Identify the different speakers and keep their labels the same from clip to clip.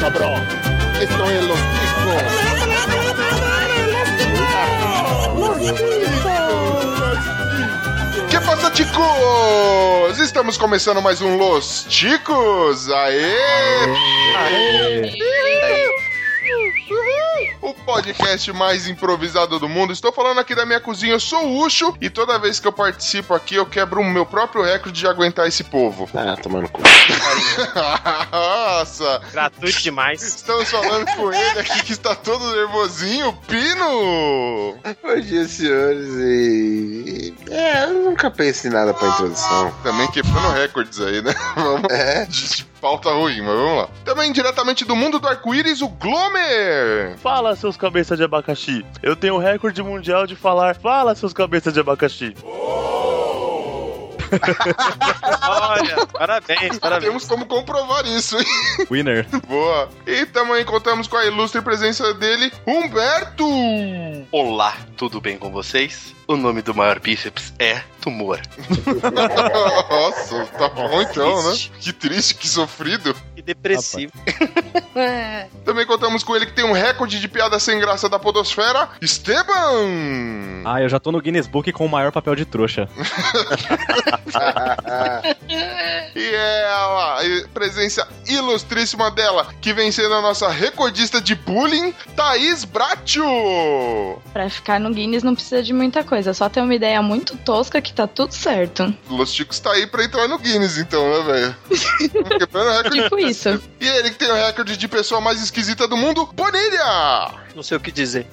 Speaker 1: cabrón. Esto es Los Chicos.
Speaker 2: Que passa, ticos? Estamos começando mais um Los Ticos. Aê! O podcast mais improvisado do mundo. Estou falando aqui da minha cozinha. Eu sou o Ucho e toda vez que eu participo aqui, eu quebro o meu próprio recorde de aguentar esse povo.
Speaker 3: Ah, tomando cu.
Speaker 2: Nossa!
Speaker 4: Gratuito demais.
Speaker 2: Estamos falando com ele aqui que
Speaker 3: tá
Speaker 2: está todo nervosinho, Pino!
Speaker 3: Bom dia, senhores. E. É, eu nunca pensei em nada pra introdução.
Speaker 2: Também quebrando recordes aí, né? Vamos.
Speaker 3: É?
Speaker 2: de- de Pauta ruim, mas vamos lá. Também diretamente do mundo do arco-íris, o Glomer!
Speaker 5: Fala, seus cabeças de abacaxi. Eu tenho o recorde mundial de falar. Fala, seus cabeças de abacaxi.
Speaker 4: Olha, parabéns, parabéns.
Speaker 2: Temos como comprovar isso, hein?
Speaker 5: Winner.
Speaker 2: Boa. E também contamos com a ilustre presença dele, Humberto!
Speaker 6: Olá, tudo bem com vocês? O nome do maior bíceps é tumor.
Speaker 2: Nossa, tá bom então, né? Que triste, que sofrido.
Speaker 4: Que depressivo.
Speaker 7: É.
Speaker 2: Também contamos com ele que tem um recorde de piada sem graça da podosfera, Esteban!
Speaker 8: Ah, eu já tô no Guinness Book com o maior papel de trouxa.
Speaker 2: E é a a presença ilustríssima dela, que vem sendo a nossa recordista de bullying, Thaís Bratio!
Speaker 7: Pra ficar no Guinness não precisa de muita coisa, é só ter uma ideia muito tosca que tá tudo certo.
Speaker 2: Los Chicos tá aí pra entrar no Guinness, então, né, velho? Tá Quebrando recorde.
Speaker 7: Tipo isso.
Speaker 2: E ele que tem o recorde de pessoa mais esquisita do mundo, Bonilha!
Speaker 4: Não sei o que dizer.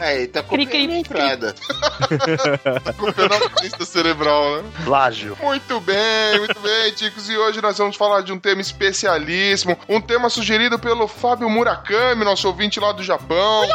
Speaker 3: Aí, tá com
Speaker 7: Cri, cri,
Speaker 3: a entrada.
Speaker 2: Copiando a pista cerebral, né?
Speaker 4: Plágio.
Speaker 2: Muito bem, muito bem, chicos. E hoje nós vamos falar de um tema especialíssimo. Um tema sugerido pelo Fábio Murakami, nosso ouvinte lá do Japão.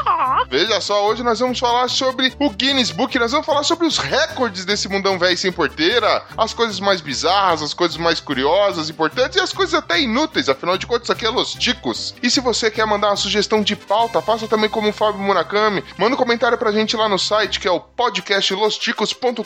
Speaker 2: Veja só, hoje nós vamos falar sobre o Guinness Book, nós vamos falar sobre os recordes desse mundão velho sem porteira, as coisas mais bizarras, as coisas mais curiosas, importantes e as coisas até inúteis, afinal de contas, isso aqui é Los Ticos. E se você quer mandar uma sugestão de pauta, faça também como o Fábio Murakami, manda um comentário pra gente lá no site, que é o podcastlosticos.com.br,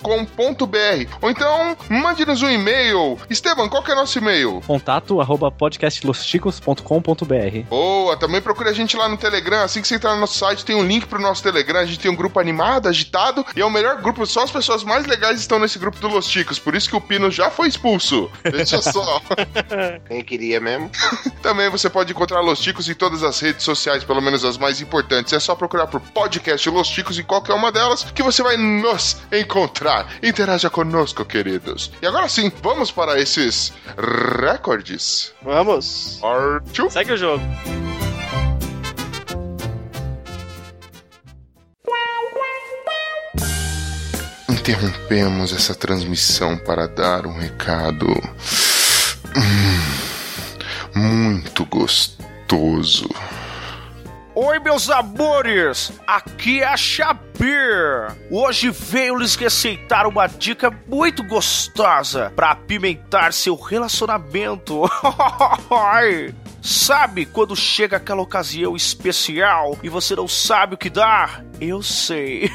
Speaker 2: ou então mande-nos um e-mail. Esteban, qual que é nosso e-mail?
Speaker 8: Contato arroba podcastlosticos.com.br.
Speaker 2: Boa, também procure a gente lá no Telegram. Assim que você entrar no nosso site, tem um link pro nosso Telegram. A gente tem um grupo animado, agitado, e é o melhor grupo. Só as pessoas mais legais estão nesse grupo do Los Ticos. Por isso que o Pino já foi expulso. Veja só.
Speaker 3: Quem queria mesmo?
Speaker 2: também você pode encontrar Los Ticos em todas as redes sociais, pelo menos as mais importantes. É só procurar por podcast Los Ticos em qualquer uma delas que você vai nos encontrar. Interaja conosco, queridos. E agora sim, vamos para esses recordes.
Speaker 4: Vamos.
Speaker 2: Artiu.
Speaker 4: Segue o jogo.
Speaker 2: Interrompemos essa transmissão para dar um recado hum, muito gostoso.
Speaker 9: Oi, meus amores! Aqui é a Xabir! Hoje veio lhes receitar uma dica muito gostosa para apimentar seu relacionamento. Ai. Sabe quando chega aquela ocasião especial e você não sabe o que dar? Eu sei.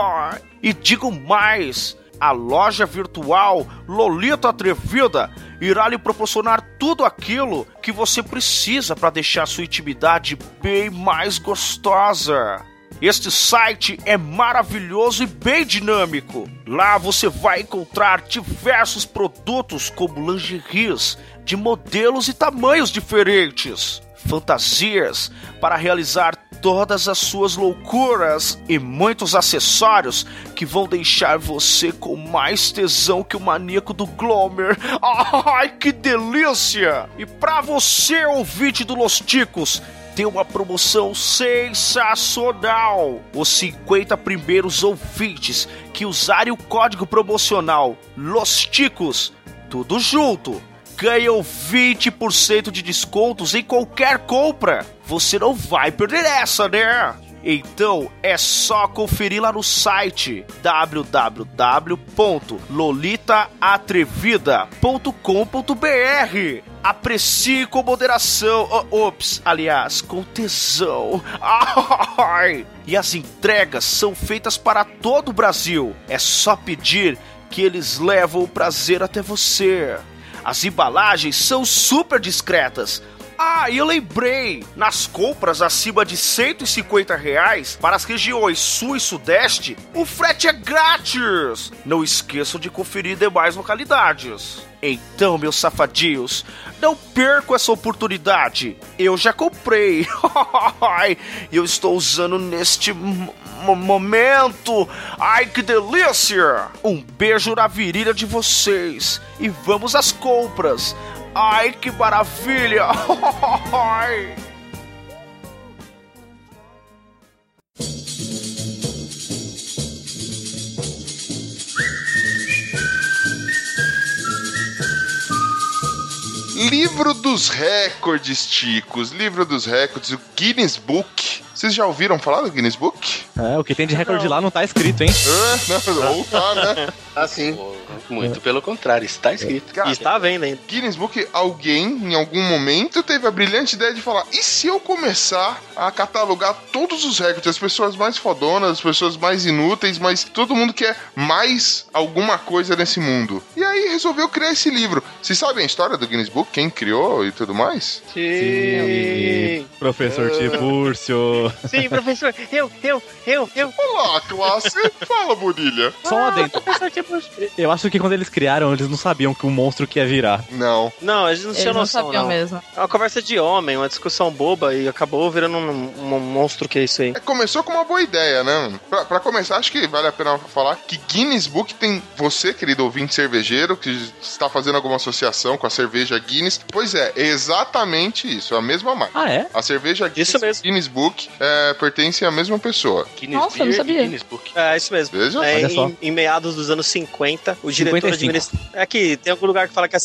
Speaker 9: e digo mais: a loja virtual Lolita Atrevida irá lhe proporcionar tudo aquilo que você precisa para deixar sua intimidade bem mais gostosa. Este site é maravilhoso e bem dinâmico. Lá você vai encontrar diversos produtos como lingeries de modelos e tamanhos diferentes, fantasias para realizar todas as suas loucuras e muitos acessórios que vão deixar você com mais tesão que o maníaco do Glomer. Ai, que delícia! E para você, ouvinte do Los Ticos, tem uma promoção sensacional. Os 50 primeiros ouvintes que usarem o código promocional Los Ticos, tudo junto, ganham 20% de descontos em qualquer compra. Você não vai perder essa, né? Então é só conferir lá no site www.lolitaatrevida.com.br. Aprecie com moderação, oh, ops, aliás, com tesão. Ai! E as entregas são feitas para todo o Brasil. É só pedir que eles levam o prazer até você. As embalagens são super discretas. Ah, e eu lembrei! Nas compras acima de 150 reais para as regiões sul e sudeste, o frete é grátis! Não esqueçam de conferir demais localidades. Então, meus safadios, não perco essa oportunidade. Eu já comprei. E eu estou usando neste mo- mo- momento. Ai, que delícia! Um beijo na virilha de vocês. E vamos às compras. Ai, que maravilha! Ai.
Speaker 2: Livro dos recordes, Ticos. Livro dos recordes, o Guinness Book. Vocês já ouviram falar do Guinness Book?
Speaker 8: É, o que tem de recorde lá não tá escrito, hein?
Speaker 2: Hã? Não, ou tá, né?
Speaker 3: Assim.
Speaker 6: Muito pelo contrário, está escrito.
Speaker 2: Cara,
Speaker 4: E está vendo ainda.
Speaker 2: Guinness Book, alguém em algum momento teve a brilhante ideia de falar: e se eu começar a catalogar todos os recordes, as pessoas mais fodonas, as pessoas mais inúteis, mas todo mundo quer mais alguma coisa nesse mundo? E aí resolveu criar esse livro. Vocês sabem a história do Guinness Book, quem criou e tudo mais? Ah.
Speaker 4: Sim. Ah.
Speaker 8: Professor Tibúrcio.
Speaker 4: Sim, professor. Eu, eu, eu, eu.
Speaker 2: Olá, classe! Fala, Bonilha!
Speaker 8: Só um adendo.
Speaker 4: Professor Tiburcio.
Speaker 8: Eu acho que quando eles criaram, eles não sabiam que o monstro que ia virar.
Speaker 2: Não.
Speaker 4: Não, eles não
Speaker 7: Eles
Speaker 4: tinham
Speaker 7: não
Speaker 4: noção,
Speaker 7: sabiam
Speaker 4: não.
Speaker 7: mesmo.
Speaker 4: É uma conversa de homem, uma discussão boba e acabou virando um, um monstro que é isso aí.
Speaker 2: É, começou com uma boa ideia, né? mano? Pra, pra começar, acho que vale a pena falar que Guinness Book tem você, querido ouvinte cervejeiro, que está fazendo alguma associação com a cerveja Guinness. Pois é, é exatamente isso, é a mesma marca.
Speaker 8: Ah, é?
Speaker 2: A cerveja Guinness,
Speaker 4: Isso mesmo.
Speaker 2: Guinness Book é, pertence à mesma pessoa.
Speaker 6: Guinness
Speaker 7: Nossa, eu não
Speaker 6: Beer e
Speaker 7: sabia.
Speaker 6: Guinness Book.
Speaker 4: É, isso mesmo.
Speaker 2: Veja?
Speaker 4: É,
Speaker 8: Olha só.
Speaker 4: em, em meados dos anos 50, o diretor
Speaker 8: 55.
Speaker 4: administra. É que tem algum lugar que fala que é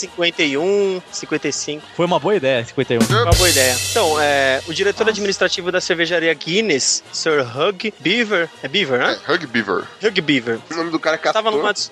Speaker 4: 51, 55.
Speaker 8: Foi uma boa ideia, 51.
Speaker 4: É Uma boa ideia. Então, é, o diretor administrativo da cervejaria Guinness, Sir Hug Beaver. É Beaver, né?
Speaker 2: É, Hug Beaver.
Speaker 4: Hug Beaver.
Speaker 3: O nome do cara que
Speaker 4: Tava
Speaker 3: atua.
Speaker 4: numa. dis-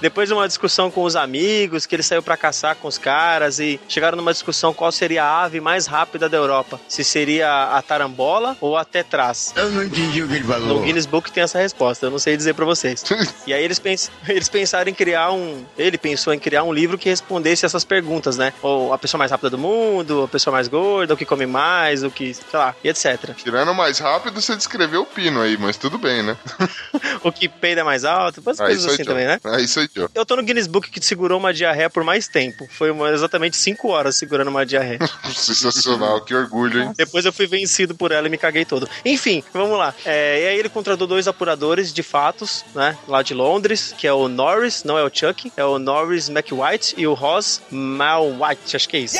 Speaker 4: Depois de uma discussão com os amigos, que ele saiu pra caçar com os caras e chegaram numa discussão qual seria a ave mais rápida da Europa. Se seria a tarambola ou a tetraz.
Speaker 1: Eu não entendi o que ele
Speaker 4: No
Speaker 1: falou.
Speaker 4: Guinness Book tem essa resposta, eu não sei dizer pra vocês. E aí eles, pens- eles pensaram em criar um. Ele pensou em criar um livro que respondesse essas perguntas, né? Ou a pessoa mais rápida do mundo, a pessoa mais gorda, o que come mais, o que. sei lá, e etc.
Speaker 2: Tirando mais rápido, você descreveu o pino aí, mas tudo bem, né?
Speaker 4: O que peida mais alto, umas
Speaker 2: Ah,
Speaker 4: coisas
Speaker 2: isso é
Speaker 4: assim
Speaker 2: idiota.
Speaker 4: também, né?
Speaker 2: É isso aí, Joe.
Speaker 4: Eu tô no Guinness Book que segurou uma diarreia por mais tempo. Foi uma- exatamente 5 horas segurando uma diarreia.
Speaker 2: Sensacional, que orgulho, hein?
Speaker 4: Depois eu fui vencido por ela e me caguei todo. Enfim, vamos lá. É, e aí ele contratou dois apuradores de fatos, né? Lá de Londres, que é o Norris, não é o Chuck, é o Norris McWhite e o Ross Malwhite, acho que é isso.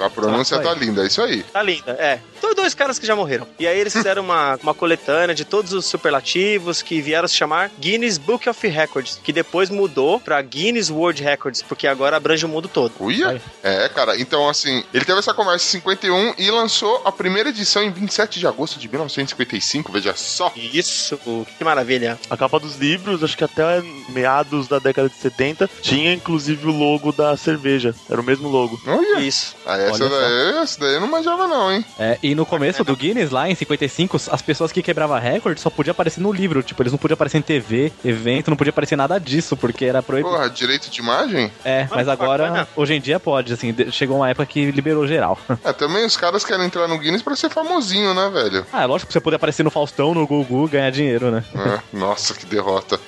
Speaker 2: A pronúncia
Speaker 8: Ah,
Speaker 2: tá linda, é isso aí.
Speaker 4: Tá linda, é. Então, dois caras que já morreram. E aí eles fizeram uma, uma coletânea de todos os superlativos que vieram se chamar Guinness Book of Records, que depois mudou pra Guinness World Records, porque agora abrange o mundo todo.
Speaker 2: Uia? É, cara, então assim, ele teve essa conversa em 51 e lançou a primeira edição em 27 de agosto de 1955, veja só.
Speaker 4: Isso, que maravilha.
Speaker 5: A capa dos livros, acho que até meados da década de 70, tinha inclusive o logo da cerveja. Era o mesmo logo.
Speaker 2: Olha.
Speaker 4: Isso.
Speaker 2: Ah, essa
Speaker 8: Olha só.
Speaker 2: daí, essa daí eu não manjava não, hein?
Speaker 8: É, e no começo do Guinness, lá em 55, as pessoas que quebravam recorde só podiam aparecer no livro. Tipo, eles não podiam aparecer em TV, evento, não podia aparecer nada disso, porque era proibido.
Speaker 2: Porra, direito de imagem?
Speaker 8: É, mas agora,
Speaker 4: bacana.
Speaker 8: hoje em dia pode, assim, de- chegou uma época que liberou geral.
Speaker 2: É, também os caras querem entrar no Guinness pra ser famosinho, né, velho?
Speaker 8: ah, é lógico que você poder aparecer no Faustão, no Gugu, ganhar dinheiro, né?
Speaker 2: É, nossa, que derrota.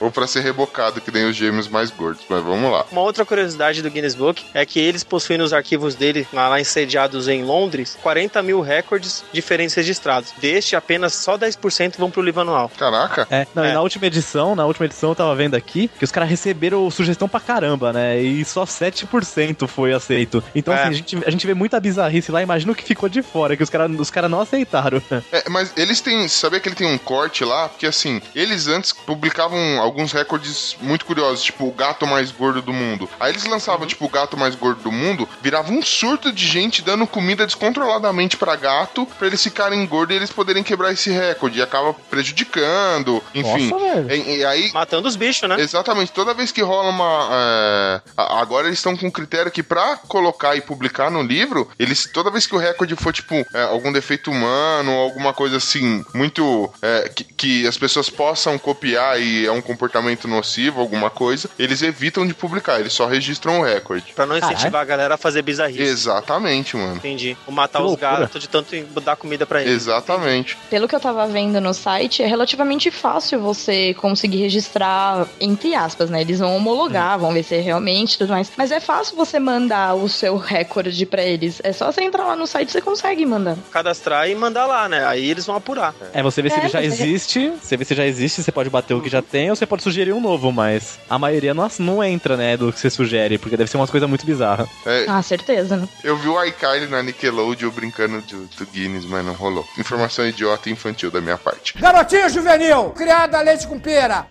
Speaker 2: Ou pra ser rebocado, que nem os gêmeos mais gordos, mas vamos lá.
Speaker 4: Uma outra curiosidade do Guinness Book é que eles possuem nos arquivos dele, lá lá sediados em Londres, 40 mil recordes diferentes registrados. Deste, apenas só 10% vão pro livro anual.
Speaker 2: Caraca,
Speaker 8: É, não,
Speaker 4: É.
Speaker 8: e na última edição, na última edição eu tava vendo aqui que os caras receberam sugestão pra caramba, né? E só 7% foi aceito. Então,
Speaker 4: É.
Speaker 8: assim, a gente, a gente vê muita bizarrice lá, imagina o que ficou de fora, que os caras os cara não aceitaram.
Speaker 2: É, mas eles têm. Sabia que ele tem um corte lá? Porque assim, eles antes publicavam alguns recordes muito curiosos, tipo o gato mais gordo do mundo. Aí eles lançavam, tipo, o gato mais gordo do mundo, virava um surto de gente dando comida descontroladamente pras pra gato pra eles ficarem gordos e eles poderem quebrar esse recorde. E acaba prejudicando, enfim.
Speaker 8: Nossa, velho.
Speaker 2: E, e aí,
Speaker 4: Matando os bichos, né?
Speaker 2: Exatamente. Toda vez que rola uma. é, a- Agora eles estão com um critério que, pra colocar e publicar no livro, eles. Toda vez que o recorde for, tipo, é, algum defeito humano, alguma coisa assim, muito. é, que, que as pessoas possam copiar e é um comportamento nocivo, alguma coisa, eles evitam de publicar, eles só registram o recorde.
Speaker 4: Pra não incentivar a galera a fazer bizarrice.
Speaker 2: Exatamente, mano.
Speaker 4: Entendi. Ou matar
Speaker 5: Que
Speaker 4: os
Speaker 5: loucura.
Speaker 4: gatos de tanto em- dar comida pra eles.
Speaker 2: Exatamente.
Speaker 7: Pelo que eu tava vendo no site, é relativamente fácil você conseguir registrar, entre aspas, né? Eles vão homologar, vão ver se é realmente e tudo mais. Mas é fácil você mandar o seu recorde pra eles. É só você entrar lá no site você consegue mandar.
Speaker 4: Cadastrar e mandar lá, né? Aí eles vão apurar.
Speaker 8: É, você vê se
Speaker 7: É,
Speaker 8: ele já
Speaker 7: você-
Speaker 8: existe, você vê se já existe, você pode bater o que já tem ou você pode sugerir um novo, mas a maioria não, ass- não entra, né, do que você sugere, porque deve ser umas coisas muito bizarras.
Speaker 2: É,
Speaker 7: Ah, certeza, né?
Speaker 2: eu vi o iCarly na Nickelodeon brincando do, do Guinness, mas não rolou. Informação idiota e infantil da minha parte.
Speaker 10: Garotinho juvenil, criado a leite com pera.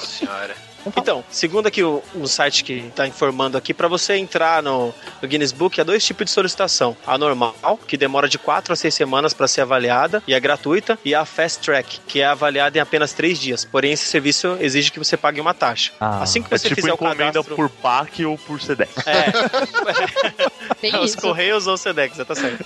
Speaker 6: Senhora.
Speaker 4: Então, segundo aqui o, o site que tá informando aqui, pra você entrar no, no Guinness Book, há dois tipos de solicitação. A normal, que demora de 4 a 6 semanas pra ser avaliada e é gratuita, e a Fast Track, que é avaliada em apenas 3 dias. Porém, esse serviço exige que você pague uma taxa.
Speaker 8: Ah,
Speaker 4: assim que
Speaker 5: É
Speaker 4: você
Speaker 5: tipo
Speaker 4: fizer o
Speaker 5: encomenda
Speaker 4: cadastro...
Speaker 5: por PAC ou por CDEC.
Speaker 4: É,
Speaker 7: Tem
Speaker 4: os
Speaker 7: isso.
Speaker 4: Correios ou Sedex, tá certo.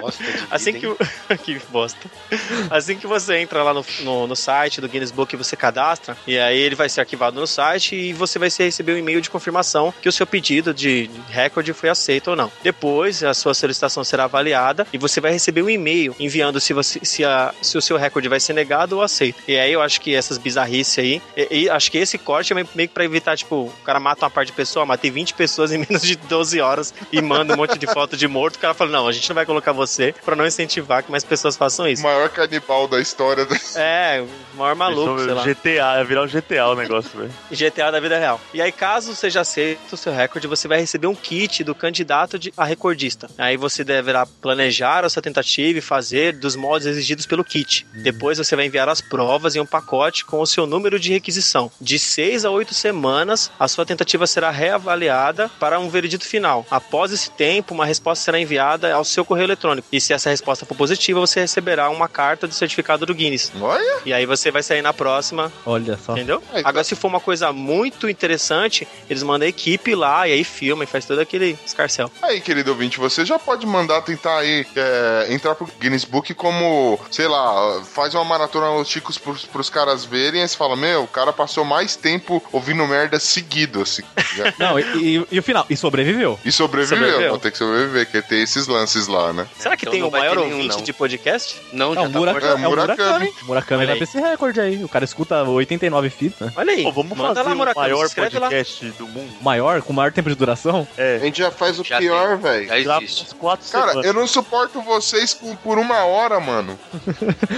Speaker 6: Bosta de vida,
Speaker 4: Assim
Speaker 6: hein?
Speaker 4: que, o- que bosta. Assim que você entra lá no, no, no site do Guinness Book e você cadastra, e aí ele vai ser arquivado no site e você vai ser- receber um e-mail de confirmação que o seu pedido de recorde foi aceito ou não. Depois, a sua solicitação será avaliada e você vai receber um e-mail enviando se, você, se, a- se o seu recorde vai ser negado ou aceito. E aí eu acho que essas bizarrices aí, e, e acho que esse corte é meio meio que pra evitar, tipo, o cara mata uma parte de pessoa, matei 20 pessoas em menos de 12 horas e manda um monte de foto de morto. O cara fala, não, a gente não vai colocar você pra não incentivar que mais pessoas façam
Speaker 2: O
Speaker 4: isso.
Speaker 2: maior canibal da história da
Speaker 4: É, o maior maluco,
Speaker 5: Eles
Speaker 4: sei lá.
Speaker 5: são GTA, é virar um GTA o negócio, velho.
Speaker 4: GTA da vida real. E aí, caso seja aceito o seu recorde, você vai receber um kit do candidato de- a recordista. Aí você deverá planejar a sua tentativa e fazer dos modos exigidos pelo kit. Depois você vai enviar as provas em um pacote com o seu número de requisição. De seis a oito semanas, a sua tentativa será reavaliada para um veredito final. Após esse tempo, uma resposta será enviada ao seu correio eletrônico. E se essa resposta for positiva, você receberá uma carta do certificado do Guinness.
Speaker 2: Olha,
Speaker 4: E aí você vai sair na próxima
Speaker 8: Olha só.
Speaker 4: Entendeu?
Speaker 2: É,
Speaker 7: então.
Speaker 4: Agora, se for uma coisa muito interessante, eles mandam a equipe lá e aí filma e faz todo aquele escarcel.
Speaker 2: aí, querido ouvinte, você já pode mandar tentar aí é, entrar pro Guinness Book como, sei lá, faz uma maratona aos chicos pros, pros caras verem, aí você fala, meu, o cara passou mais tempo ouvindo merda seguido, assim. já-
Speaker 8: Não, e, e- e o final? E sobreviveu.
Speaker 2: E sobreviveu,
Speaker 4: Sobreviveu.
Speaker 2: vou ter que sobreviver, que tem esses lances lá, né?
Speaker 4: Será que
Speaker 6: Então
Speaker 4: tem
Speaker 6: não
Speaker 4: o
Speaker 6: vai
Speaker 4: maior
Speaker 6: ter nenhum,
Speaker 4: ouvinte
Speaker 6: não.
Speaker 4: de podcast?
Speaker 6: Não,
Speaker 8: É
Speaker 6: já
Speaker 8: o
Speaker 6: tá
Speaker 8: Murakami.
Speaker 6: morto.
Speaker 8: É o Murakami.
Speaker 2: Murakami.
Speaker 8: Murakami
Speaker 4: Olha
Speaker 8: vai
Speaker 4: aí.
Speaker 8: pra esse recorde aí. O cara escuta 89 fitas.
Speaker 4: Olha aí.
Speaker 5: Pô, vamos
Speaker 4: Manda
Speaker 5: fazer
Speaker 4: lá,
Speaker 5: o
Speaker 4: Murakami, se
Speaker 5: maior
Speaker 4: inscreve lá.
Speaker 5: podcast do mundo.
Speaker 8: Maior, com maior tempo de duração.
Speaker 5: É,
Speaker 1: A gente já faz o
Speaker 6: Já
Speaker 1: pior, velho.
Speaker 6: Já
Speaker 5: grava
Speaker 6: existe.
Speaker 5: uns quatro
Speaker 2: Cara,
Speaker 5: semanas.
Speaker 2: eu não suporto vocês com- por uma hora, mano.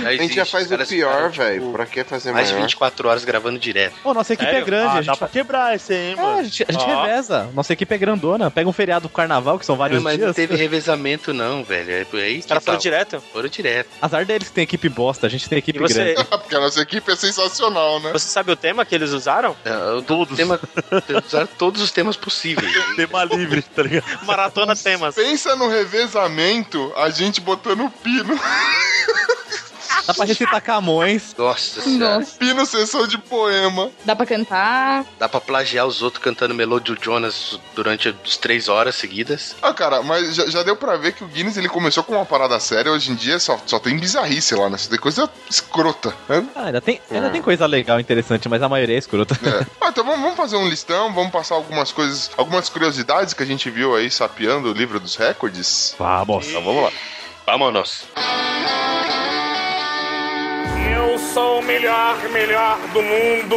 Speaker 1: A gente já faz o pior, velho. Pra que fazer
Speaker 6: tipo, Mais de
Speaker 1: maior?
Speaker 6: 24 horas gravando direto.
Speaker 8: Pô, nossa equipe
Speaker 4: Sério?
Speaker 8: é grande.
Speaker 5: Ah,
Speaker 8: a
Speaker 5: dá
Speaker 8: gente
Speaker 5: pra
Speaker 8: fa-
Speaker 5: quebrar esse aí, hein,
Speaker 8: É, a
Speaker 5: mano.
Speaker 8: gente, a gente
Speaker 4: Ó.
Speaker 8: reveza. Nossa equipe é grandona. Pega um feriado do carnaval, que são vários
Speaker 6: mas não
Speaker 8: dias.
Speaker 6: teve revezamento, não, velho. É por aí
Speaker 4: Os
Speaker 6: que
Speaker 4: caras foram
Speaker 6: tá.
Speaker 4: direto.
Speaker 6: Foram direto.
Speaker 8: Azar deles que tem equipe bosta, a gente tem
Speaker 4: E
Speaker 8: equipe
Speaker 4: você,
Speaker 8: grande.
Speaker 2: Porque a nossa equipe é sensacional, né?
Speaker 4: você sabe o tema que eles usaram?
Speaker 6: Não, É, eu-
Speaker 5: Todos.
Speaker 6: Tema, usaram todos os temas possíveis.
Speaker 5: Tema livre, tá ligado?
Speaker 4: Maratona temas.
Speaker 2: Pensa no revezamento, a gente botando o Pino.
Speaker 8: Dá pra recitar Camões.
Speaker 6: Nossa senhora.
Speaker 7: Nossa,
Speaker 2: Pino, é sessão de poema.
Speaker 7: dá pra cantar.
Speaker 6: Dá pra plagiar os outros cantando Melody Jonas durante as três horas seguidas.
Speaker 2: Ah, cara, mas já, já deu pra ver que o Guinness ele começou com uma parada séria, hoje em dia só, só tem bizarrice lá, né? Só tem coisa escrota. Né?
Speaker 8: Ah, ainda tem, ainda tem coisa legal, interessante, mas a maioria é escrota.
Speaker 2: É. Ah, então vamos, vamos fazer um listão, vamos passar algumas coisas, algumas curiosidades que a gente viu aí sapeando o livro dos recordes.
Speaker 8: Ah, bosta.
Speaker 2: Então vamos lá.
Speaker 6: Vámonos.
Speaker 10: Eu sou o melhor, melhor do mundo.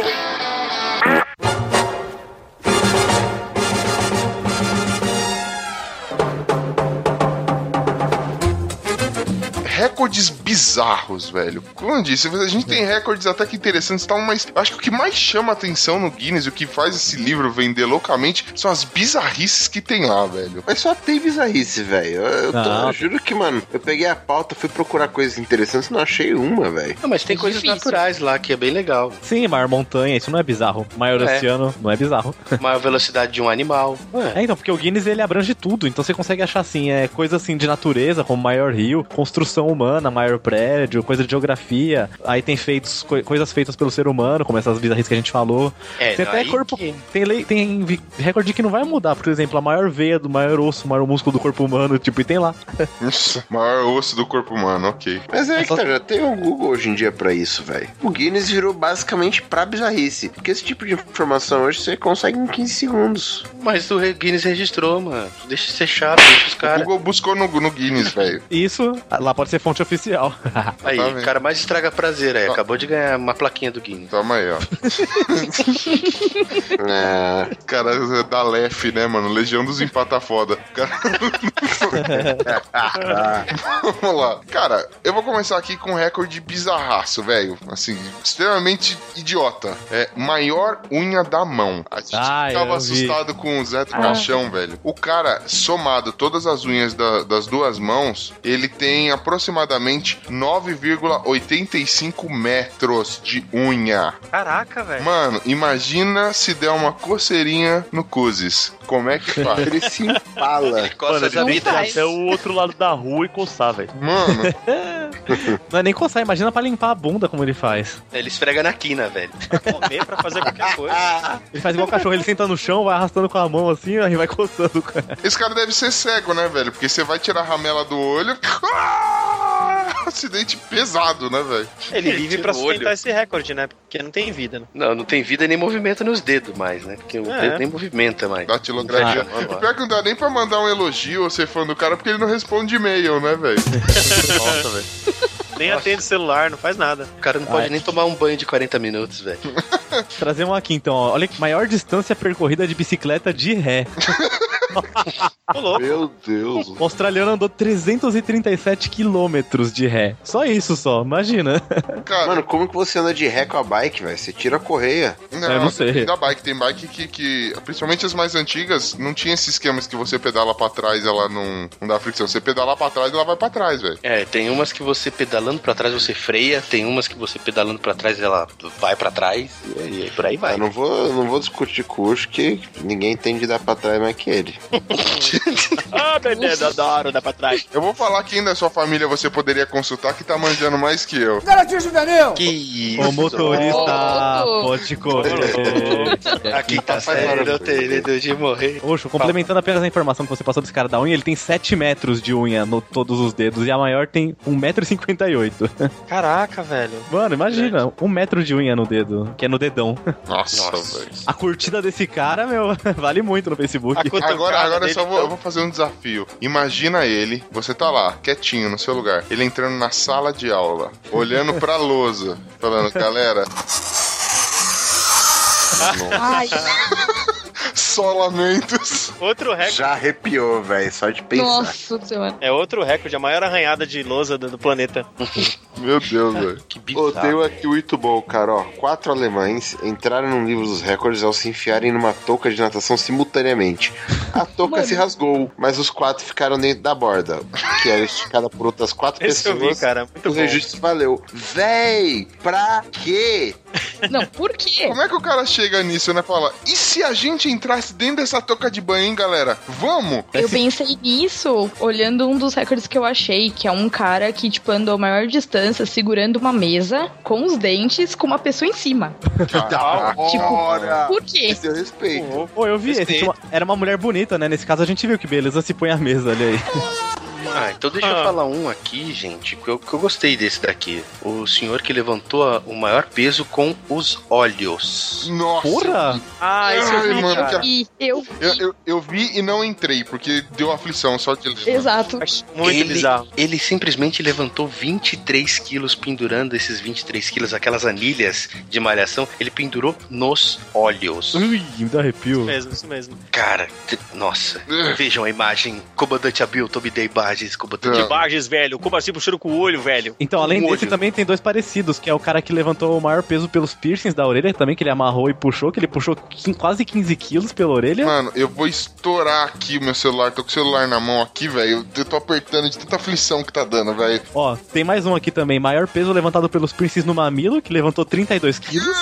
Speaker 2: recordes bizarros, velho. Como eu disse, a gente tem recordes até que interessantes e tal, mas eu acho que o que mais chama atenção no Guinness e o que faz esse livro vender loucamente são as bizarrices que tem lá, velho.
Speaker 3: Mas só tem bizarrice, velho. Eu, eu tô-
Speaker 2: Ah.
Speaker 3: eu juro que, mano, eu peguei a pauta, fui procurar coisas interessantes, não achei uma, velho.
Speaker 6: Não, Ah, mas tem coisas naturais lá que é bem legal.
Speaker 8: Sim, maior montanha, isso não é bizarro. Maior
Speaker 6: É.
Speaker 8: oceano não é bizarro.
Speaker 6: Maior velocidade de um animal.
Speaker 8: É, então, porque o Guinness ele abrange tudo, então você consegue achar assim, é coisa assim de natureza, como maior rio, construção humana, maior prédio, coisa de geografia, aí tem feitos, coi- coisas feitas pelo ser humano, como essas bizarrices que a gente falou.
Speaker 6: É,
Speaker 8: tem até
Speaker 6: aí
Speaker 8: corpo. Tem, lei, tem vi- recorde que não vai mudar, por exemplo, a maior veia do maior osso, o maior músculo do corpo humano, tipo, e tem lá.
Speaker 2: Nossa, maior osso do corpo humano, ok.
Speaker 3: Mas é que tá, já tem o Google hoje em dia pra isso, velho. O Guinness virou basicamente pra bizarrice. Porque esse tipo de informação hoje você consegue em 15 segundos.
Speaker 6: Mas o Guinness registrou, mano. Ah, Deixa de ser chato, deixa os
Speaker 2: O
Speaker 6: caras.
Speaker 2: Google buscou no, no Guinness, velho. Tá
Speaker 8: Isso, lá pode ser fonte oficial.
Speaker 6: Aí, o cara mais estraga prazer aí. Acabou de ganhar uma plaquinha do Guinness.
Speaker 2: Toma aí, ó. Cara, é da Lef, né, mano? Legião dos Empata Foda. Cara... Vamos lá. Cara, eu vou começar aqui com um recorde bizarraço, velho. Assim, extremamente idiota. É maior unha da mão. A gente
Speaker 8: Ah, eu
Speaker 2: ficava
Speaker 8: vi.
Speaker 2: assustado com o Zé do
Speaker 8: Ah.
Speaker 2: Caixão, velho. O cara, somado todas as unhas da- das duas mãos, ele tem aproximadamente 9,85 metros de unha.
Speaker 11: Caraca, velho.
Speaker 2: Mano, imagina se der uma coceirinha no Cuzes. Como é que faz?
Speaker 5: Ele se empala. Mano, ele tem que ir até o outro lado da rua e coçar, velho.
Speaker 2: Mano.
Speaker 8: Não é nem coçar, imagina pra limpar a bunda como ele faz.
Speaker 6: Ele esfrega na quina, velho.
Speaker 4: comer pra fazer qualquer coisa.
Speaker 8: Ele faz igual o cachorro, ele senta no chão, vai arrastando com a mão assim, ó, e vai coçando, cara.
Speaker 2: Esse cara deve ser cego, né, velho? Porque você vai tirar a ramela do olho. Ah! Acidente pesado, né, velho?
Speaker 4: Ele vive pra sustentar esse recorde, né? Porque não tem vida, né?
Speaker 6: Não, não tem vida nem movimento nos dedos mais, né? Porque o
Speaker 4: É.
Speaker 6: dedo nem movimenta mais.
Speaker 2: Datilografia.
Speaker 6: Não fecha a mão, ó.
Speaker 2: Pior que não dá nem pra mandar um elogio ou ser fã do cara, porque ele não responde e-mail, né, velho? Nossa, velho.
Speaker 4: Nem atende celular, não faz nada.
Speaker 6: O cara não pode nem tomar um banho de 40 minutos, velho.
Speaker 8: Trazer um aqui então, ó. Olha que maior distância percorrida de bicicleta de ré.
Speaker 3: Meu Deus.
Speaker 8: O australiano andou 337 quilômetros de ré. Só isso, só. Imagina.
Speaker 3: Mano, como que você anda de ré com a bike, velho? Você tira a correia.
Speaker 2: Não, depende da bike. Tem bike que, que, principalmente as mais antigas, não tinha esses esquemas que você pedala pra trás, ela não, não dá fricção. Você pedala pra trás, ela vai pra trás, velho.
Speaker 6: É, tem umas que você pedalando pra trás você freia, tem umas que você pedalando pra trás ela vai pra trás e aí- por aí vai.
Speaker 3: Eu não vou, eu não vou discutir curso que ninguém tem de dar pra trás mais que ele.
Speaker 4: Ah, beleza, adoro, dá pra trás.
Speaker 2: Eu vou falar quem da sua família você poderia consultar que tá manjando mais que eu.
Speaker 11: Garotinho juvenil!
Speaker 6: Que
Speaker 8: O motorista
Speaker 11: Ô,
Speaker 8: pode correr.
Speaker 6: Aqui tá saindo, eu tenho medo de morrer.
Speaker 8: Oxo, complementando apenas a informação que você passou desse cara da unha, ele tem 7 metros de unha no todos os dedos e a maior tem 1,58m.
Speaker 4: Caraca, velho.
Speaker 8: Mano, imagina, 1 metro de unha no dedo, que é no dedão.
Speaker 2: Nossa, velho.
Speaker 8: A curtida desse cara, meu, vale muito no Facebook.
Speaker 2: Agora, agora eu só
Speaker 8: tá-
Speaker 2: vou, eu vou fazer um desafio. Imagina ele, você tá lá, quietinho no seu lugar, ele entrando na sala de aula, olhando pra lousa, falando, galera.
Speaker 11: Ai.
Speaker 2: Só lamentos.
Speaker 4: Outro recorde.
Speaker 3: Já arrepiou, velho, só de pensar.
Speaker 7: Nossa senhora.
Speaker 4: É outro recorde, a maior arranhada de lousa do, do planeta.
Speaker 2: Meu Deus, velho.
Speaker 6: Que
Speaker 3: Ô,
Speaker 4: Tá.
Speaker 3: tem um aqui muito bom, cara, ó. Quatro alemães entraram no livro dos recordes ao se enfiarem numa touca de natação simultaneamente. A touca se rasgou, mas os quatro ficaram dentro da borda, que era esticada por outras quatro
Speaker 4: Esse eu
Speaker 3: pessoas.
Speaker 4: vi, cara, muito
Speaker 3: o
Speaker 4: bom.
Speaker 3: registro valeu. Véi, pra quê?
Speaker 7: Não, por quê?
Speaker 2: Como é que o cara chega nisso, né? Fala, e se a gente entrasse dentro dessa toca de banho, hein, galera? Vamos!
Speaker 7: Eu pensei nisso olhando um dos recordes que eu achei, que é um cara que, tipo, andou a maior distância segurando uma mesa com os dentes com uma pessoa em cima.
Speaker 4: Tá
Speaker 3: Da
Speaker 4: Tipo,
Speaker 3: hora!
Speaker 7: Por quê?
Speaker 2: é
Speaker 3: Esse eu respeito.
Speaker 8: Pô, eu vi esse. tinha uma- Era uma mulher bonita, né? Nesse caso a gente viu que beleza se põe à mesa, olha aí.
Speaker 6: Ah, então deixa eu falar um aqui, gente, que eu, que eu gostei desse daqui. O senhor que levantou a- o maior peso com os olhos.
Speaker 2: Nossa!
Speaker 8: Porra!
Speaker 4: Ah,
Speaker 2: esse eu vi, cara.
Speaker 7: E eu.
Speaker 2: Eu, eu, eu vi e não entrei, porque deu aflição só de ler.
Speaker 7: Exato.
Speaker 4: Muito
Speaker 6: ele,
Speaker 4: bizarro.
Speaker 6: Ele simplesmente levantou 23 quilos pendurando esses 23 quilos, aquelas anilhas de malhação, ele pendurou nos olhos.
Speaker 8: Ui, me dá arrepio.
Speaker 4: Mesmo, isso mesmo.
Speaker 6: Cara, t- nossa. Vejam a imagem. Comandante Abilton me dei imagem Francisco botando
Speaker 4: De Barges, velho. O Cubaci puxando com o olho, velho.
Speaker 8: Então, além
Speaker 4: Com o
Speaker 8: desse,
Speaker 4: olho.
Speaker 8: também tem dois parecidos, que é o cara que levantou o maior peso pelos piercings da orelha também, que ele amarrou e puxou, que ele puxou quin- quase 15 quilos pela orelha.
Speaker 2: Mano, eu vou estourar aqui o meu celular. Tô com o celular na mão aqui, velho. Eu- Eu tô apertando de tanta aflição que tá dando, velho.
Speaker 8: Ó, tem mais um aqui também. Maior peso levantado pelos piercings no mamilo, que levantou 32 quilos.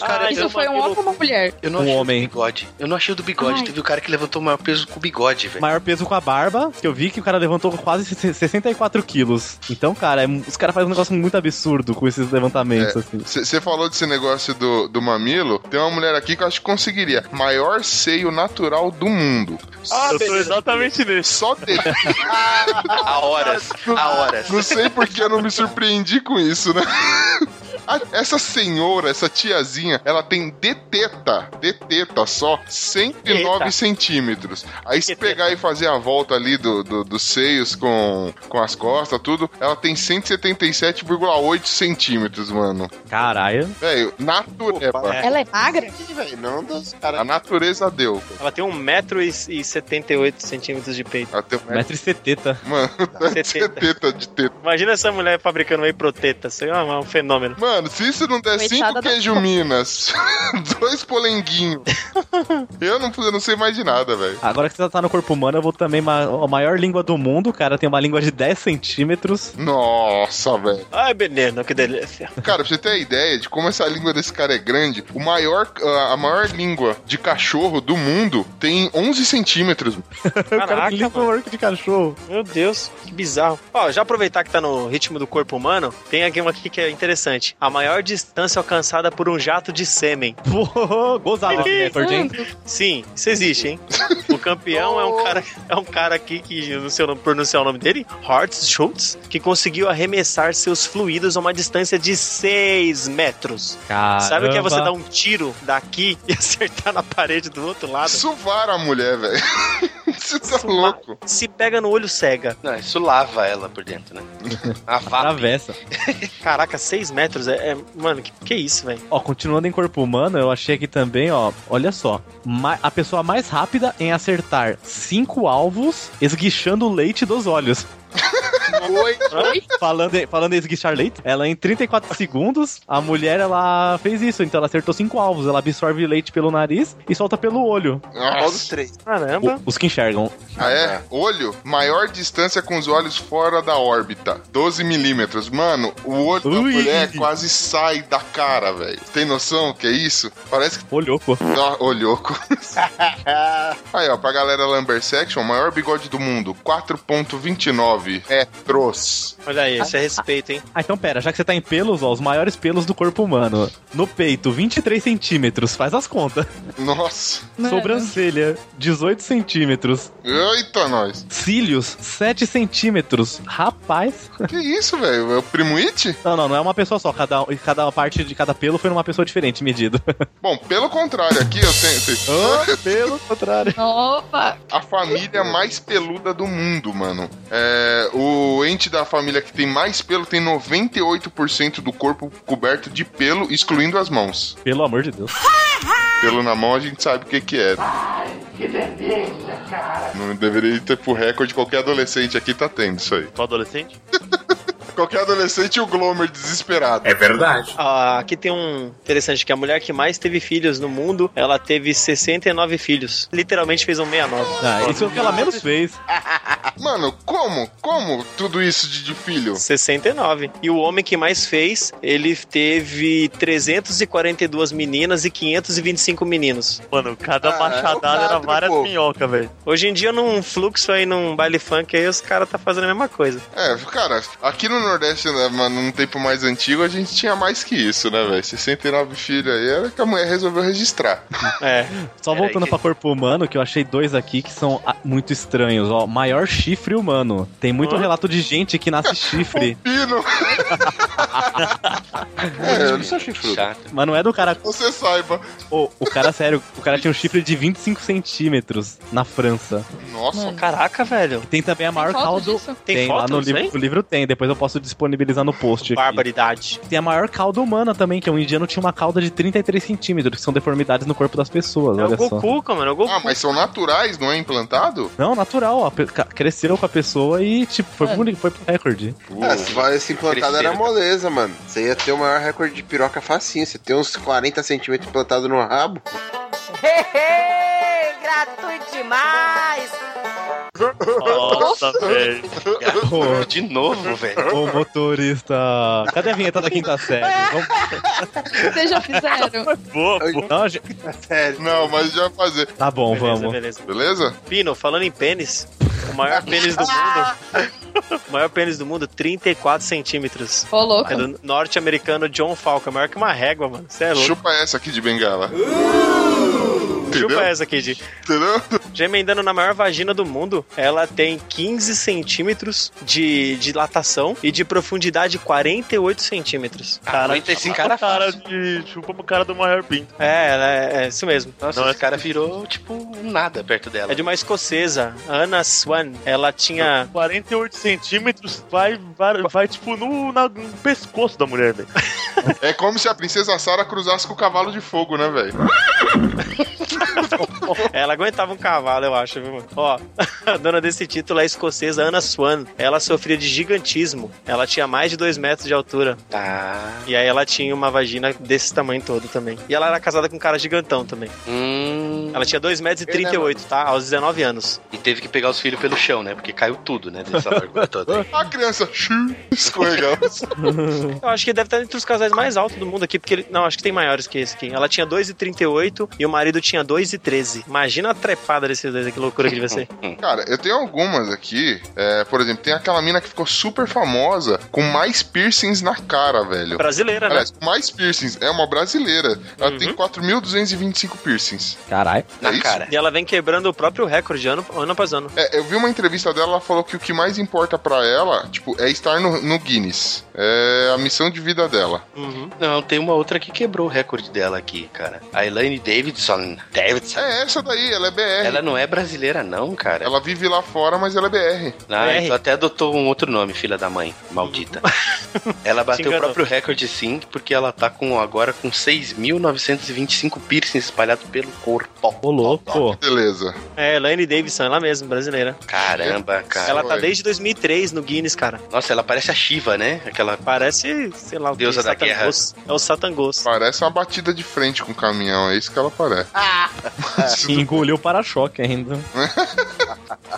Speaker 6: Cara,
Speaker 7: Isso
Speaker 6: eu-
Speaker 7: foi um homem ou uma mulher?
Speaker 6: Eu não
Speaker 8: Um
Speaker 6: achei o
Speaker 8: homem.
Speaker 6: do bigode. Eu não achei o do bigode.
Speaker 7: Ai.
Speaker 6: Teve o cara que levantou o maior peso com o bigode, velho.
Speaker 8: Maior peso com a barba, que eu vi que o cara levantou quase 64 quilos. Então, cara, é- os caras fazem um negócio muito absurdo com esses levantamentos, assim.
Speaker 2: Você É, falou desse negócio do, do mamilo. Tem uma mulher aqui que eu acho que conseguiria. Maior seio natural do mundo.
Speaker 5: Ah, eu tô exatamente nesse.
Speaker 2: Só dele.
Speaker 6: Há horas. Há horas.
Speaker 2: Não sei porque eu não me surpreendi com isso, né? A- Essa senhora, essa tiazinha, ela tem de teta, de teta só, 109
Speaker 4: Eita.
Speaker 2: centímetros. Aí se pegar e fazer a volta ali do, do- dos seios com, com as costas, tudo, ela tem 177,8 centímetros, mano.
Speaker 8: Caralho.
Speaker 2: Velho, natureba.
Speaker 4: é.
Speaker 7: Ela é magra?
Speaker 3: velho, não dos
Speaker 2: A
Speaker 3: caras.
Speaker 2: natureza deu.
Speaker 4: Ela tem 1,78m de peito.
Speaker 2: Ela tem um metro-
Speaker 8: Metro e setenta.
Speaker 2: Mano,
Speaker 4: Setenta.
Speaker 2: teta de teta.
Speaker 4: Imagina essa mulher fabricando whey proteta. Isso é um é um fenômeno.
Speaker 2: Mano, se isso não der
Speaker 7: Coitada
Speaker 2: cinco
Speaker 7: da-
Speaker 2: queijo minas, dois polenguinhos, eu não, eu não sei mais de nada, velho.
Speaker 8: Agora que você tá no corpo humano, eu vou também. ma- A maior língua do mundo, o cara tem uma língua de 10 centímetros.
Speaker 2: Nossa, velho.
Speaker 4: Ai, veneno, que delícia.
Speaker 2: Cara, pra você ter a ideia de como essa língua desse cara é grande, o maior, a- a maior língua de cachorro do mundo tem 11 centímetros.
Speaker 8: o cara tem língua maior que de cachorro.
Speaker 4: Meu Deus, que bizarro. Ó, já aproveitar que tá no ritmo do corpo humano, tem aqui uma aqui que é interessante. A maior distância alcançada por um jato de sêmen.
Speaker 8: Pô, gozado né, esse recorde, hein?
Speaker 4: Sim, isso existe, hein? O campeão é um cara, é um cara aqui que eu não sei o nome- pronunciar o nome dele, Horst Schultz, que conseguiu arremessar seus fluidos a uma distância de 6 metros.
Speaker 8: Caramba.
Speaker 4: Sabe o que é você dar um tiro daqui e acertar na parede do outro lado?
Speaker 2: Suvar a mulher, velho. Você tá
Speaker 4: Suvar.
Speaker 2: louco.
Speaker 4: Se pega no olho cega.
Speaker 6: Não, isso lava ela por dentro, né? A vapa.
Speaker 8: Travessa.
Speaker 4: Caraca, 6 metros é. é- mano, que, que isso, velho?
Speaker 8: Ó, continuando em corpo humano, eu achei aqui também, ó. Olha só. ma- a pessoa mais rápida em acertar cinco alvos esguichando o leite dos olhos.
Speaker 2: Oi.
Speaker 8: Falando em, falando em esguichar leite, ela em 34 segundos, a mulher ela fez isso, então ela acertou cinco alvos. Ela absorve leite pelo nariz e solta pelo olho.
Speaker 6: Qual dos
Speaker 2: Nossa.
Speaker 6: três?
Speaker 4: Caramba.
Speaker 8: O- os que enxergam.
Speaker 2: Ah, é? Olho, maior distância com os olhos fora da órbita. 12 milímetros. Mano, o olho da
Speaker 8: Ui.
Speaker 2: mulher quase sai da cara, velho. Tem noção o que é isso? Parece que
Speaker 8: Olhou, pô.
Speaker 2: Ó, ô, louco. Aí, ó, pra galera Lumber Section, o maior bigode do mundo, 4.29 metros.
Speaker 4: Olha aí, isso é respeito, hein?
Speaker 8: Ah, então pera, já que você tá em pelos, ó, os maiores pelos do corpo humano. No peito, 23 centímetros, faz as contas.
Speaker 2: Nossa.
Speaker 7: Mano.
Speaker 8: Sobrancelha, 18 centímetros.
Speaker 2: Eita, nós.
Speaker 8: Cílios, 7 centímetros. Rapaz.
Speaker 2: Que isso, velho? É o primo It?
Speaker 8: Não, não, não é uma pessoa só. Cada, cada parte de cada pelo foi numa pessoa diferente, medido.
Speaker 2: Bom, pelo contrário, aqui eu tenho... tenho-
Speaker 8: pelo contrário.
Speaker 7: Opa!
Speaker 2: A família mais peluda do mundo, mano. É, o ente da família que tem mais pelo tem 98% do corpo coberto de pelo, excluindo as mãos.
Speaker 8: Pelo amor de Deus.
Speaker 2: Pelo na mão a gente sabe o que que é. Não deveria ter pro recorde, qualquer adolescente aqui tá tendo isso aí.
Speaker 5: Só adolescente?
Speaker 2: Qualquer adolescente e o Glomer desesperado.
Speaker 10: É verdade.
Speaker 4: Ah, aqui tem um interessante que a mulher que mais teve filhos no mundo, ela teve 69 filhos. Literalmente fez um 69.
Speaker 8: Ah, isso é o que ela menos fez.
Speaker 2: Mano, como? Como tudo isso de, de filho?
Speaker 4: 69. E o homem que mais fez, ele teve 342 meninas e 525 meninos.
Speaker 5: Mano, cada
Speaker 3: Ah,
Speaker 5: machadada
Speaker 3: é o
Speaker 5: era
Speaker 3: quadro,
Speaker 5: várias
Speaker 3: pô.
Speaker 5: minhocas, velho.
Speaker 4: Hoje em dia, num fluxo aí, num baile funk, aí os caras tá fazendo a mesma coisa.
Speaker 2: É, cara, aqui no Nordeste, né, mano, num tempo mais antigo, a gente tinha mais que isso, né, velho? 69 filhos aí era que a mulher resolveu registrar.
Speaker 4: É.
Speaker 8: Só
Speaker 6: Peraí
Speaker 8: voltando
Speaker 6: que-
Speaker 8: pra corpo humano, que eu achei dois aqui que são ah, muito estranhos, ó. Maior chifre humano. Tem muito
Speaker 4: Hã?
Speaker 8: relato de gente que nasce chifre.
Speaker 2: Pino,
Speaker 6: Isso é chifrudo. Chato.
Speaker 8: Mas não é do cara.
Speaker 2: você saiba.
Speaker 8: Ô, o cara, sério, o cara tinha um chifre de 25 centímetros na França.
Speaker 2: Nossa.
Speaker 4: Caraca, velho.
Speaker 8: Tem também a maior
Speaker 4: foto
Speaker 8: caldo.
Speaker 4: disso?
Speaker 8: Tem,
Speaker 4: Tem
Speaker 8: lá
Speaker 4: foto
Speaker 8: no
Speaker 4: disso
Speaker 8: livro.
Speaker 4: aí?
Speaker 8: O livro tem, depois eu posso disponibilizar no post. aqui.
Speaker 4: Barbaridade.
Speaker 8: Tem a maior cauda humana também, que um indiano tinha uma cauda de 33 centímetros, que são deformidades no corpo das pessoas,
Speaker 4: É
Speaker 8: olha
Speaker 4: o Goku,
Speaker 8: só.
Speaker 4: cara, é o Goku.
Speaker 2: Ah, mas são naturais, não é implantado?
Speaker 8: Não, natural, ó, pe- ca- cresceram com a pessoa e, tipo, foi,
Speaker 2: Mano.
Speaker 8: bonito, foi pro recorde.
Speaker 6: Ah,
Speaker 3: É, se valesse implantado
Speaker 2: Cresceram,
Speaker 3: era
Speaker 2: tá?
Speaker 3: moleza, mano. Você ia ter o maior recorde de piroca facinho. Você tem uns 40 centímetros implantado no rabo.
Speaker 12: Gratuito demais!
Speaker 5: Nossa, velho.
Speaker 8: Ô,
Speaker 6: De novo, velho.
Speaker 8: Ô, motorista, cadê a vinheta da quinta série? Vamos...
Speaker 7: Vocês já fizeram?
Speaker 5: Boa,
Speaker 8: Não, já-
Speaker 2: Não, mas já vai fazer.
Speaker 8: Tá bom,
Speaker 4: Beleza,
Speaker 8: vamos.
Speaker 4: beleza.
Speaker 2: Beleza? Ah!
Speaker 4: Pino, falando em pênis, o maior pênis do mundo. o maior pênis do mundo, 34 centímetros.
Speaker 7: Ô, louco.
Speaker 4: É do norte-americano John Falco, é maior que uma régua, mano. Você é louco.
Speaker 2: Chupa essa aqui de bengala.
Speaker 4: Chupa essa, Kid. Já emendando na maior vagina do mundo, ela tem 15 centímetros de dilatação e de profundidade de 48 centímetros. tá Cara,
Speaker 8: tá
Speaker 6: Aguenta esse
Speaker 5: Cara,
Speaker 6: cara
Speaker 5: cara
Speaker 6: fácil.
Speaker 5: de. Chupa pro cara do maior pinto.
Speaker 4: É, ela é, é isso mesmo.
Speaker 6: Nossa,
Speaker 5: Não,
Speaker 6: esse cara virou, tipo, um nada perto dela.
Speaker 4: É de uma escocesa, Anna Swan. Ela tinha.
Speaker 5: 48 centímetros vai, vai, vai, tipo, no, na- no pescoço da mulher, velho.
Speaker 2: É como se a princesa Sara cruzasse com o cavalo de fogo, né, velho?
Speaker 4: Ela aguentava um cavalo, eu acho, viu? mano? Ó, a dona desse título é a escocesa Anna Swan. Ela sofria de gigantismo. Ela tinha mais de 2 metros de altura.
Speaker 6: Tá.
Speaker 4: E aí ela tinha uma vagina desse tamanho todo também. E ela era casada com um cara gigantão também.
Speaker 6: Hum.
Speaker 4: Ela tinha 2 metros e 38, tá? Aos 19 anos.
Speaker 6: E teve que pegar os filhos pelo chão, né? Porque caiu tudo, né? Dessa largura toda. aí.
Speaker 2: A criança shoo, escorregou.
Speaker 4: Eu acho que deve estar entre os casais mais altos do mundo aqui, porque ele... Não, acho que tem maiores que esse aqui. Ela tinha 2,38 e o marido tinha 2,13. Imagina a trepada desses dois, que loucura que devia ser.
Speaker 2: Cara, eu tenho algumas aqui. É, por exemplo, tem aquela mina que ficou super famosa com mais piercings na cara, velho.
Speaker 4: Brasileira, né?
Speaker 2: Aliás, com mais piercings. É uma brasileira. Ela tem 4.225 piercings.
Speaker 8: Caralho.
Speaker 2: É
Speaker 6: Na
Speaker 2: isso?
Speaker 6: cara.
Speaker 4: E ela vem quebrando o próprio recorde ano, ano após ano.
Speaker 2: É, eu vi uma entrevista dela, ela falou que o que mais importa pra ela, tipo, é estar no, no Guinness. É a missão de vida dela.
Speaker 4: Uhum.
Speaker 6: Não, tem uma outra que quebrou o recorde dela aqui, cara. A Elaine Davidson. Davidson.
Speaker 2: É essa daí, ela é BR.
Speaker 6: Ela
Speaker 2: Ela,
Speaker 6: não é brasileira, não, cara.
Speaker 2: vive lá fora, mas ela é BR.
Speaker 6: Ah,
Speaker 4: BR.
Speaker 6: então até adotou um outro nome, filha da mãe, maldita. ela
Speaker 4: Se
Speaker 6: bateu o
Speaker 4: enganou.
Speaker 6: próprio recorde sim, porque ela tá com agora com 6.925 piercings espalhados pelo corpo.
Speaker 8: Ô, louco.
Speaker 2: Beleza.
Speaker 4: É, Elaine Davidson, ela mesma, brasileira.
Speaker 6: Caramba, cara.
Speaker 4: ela tá
Speaker 2: Oi.
Speaker 4: desde 2003 no Guinness, cara.
Speaker 6: Nossa, ela parece a Shiva, né? Aquela
Speaker 4: Parece, sei lá, o
Speaker 6: Deusa
Speaker 4: que,
Speaker 6: da
Speaker 4: Satan
Speaker 6: guerra.
Speaker 4: Ghost. É o Satangos.
Speaker 2: Parece uma batida de frente com o caminhão, é isso que ela parece.
Speaker 8: E É. engoliu o para-choque ainda.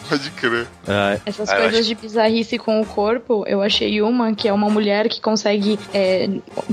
Speaker 2: Pode crer.
Speaker 8: Ah,
Speaker 7: Essas
Speaker 6: Ah, eu
Speaker 7: coisas
Speaker 6: acho-
Speaker 7: de bizarrice com o corpo, eu achei uma que é uma mulher que consegue é,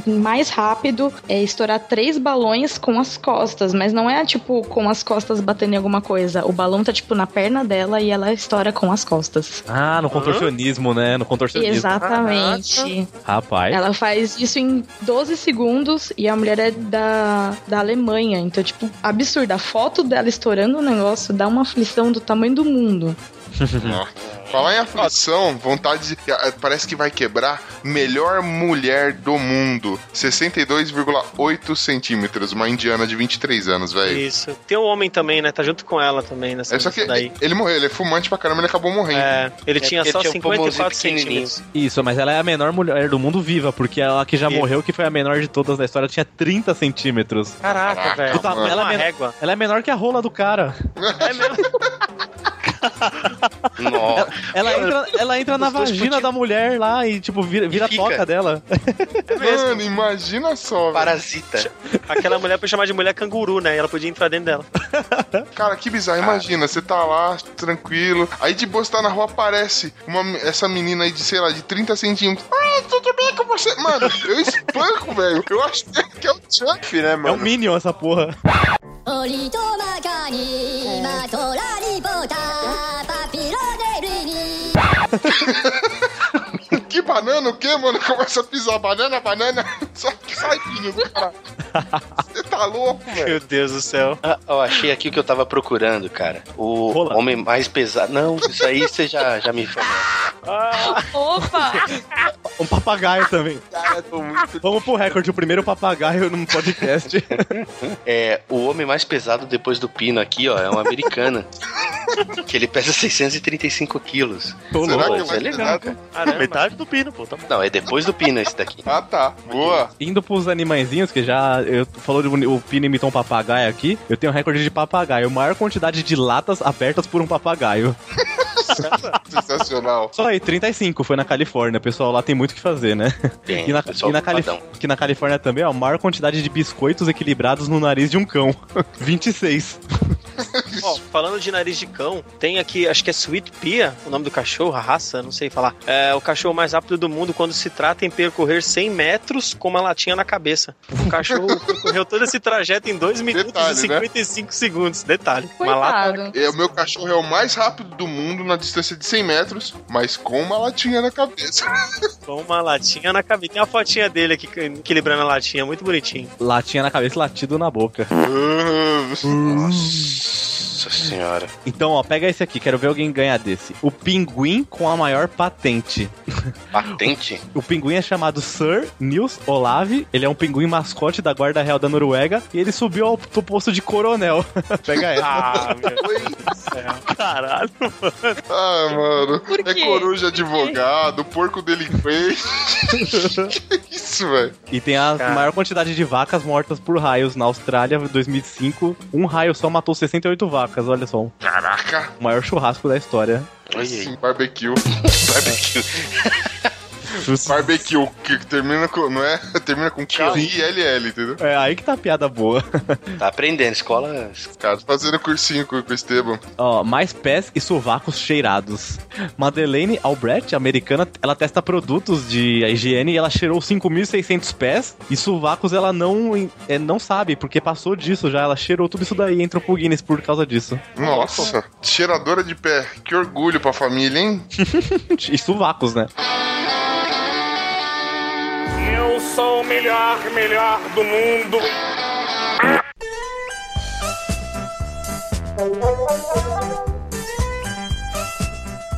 Speaker 7: mais rápido é, estourar três balões com as costas, mas não é tipo com as costas batendo em alguma coisa. O balão tá tipo na perna dela e ela estoura com as costas.
Speaker 8: ah, no contorcionismo, né? No contorcionismo.
Speaker 7: Exatamente.
Speaker 8: Rapaz.
Speaker 7: Ela faz isso em 12 segundos e a mulher é da, da Alemanha. Então, tipo, absurda. A foto dela estourando o negócio dá uma aflição do tamanho do mundo.
Speaker 2: Ó. Falar em aflição, vontade de. ah, Parece que vai quebrar. Melhor mulher do mundo. 62,8 centímetros. Uma indiana de 23 anos, velho.
Speaker 4: Isso. Tem um homem também, né? Tá junto com ela também nessa
Speaker 2: É só que
Speaker 4: lista daí.
Speaker 2: ele morreu, ele é fumante pra caramba, ele acabou morrendo.
Speaker 4: É, ele
Speaker 6: É,
Speaker 4: tinha
Speaker 6: porque
Speaker 4: só
Speaker 6: tinha um pulmãozinho
Speaker 4: 54
Speaker 6: pequenininho.
Speaker 4: centímetros.
Speaker 8: Isso, mas ela é a menor mulher do mundo viva, porque ela que já
Speaker 4: Viva.
Speaker 8: morreu, que foi a menor de todas da história, tinha 30 centímetros.
Speaker 4: Caraca,
Speaker 2: Caraca,
Speaker 4: velho.
Speaker 2: mano.
Speaker 4: Ela é
Speaker 8: Ela
Speaker 4: uma
Speaker 8: é men-
Speaker 4: régua.
Speaker 8: Ela é menor que a rola do cara.
Speaker 4: É mesmo.
Speaker 6: Nossa.
Speaker 8: Ela entra, ela entra na
Speaker 6: Os dois
Speaker 8: vagina
Speaker 6: podiam-
Speaker 8: da mulher lá e, tipo, vira, vira a
Speaker 6: fica.
Speaker 8: toca dela.
Speaker 2: Mano, imagina só, velho.
Speaker 6: Parasita.
Speaker 4: Aquela mulher pra chamar de mulher canguru, né? E ela podia entrar dentro dela.
Speaker 2: Cara, que bizarro. Imagina, você tá lá, tranquilo. Aí de boa, você tá na rua, aparece uma, essa menina aí de, sei lá, de 30 centímetros. Ah, tudo bem com você? Mano, eu espanco, velho. Eu acho que é o Chuck.
Speaker 3: Filho, né,
Speaker 8: É um
Speaker 3: mano?
Speaker 8: Minion essa porra.
Speaker 2: Que banana o quê, mano? Começa a pisar banana, banana. Só que sai, filho do cara. Você tá louco, velho.
Speaker 4: Meu Deus do céu.
Speaker 6: Ah, ó, achei aqui o que eu tava procurando, cara. O
Speaker 8: Rola.
Speaker 6: homem mais pesado. Não, isso aí você já, já me falou.
Speaker 7: Opa!
Speaker 8: Um papagaio também.
Speaker 3: Cara, eu tô muito...
Speaker 8: Vamos pro recorde, o primeiro papagaio num podcast.
Speaker 6: É, o homem mais pesado depois do Pino aqui, ó, é uma americana. um que ele pesa 635 quilos.
Speaker 2: Tô Será louco. que
Speaker 6: Isso
Speaker 2: vai
Speaker 6: é
Speaker 2: ter
Speaker 6: legal,
Speaker 2: nada?
Speaker 6: cara.
Speaker 2: Caramba.
Speaker 5: Metade do pino, pô. Tá
Speaker 6: Não, é depois do pino esse daqui.
Speaker 2: Ah, tá. Boa.
Speaker 8: Indo pros animaizinhos, que já. Eu falou de o Pino imitou um papagaio aqui. Eu tenho um recorde de papagaio. Maior quantidade de latas abertas por um papagaio.
Speaker 2: Sensacional.
Speaker 8: Só aí, 35, foi na Califórnia. O pessoal lá tem muito o que fazer, né?
Speaker 6: Tem,
Speaker 8: e na,
Speaker 6: pessoal
Speaker 8: e na Cali-
Speaker 6: ocupadão.
Speaker 8: que na Califórnia também, ó, maior quantidade de biscoitos equilibrados no nariz de um cão. 26.
Speaker 4: Ó, falando de nariz de cão, tem aqui, acho que é Sweet Pia, o nome do cachorro, a raça, não sei falar. É o cachorro mais rápido do mundo quando se trata em percorrer 100 metros com uma latinha na cabeça. O cachorro percorreu todo esse trajeto em 2 minutos
Speaker 2: Detalhe,
Speaker 4: e
Speaker 2: né?
Speaker 4: 55 segundos. Detalhe. Uma lata.
Speaker 7: Coitado.
Speaker 2: É, o meu cachorro é o mais rápido do mundo na distância de 100 metros, mas com uma latinha na cabeça.
Speaker 4: Com uma latinha na cabeça. Tem uma fotinha dele aqui equilibrando a latinha, muito bonitinho.
Speaker 8: Latinha na cabeça e latido na boca.
Speaker 6: Nossa senhora.
Speaker 8: Então, ó, pega esse aqui, quero ver alguém ganhar desse. O pinguim com a maior patente.
Speaker 6: Patente?
Speaker 8: O pinguim é chamado Sir Nils Olave, ele é um pinguim mascote da Guarda Real da Noruega e ele subiu ao p- posto de coronel. Pega essa.
Speaker 4: Ah,
Speaker 5: Caralho, mano.
Speaker 2: Ah, mano. É
Speaker 7: quê?
Speaker 2: coruja
Speaker 7: Por quê?
Speaker 2: advogado, porco delinquente. que isso, velho?
Speaker 8: E tem a maior quantidade de vacas mortas por raios na Austrália, 2005. Um raio só matou 68 vacas, olha só.
Speaker 2: Caraca.
Speaker 8: O maior churrasco da história.
Speaker 2: Sim, barbecue. barbecue. barbecue, que termina com. Não é? Termina com K-I-L-L, entendeu?
Speaker 8: É aí que tá a piada boa.
Speaker 6: Tá aprendendo, escola.
Speaker 2: Cara, fazendo cursinho com com o Esteban.
Speaker 8: Ó, mais pés e sovacos cheirados. Madeleine Albrecht, americana, ela testa produtos de higiene e ela cheirou 5.600 pés e sovacos ela não, é, não sabe, porque passou disso já. Ela cheirou tudo isso daí e entrou pro Guinness por causa disso.
Speaker 2: Nossa, cheiradora de pé. Que orgulho pra família, hein?
Speaker 8: e sovacos, né?
Speaker 10: Eu sou o melhor, melhor do mundo.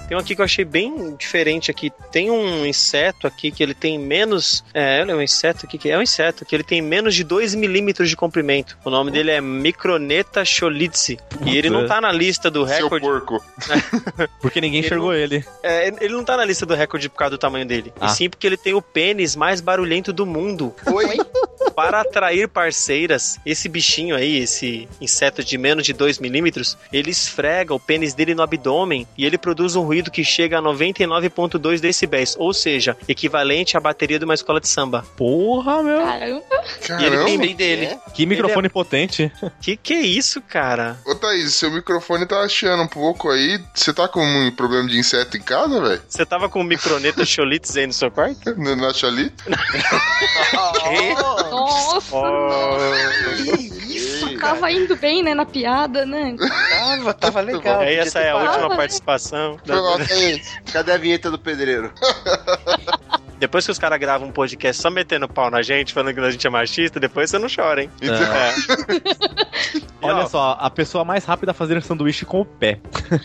Speaker 4: Tem um aqui que eu achei bem diferente aqui. Tem um inseto aqui que ele tem menos. É, olha, é um inseto aqui que é um inseto, que ele tem menos de 2 milímetros de comprimento. O nome dele é Microneta Cholitzi. E ele não tá na lista do
Speaker 2: Seu
Speaker 4: recorde.
Speaker 2: porco.
Speaker 8: Porque ninguém enxergou ele.
Speaker 4: É, ele não tá na lista do recorde por causa do tamanho dele.
Speaker 8: Ah.
Speaker 4: E sim porque ele tem o pênis mais barulhento do mundo.
Speaker 1: Oi?
Speaker 4: Para atrair parceiras, esse bichinho aí, esse inseto de menos de 2 milímetros, ele esfrega o pênis dele no abdômen e ele produz um ruído que chega a 99,2 decibéis, ou seja, equivalente à bateria de uma escola de samba.
Speaker 8: Porra, meu.
Speaker 7: Caramba.
Speaker 4: E ele
Speaker 2: Caramba.
Speaker 4: tem bem dele.
Speaker 8: É? Que microfone potente.
Speaker 4: Que que é isso, cara?
Speaker 2: Ô Thaís, seu microfone tá achando um pouco aí. Você tá com um problema de inseto em casa, velho?
Speaker 4: Você tava com o microneta Cholitz aí no seu quarto?
Speaker 2: Na- Na chalita?
Speaker 7: Nossa,
Speaker 2: Isso,
Speaker 7: tava indo bem, né, na piada, né?
Speaker 6: Tava, tava legal.
Speaker 4: É, essa é a
Speaker 7: parado,
Speaker 4: última
Speaker 7: né?
Speaker 4: participação.
Speaker 3: Foi mal, Thaís. Cadê a vinheta do pedreiro?
Speaker 4: Depois que os caras gravam um podcast só metendo pau na gente, falando que a gente é machista, depois você não chora, hein? É.
Speaker 2: Então,
Speaker 4: E,
Speaker 8: Olha
Speaker 4: ó,
Speaker 8: só, a pessoa mais rápida a fazer um sanduíche com o pé.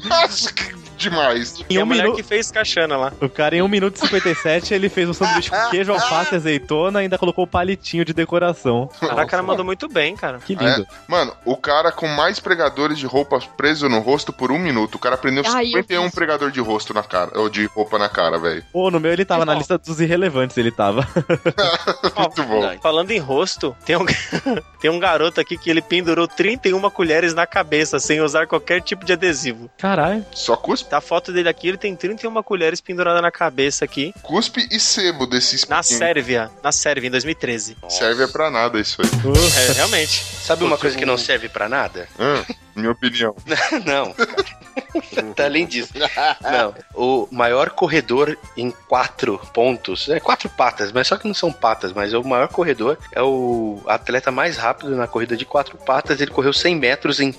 Speaker 2: Nossa, que demais.
Speaker 4: Tem
Speaker 8: Em
Speaker 4: a
Speaker 8: um
Speaker 4: mulher
Speaker 8: minuto.
Speaker 4: que fez caixana lá.
Speaker 8: O cara, em 1 minuto e 57, ele fez um sanduíche com queijo, alface, azeitona e ainda colocou o palitinho de decoração.
Speaker 4: Caraca, cara mandou muito bem, cara. É.
Speaker 8: Que lindo.
Speaker 2: É. Mano, o cara com mais pregadores de roupa preso no rosto por um minuto. O cara prendeu
Speaker 7: Ai, eu
Speaker 2: 51
Speaker 7: fiz.
Speaker 2: pregador de rosto na cara, ou de roupa na cara, velho.
Speaker 8: Pô, no meu ele tava na lista dos irrelevantes, ele tava.
Speaker 2: Muito bom.
Speaker 4: Falando em rosto, tem um, tem um garoto aqui que ele pendurou 31 colheres na cabeça sem usar qualquer tipo de adesivo.
Speaker 8: Caralho.
Speaker 2: Só cuspe,
Speaker 4: Da foto dele aqui, ele tem 31 colheres penduradas na cabeça aqui,
Speaker 2: cuspe e sebo desses
Speaker 4: na
Speaker 2: pequenos.
Speaker 4: Sérvia. Na Sérvia, em 2013.
Speaker 2: Serve pra nada isso aí.
Speaker 4: É, realmente.
Speaker 6: Sabe uma coisa que não serve pra nada?
Speaker 2: Hã? minha opinião.
Speaker 6: não. tá além disso. Não. O maior corredor em quatro pontos. É quatro patas, mas só que não são patas, mas é o maior corredor. É o atleta mais rápido na corrida de quatro patas. Ele correu 100 metros em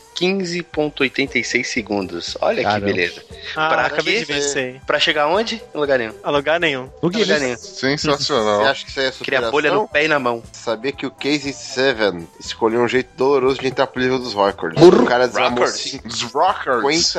Speaker 6: 15,86 segundos. Olha
Speaker 8: Caramba.
Speaker 6: que beleza.
Speaker 4: Ah,
Speaker 6: Pra
Speaker 4: acabei
Speaker 6: quê?
Speaker 4: de ver isso aí.
Speaker 6: Pra chegar onde? Em lugar nenhum.
Speaker 4: A lugar nenhum.
Speaker 8: O
Speaker 6: Em lugar
Speaker 8: Guilherme.
Speaker 6: nenhum.
Speaker 3: Você
Speaker 2: Sensacional.
Speaker 3: acha que isso aí é
Speaker 6: Cria
Speaker 3: superação?
Speaker 6: bolha no pé e na mão.
Speaker 3: Sabia que o Casey Seven escolheu um jeito doloroso de entrar pro livro dos records. o cara desarmou
Speaker 6: Records.
Speaker 3: 50...
Speaker 2: Os rockers.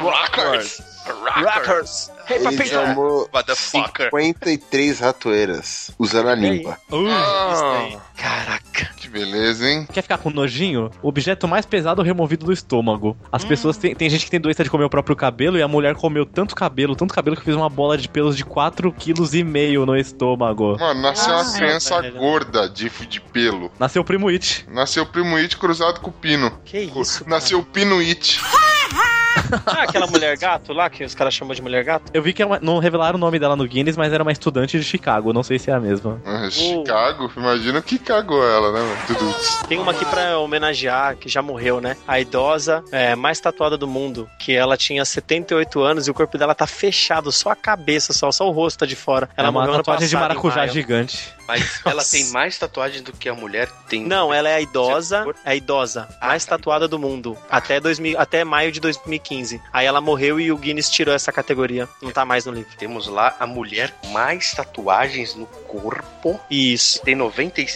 Speaker 6: Rockers! Rockers! Hey,
Speaker 3: Ele desarmou
Speaker 6: Motherfucker.
Speaker 3: 53 ratoeiras usando a limpa.
Speaker 8: Uh,
Speaker 2: Ah,
Speaker 4: Caraca.
Speaker 2: que beleza, hein?
Speaker 8: Quer ficar com nojinho? O objeto mais pesado removido do estômago. As pessoas têm. Tem gente que tem doença de comer o próprio cabelo e a mulher comeu tanto cabelo, tanto cabelo que fez uma bola de pelos de 4,5 kg no estômago.
Speaker 2: Mano, nasceu uma criança gorda de, de pelo.
Speaker 8: Nasceu o primo It.
Speaker 2: Nasceu o primo It cruzado com o Pino.
Speaker 4: Que
Speaker 2: isso? Nasceu o Pino It.
Speaker 4: Ah, aquela mulher gato lá que os caras chamam de mulher gato?
Speaker 8: Eu vi que é uma- não revelaram o nome dela no Guinness, mas era uma estudante de Chicago. Não sei se é a mesma.
Speaker 2: Ah, Chicago, imagina que cagou ela, né, mano? Tudo.
Speaker 4: Hum. Tem uma aqui pra homenagear, que já morreu, né? A idosa é, mais tatuada do mundo, que ela tinha 78 anos e o corpo dela tá fechado, só a cabeça, só, só o rosto tá de fora. Ela
Speaker 8: é uma
Speaker 4: morreu ano
Speaker 8: tatuagem de
Speaker 4: passado, em
Speaker 8: maracujá
Speaker 4: maio.
Speaker 8: gigante.
Speaker 6: Mas ela tem mais tatuagem do que a mulher tem.
Speaker 4: Não, ela é a idosa, é a idosa, mais tatuada do mundo, até, 2000, até maio de 2015. Aí ela morreu e o Guinness tirou essa categoria, não tá mais no livro.
Speaker 6: Temos lá a mulher mais tatuagens no corpo.
Speaker 4: Isso.
Speaker 6: Tem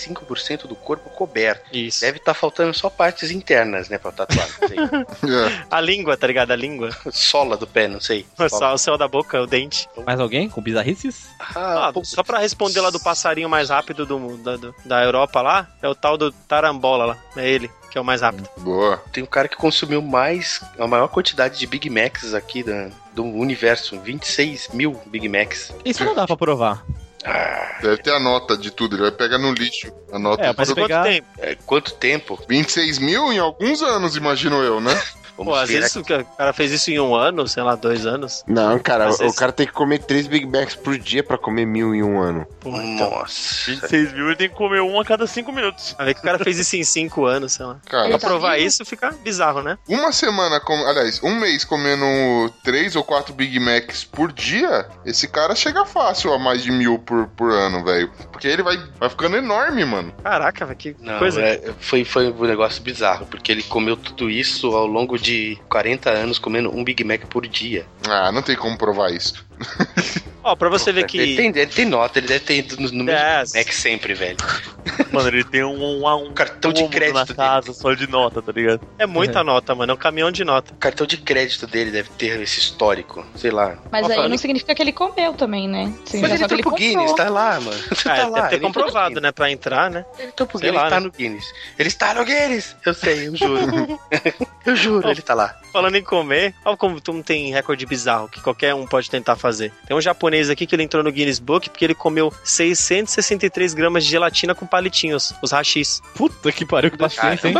Speaker 6: 95% do corpo coberto.
Speaker 4: Isso.
Speaker 6: Deve estar faltando só partes internas, né, pra tatuar. Não sei.
Speaker 4: A língua, tá ligado? A língua.
Speaker 6: Sola do pé, não sei.
Speaker 4: Só o céu da boca, o
Speaker 6: Então,
Speaker 4: dente.
Speaker 8: Mais alguém com bizarrices?
Speaker 4: Ah, só pra responder lá do passarinho mais rápido do, mundo, da, do- da Europa lá, é o tal do Tarambola lá. É ele, que é o mais rápido.
Speaker 2: Boa.
Speaker 6: Tem um cara que consumiu mais, a maior quantidade de Big Macs aqui da- do universo. 26 mil Big Macs.
Speaker 8: Isso não dá pra provar.
Speaker 2: Deve ter a nota de tudo, ele vai pegar no lixo. A nota
Speaker 8: É,
Speaker 2: de
Speaker 8: mas
Speaker 2: tudo.
Speaker 8: pegar- Quanto
Speaker 4: tempo?
Speaker 6: É, quanto tempo?
Speaker 2: 26 mil em alguns anos, imagino eu, né?
Speaker 6: Vamos
Speaker 4: Pô, às vezes o ca- cara fez isso em um ano, sei lá, dois anos.
Speaker 3: Não, cara,
Speaker 4: Às
Speaker 3: o
Speaker 4: vezes-
Speaker 3: cara tem que comer três Big Macs por dia pra comer mil em um ano.
Speaker 2: então.
Speaker 6: Nossa.
Speaker 5: 26 mil, ele tem que comer um a cada 5 minutos.
Speaker 4: Aí que o cara fez isso em cinco anos, sei lá.
Speaker 2: Cara.
Speaker 4: pra provar isso fica bizarro, né?
Speaker 2: Uma semana, com... aliás, um mês comendo três ou quatro Big Macs por dia, esse cara chega fácil a mais de mil por, por ano, velho. Porque ele vai, vai ficando enorme, mano.
Speaker 4: Caraca, velho, que
Speaker 6: Não,
Speaker 4: coisa.
Speaker 6: é, foi, foi um negócio bizarro, porque ele comeu tudo isso ao longo de 40 anos, comendo um Big Mac por dia.
Speaker 2: Ah, não tem como provar isso.
Speaker 4: Ó, pra você ver que.
Speaker 6: Ele tem, ele tem nota, ele deve ter ido no número
Speaker 4: É,
Speaker 6: Big Mac sempre, velho.
Speaker 5: Mano, ele tem um, um, um
Speaker 6: cartão de
Speaker 5: cômodo
Speaker 6: crédito
Speaker 5: na casa só de nota, tá ligado?
Speaker 4: É muita nota, mano. É um caminhão de nota.
Speaker 6: O cartão de crédito dele deve ter esse histórico, sei lá.
Speaker 7: Mas
Speaker 6: Ó,
Speaker 7: aí
Speaker 6: falando-
Speaker 7: não significa que ele comeu também, né?
Speaker 6: Mas
Speaker 7: Significa
Speaker 6: ele
Speaker 7: só que
Speaker 6: tá pro Guinness,
Speaker 7: comprou.
Speaker 6: tá lá, mano.
Speaker 4: Ah,
Speaker 6: tá
Speaker 4: ele
Speaker 6: lá,
Speaker 4: deve ter
Speaker 6: ele-
Speaker 4: comprovado, né? Pra entrar, né?
Speaker 6: Ele tá pro
Speaker 4: Sei
Speaker 6: Guinness,
Speaker 4: lá,
Speaker 6: ele tá
Speaker 4: né?
Speaker 6: no Guinness. Ele está no Guinness! Eu sei, eu juro. eu juro, ele tá lá.
Speaker 4: Falando em comer, olha como tu não tem recorde bizarro que qualquer um pode tentar fazer. Tem um japonês aqui que ele entrou no Guinness Book porque ele comeu 663 gramas de gelatina com palitinhos, os rachis.
Speaker 8: Puta que pariu, que paciência, hein?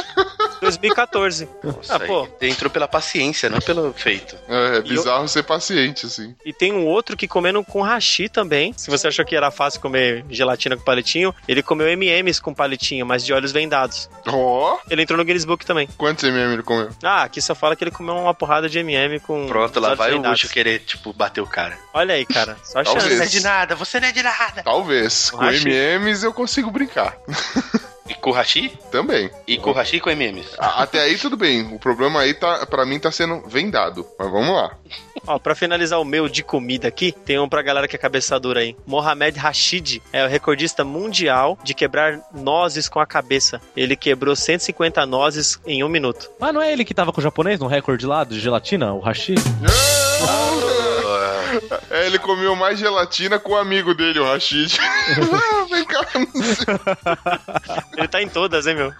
Speaker 4: 2014.
Speaker 6: Nossa,
Speaker 4: ah, pô.
Speaker 6: Ele entrou pela paciência, não pelo feito.
Speaker 2: É, é bizarro ser paciente, assim.
Speaker 4: E tem um outro que comendo com hashi também. Se você achou que era fácil comer gelatina com palitinho, ele comeu M&M's com palitinho, mas de olhos vendados.
Speaker 2: Ó, Oh!
Speaker 4: Ele entrou no Guinness Book também.
Speaker 2: quantos MM ele comeu?
Speaker 4: Ah, aqui só fala que ele comeu uma porrada de M&M com
Speaker 6: Pronto,
Speaker 4: os Tá
Speaker 6: lá
Speaker 4: olhos
Speaker 6: vai o
Speaker 4: vendados.
Speaker 6: Luxo querer, tipo, bater o cara.
Speaker 4: Olha aí, cara. Só a
Speaker 2: Talvez.
Speaker 4: chance.
Speaker 6: Não é de nada, você não é de nada.
Speaker 2: Talvez. Com
Speaker 4: Hashi.
Speaker 2: MMs eu consigo brincar.
Speaker 6: E com o Hashi?
Speaker 2: Também.
Speaker 6: E com o Hashi e com MMs.
Speaker 2: A- Até aí tudo bem. O problema aí tá, para mim tá sendo vendado. Mas vamos lá.
Speaker 4: Ó, pra finalizar o meu de comida aqui, tem um pra galera que é cabeça dura aí. Mohamed Rashid é o recordista mundial de quebrar nozes com a cabeça. Ele quebrou 150 nozes em um minuto.
Speaker 8: Mas não é ele que tava com o japonês no recorde lá de gelatina, o hashi?
Speaker 2: É, ele comeu mais gelatina com o amigo dele, o Rashid. Ah, Vem cá.
Speaker 4: Ele tá em todas, hein, meu?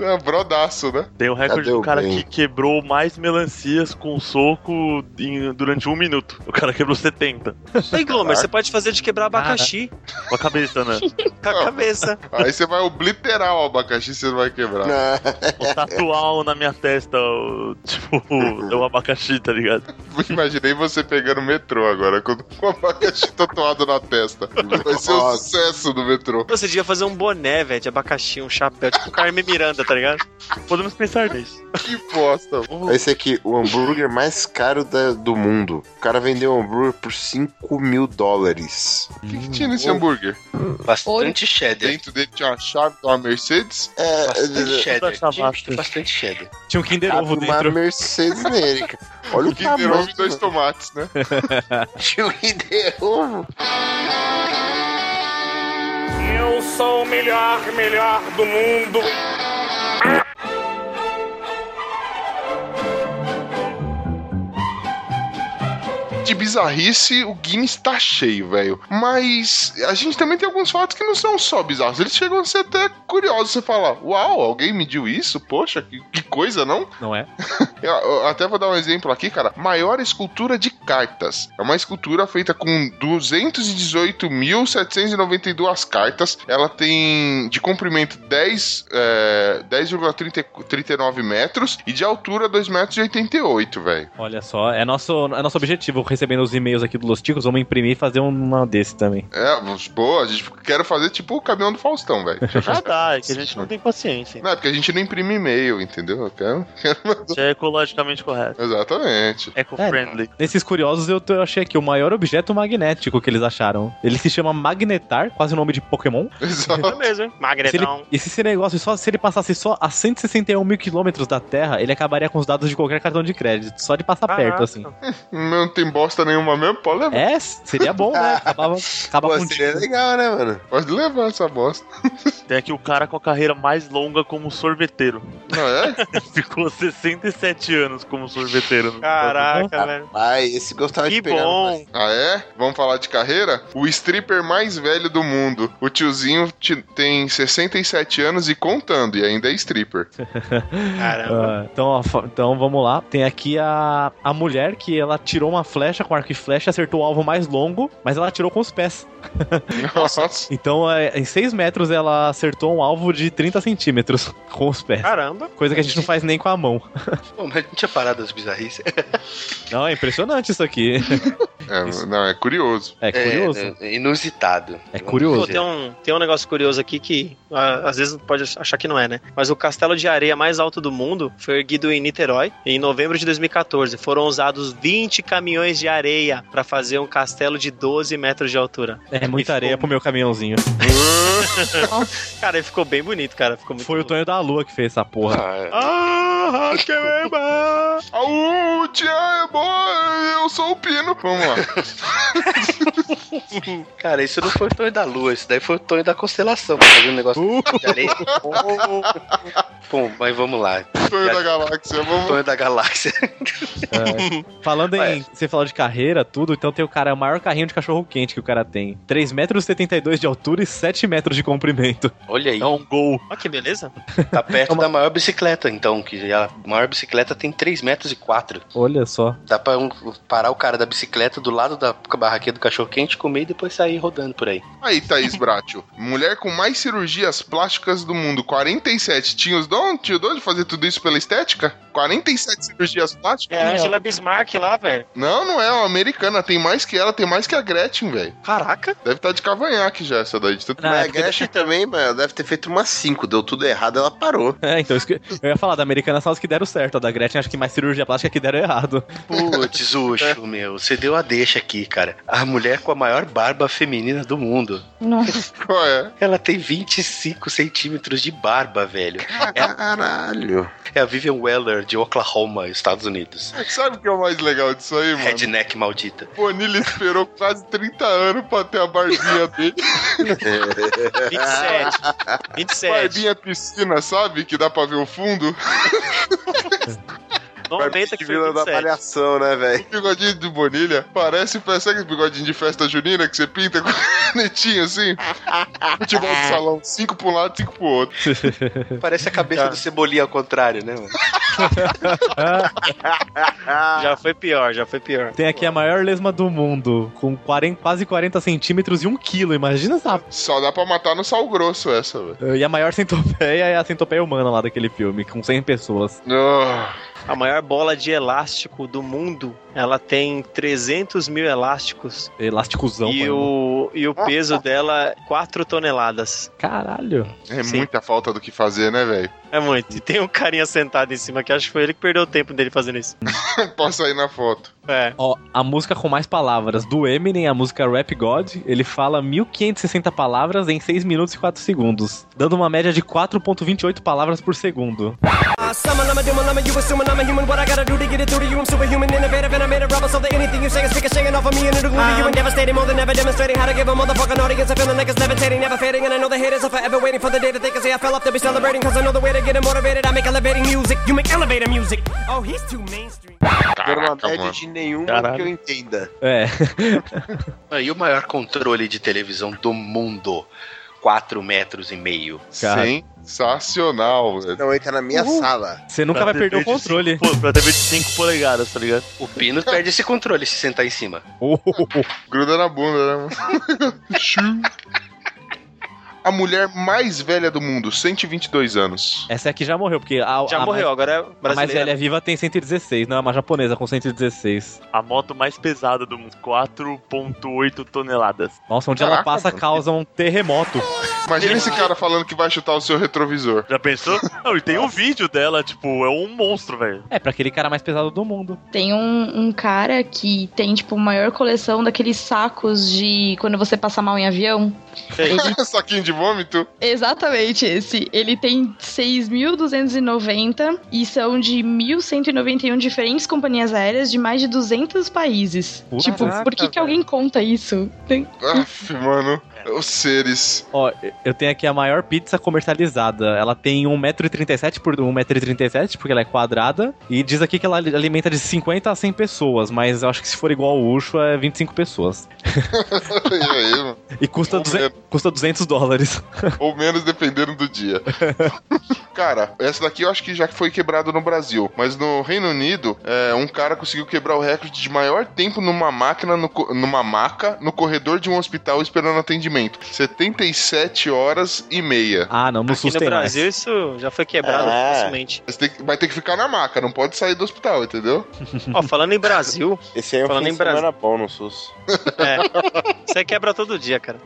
Speaker 2: É brodaço, né?
Speaker 5: Tem o recorde
Speaker 3: Cadê o
Speaker 5: do cara
Speaker 3: bem?
Speaker 5: que quebrou mais melancias com um soco em- durante um minuto. O cara quebrou 70.
Speaker 4: Ei, Glomer, você pode fazer de quebrar abacaxi
Speaker 5: Com a cabeça, né?
Speaker 4: com a cabeça.
Speaker 2: Aí você vai obliterar o abacaxi, você não vai quebrar.
Speaker 5: Vou tatuar um na minha testa, o- tipo,
Speaker 4: É um
Speaker 5: o abacaxi, tá ligado?
Speaker 2: Imaginei você pegando o metrô agora, com com o abacaxi tatuado na testa. Vai ser o
Speaker 3: Nossa.
Speaker 2: sucesso do metrô.
Speaker 4: Você devia fazer um boné, velho, de abacaxi, um chapéu, tipo Carmen Miranda, tá ligado?
Speaker 5: Podemos pensar nisso.
Speaker 2: Que bosta.
Speaker 3: Esse aqui, o hambúrguer mais caro da- do mundo. O cara vendeu um hambúrguer por 5 mil dólares.
Speaker 2: O que, que tinha nesse hambúrguer?
Speaker 6: Bastante cheddar.
Speaker 2: Dentro dele tinha uma chave de uma Mercedes.
Speaker 3: É,
Speaker 6: Bastante cheddar.
Speaker 5: essa
Speaker 6: Tinha
Speaker 5: massa.
Speaker 6: Bastante cheddar.
Speaker 8: Tinha um Kinder
Speaker 3: cabe
Speaker 8: Ovo
Speaker 3: uma
Speaker 8: dentro.
Speaker 3: Mercedes nele, cara. Olha o
Speaker 2: Que derrube dois
Speaker 3: tamanho.
Speaker 2: tomates, né?
Speaker 3: Tinha um Kinder Ovo.
Speaker 10: Eu sou o melhor, melhor do mundo.
Speaker 2: De bizarrice, o Guinness tá cheio, velho. Mas a gente também tem alguns fatos que não são só bizarros. Eles chegam a ser até curiosos. Você fala, uau, alguém mediu isso? Poxa, que, que coisa, não?
Speaker 8: Não é?
Speaker 2: Eu, eu até vou dar um exemplo aqui, cara. Maior escultura de cartas. É uma escultura feita com 218.792 cartas. Ela tem de comprimento 10, é, 10,39 metros e de altura 2,88 metros, e 88, velho.
Speaker 8: Olha só, é nosso, é nosso objetivo, recebendo os e-mails aqui do Los Ticos, vamos imprimir e fazer uma desse também.
Speaker 2: É, mas, boa, a gente quer fazer tipo o caminhão do Faustão, velho.
Speaker 5: Ah, dá, é que a gente não tem paciência.
Speaker 2: Não, é porque a gente não imprime e-mail, entendeu? Eu quero-
Speaker 5: Isso é ecologicamente correto. É
Speaker 2: Exatamente.
Speaker 5: Eco-friendly.
Speaker 8: É, Nesses curiosos, eu, t- eu achei aqui o maior objeto magnético que eles acharam. Ele se chama Magnetar, quase o nome de Pokémon.
Speaker 2: Exato.
Speaker 4: mesmo, hein?
Speaker 8: Se ele,
Speaker 4: Magnetão.
Speaker 8: e se esse negócio, só, se ele passasse só a 161 mil quilômetros da Terra, ele acabaria com os dados de qualquer cartão de crédito, só de passar
Speaker 4: Caraca.
Speaker 8: perto, assim.
Speaker 2: Não tem bosta nenhuma mesmo, pode levar.
Speaker 8: É, seria bom, né? Acabava, acaba com
Speaker 3: legal, né, mano?
Speaker 2: Pode levar essa bosta.
Speaker 5: Tem aqui o cara com a carreira mais longa como sorveteiro.
Speaker 2: Não é?
Speaker 5: Ficou 67 anos como sorveteiro.
Speaker 4: Caraca, velho.
Speaker 3: Ai, esse gostava de
Speaker 4: Que
Speaker 3: pegar.
Speaker 4: bom.
Speaker 2: Ah, é? Vamos falar de carreira? O stripper mais velho do mundo. O tiozinho ti- tem 67 anos e contando, e ainda é stripper.
Speaker 4: Caramba.
Speaker 8: Ah, então, ó, fa- então vamos lá. Tem aqui a, a mulher que ela tirou uma flecha com arco e flecha, acertou o alvo mais longo, mas ela atirou com os pés.
Speaker 2: Nossa.
Speaker 8: Então, é, em 6 metros, ela acertou um alvo de 30 centímetros com os pés.
Speaker 4: Caramba.
Speaker 8: Coisa que a gente não faz nem com a mão.
Speaker 6: Pô, mas não tinha parado as bizarrices.
Speaker 8: Não, é impressionante isso aqui.
Speaker 2: É, não, é curioso.
Speaker 8: É curioso.
Speaker 6: É, inusitado.
Speaker 8: É
Speaker 6: Vamos
Speaker 8: curioso.
Speaker 6: dizer.
Speaker 4: Pô, tem um, tem um negócio curioso aqui que ah, às vezes pode achar que não é, né? Mas o castelo de areia mais alto do mundo foi erguido em Niterói em novembro de 2014. Foram usados 20 caminhões de areia pra fazer um castelo de 12 metros de altura.
Speaker 8: É muita areia pro meu caminhãozinho.
Speaker 4: Cara, ele ficou bem bonito, cara. Ficou muito
Speaker 8: Foi o
Speaker 4: bonito.
Speaker 8: Tonho da Lua que fez essa porra.
Speaker 6: Ah,
Speaker 4: Ah,
Speaker 5: é
Speaker 4: queima!
Speaker 2: Aú, tia, é boa, eu sou o Pino. Vamos lá.
Speaker 6: cara, isso não foi o Tonho da Lua, isso daí foi o Tonho da Constelação, pra fazer um negócio de areia. Bom, mas vamos lá.
Speaker 2: Sonho da galáxia, vamos lá.
Speaker 6: Tonho da Galáxia.
Speaker 8: É. Falando em. Você falou de carreira, tudo, então tem o cara, o maior carrinho de cachorro quente que o cara tem. 3,72 metros de altura e 7 metros de comprimento.
Speaker 6: Olha aí,
Speaker 5: É um gol.
Speaker 4: Olha que beleza.
Speaker 6: tá perto da maior bicicleta, então, que a maior bicicleta tem 3 metros e 4.
Speaker 8: Olha só.
Speaker 6: Dá pra um- parar o cara da bicicleta do lado da barraquinha do cachorro-quente, comer e depois sair rodando por aí.
Speaker 2: Aí, Thaís Bratio. Mulher com mais cirurgias plásticas do mundo. 47. Tinha os dom, tio dom de fazer tudo isso pela estética? 47 cirurgias plásticas?
Speaker 10: É a Angela Bismarck lá, velho.
Speaker 2: Não, não é. É uma americana. Tem mais que ela, tem mais que a Gretchen, velho.
Speaker 4: Caraca.
Speaker 2: Deve estar de cavanhaque já essa daí. De tanto
Speaker 8: Não,
Speaker 3: Mas
Speaker 8: é
Speaker 3: a
Speaker 8: porque-
Speaker 3: Gretchen também, mano, deve ter feito umas 5, deu tudo errado, ela parou.
Speaker 8: É, então isso que- eu ia falar da americana são as que deram certo. A da Gretchen acho que mais cirurgia plástica que deram errado.
Speaker 6: Putz, Ucho, meu, você deu a deixa aqui, cara. A mulher com a maior barba feminina do mundo.
Speaker 7: Nossa,
Speaker 2: Qual é?
Speaker 6: Ela tem 25 centímetros de barba, velho.
Speaker 3: É. Caralho.
Speaker 6: É a Vivian Weller de Oklahoma, Estados Unidos.
Speaker 2: Sabe o que é o mais legal disso aí, mano?
Speaker 6: Redneck maldita.
Speaker 2: O Bonilha esperou quase 30 anos pra ter a barbinha dele.
Speaker 4: 27. 27.
Speaker 2: barbinha é piscina, sabe? Que dá pra ver o fundo.
Speaker 4: 90 que foi
Speaker 3: vilã da
Speaker 4: 27.
Speaker 3: palhação, né, velho?
Speaker 2: O bigodinho de Bonilha parece, persegue esse bigodinho de festa junina que você pinta com netinho assim. Futebol de salão, cinco pra um lado, cinco pro outro.
Speaker 6: Parece a cabeça do Cebolinha ao contrário, né, mano?
Speaker 4: Ah, Já foi pior, já foi pior.
Speaker 8: Tem aqui a maior lesma do mundo, com 40 quase 40 centímetros e 1 quilo, imagina essa.
Speaker 2: Só dá pra matar no sal grosso essa, velho.
Speaker 8: Eh, E a maior centopeia é a centopeia humana lá daquele filme, com 100 pessoas.
Speaker 2: Ah,
Speaker 4: A maior bola de elástico do mundo, ela tem 300 mil elásticos
Speaker 8: Elásticozão,
Speaker 4: e,
Speaker 8: mano.
Speaker 4: o, e o peso dela, 4 toneladas.
Speaker 8: Caralho.
Speaker 2: É
Speaker 4: Sim.
Speaker 2: muita falta do que fazer, né, velho?
Speaker 4: É muito. E tem um carinha sentado em cima que acho que foi ele que perdeu o tempo dele fazendo isso.
Speaker 2: Posso sair na foto.
Speaker 4: É.
Speaker 8: Ó, a música com mais palavras do Eminem, a música Rap God, ele fala 1560 palavras em 6 minutos e 4 segundos, dando uma média de 4.28 palavras por segundo.
Speaker 11: I know the way to get it motivated. I make elevating music. You make elevator music. Oh, he's too mainstream.
Speaker 3: Caraca,
Speaker 4: média
Speaker 3: mano.
Speaker 4: de nenhuma
Speaker 3: Caralho.
Speaker 4: que eu
Speaker 3: entenda.
Speaker 8: É.
Speaker 6: Ah, E o maior controle de televisão do mundo? 4 metros e meio.
Speaker 8: Cara.
Speaker 2: Sensacional.
Speaker 3: Não entra na minha sala.
Speaker 8: Você nunca vai perder o controle.
Speaker 6: pra TV de 5 polegadas, tá ligado? O Pino perde esse controle se sentar em cima.
Speaker 2: Gruda na bunda, né? Xiu. A mulher mais velha do mundo, 122 anos.
Speaker 8: Essa aqui já morreu, porque a.
Speaker 2: Já
Speaker 8: a
Speaker 2: morreu,
Speaker 8: mais,
Speaker 2: agora é
Speaker 8: A mais
Speaker 2: brasileira.
Speaker 8: velha viva tem 116, não é uma japonesa com 116.
Speaker 5: A moto mais pesada do mundo, 4.8 toneladas.
Speaker 8: Nossa, onde ela
Speaker 5: Caraca,
Speaker 8: passa
Speaker 5: mano.
Speaker 8: causa um terremoto.
Speaker 2: Imagina esse cara falando que vai chutar o seu retrovisor.
Speaker 5: Já pensou? Não, e tem um vídeo dela, tipo, é um monstro, velho.
Speaker 8: É, pra aquele cara mais pesado do mundo.
Speaker 7: Tem um, um cara que tem, tipo, a maior coleção daqueles sacos de quando você passa mal em avião.
Speaker 8: É
Speaker 2: Saquinho de vômito?
Speaker 7: Exatamente esse. Ele tem 6.290 e são de 1.191 diferentes companhias aéreas de mais de 200 países.
Speaker 2: Puta
Speaker 7: tipo,
Speaker 2: caraca,
Speaker 7: por que, que alguém conta isso? Tem-
Speaker 6: Ah,
Speaker 2: Aff, mano.
Speaker 6: É.
Speaker 2: Os seres.
Speaker 8: Ó, eu tenho aqui a maior pizza comercializada. Ela tem 1,37m por 1,37m, porque ela é quadrada. E diz aqui que ela alimenta de 50 a 100 pessoas, mas eu acho que se for igual ao Ucho, é 25 pessoas.
Speaker 2: e aí, mano?
Speaker 8: E custa, 200, custa 200 dólares.
Speaker 2: Ou menos dependendo do dia. cara, essa daqui eu acho que já foi quebrado no Brasil. Mas no Reino Unido, é, um cara conseguiu quebrar o recorde de maior tempo numa máquina, no co- numa maca, no corredor de um hospital esperando atendimento. 77 horas e meia.
Speaker 8: Ah, não, não
Speaker 4: Aqui no Brasil isso já foi quebrado
Speaker 2: É.
Speaker 4: facilmente.
Speaker 2: Você tem que- vai ter que ficar na maca, não pode sair do hospital, entendeu?
Speaker 4: Ó, falando em Brasil.
Speaker 2: Esse aí é
Speaker 4: falando em Brasil.
Speaker 2: bom no SUS.
Speaker 4: É. Isso aí quebra todo dia, cara.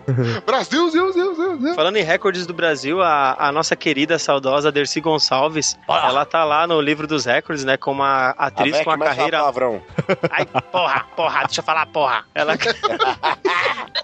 Speaker 2: Brasil, Deus, Deus, Deus, Deus.
Speaker 4: Falando em recordes do Brasil, a, a nossa querida, saudosa Dercy Gonçalves, ela tá lá no livro dos recordes, né? Como uma atriz
Speaker 13: Avec
Speaker 4: com a
Speaker 13: mais
Speaker 4: carreira.
Speaker 13: fala palavrão.
Speaker 4: Ai, porra, porra, deixa eu falar porra. Ela.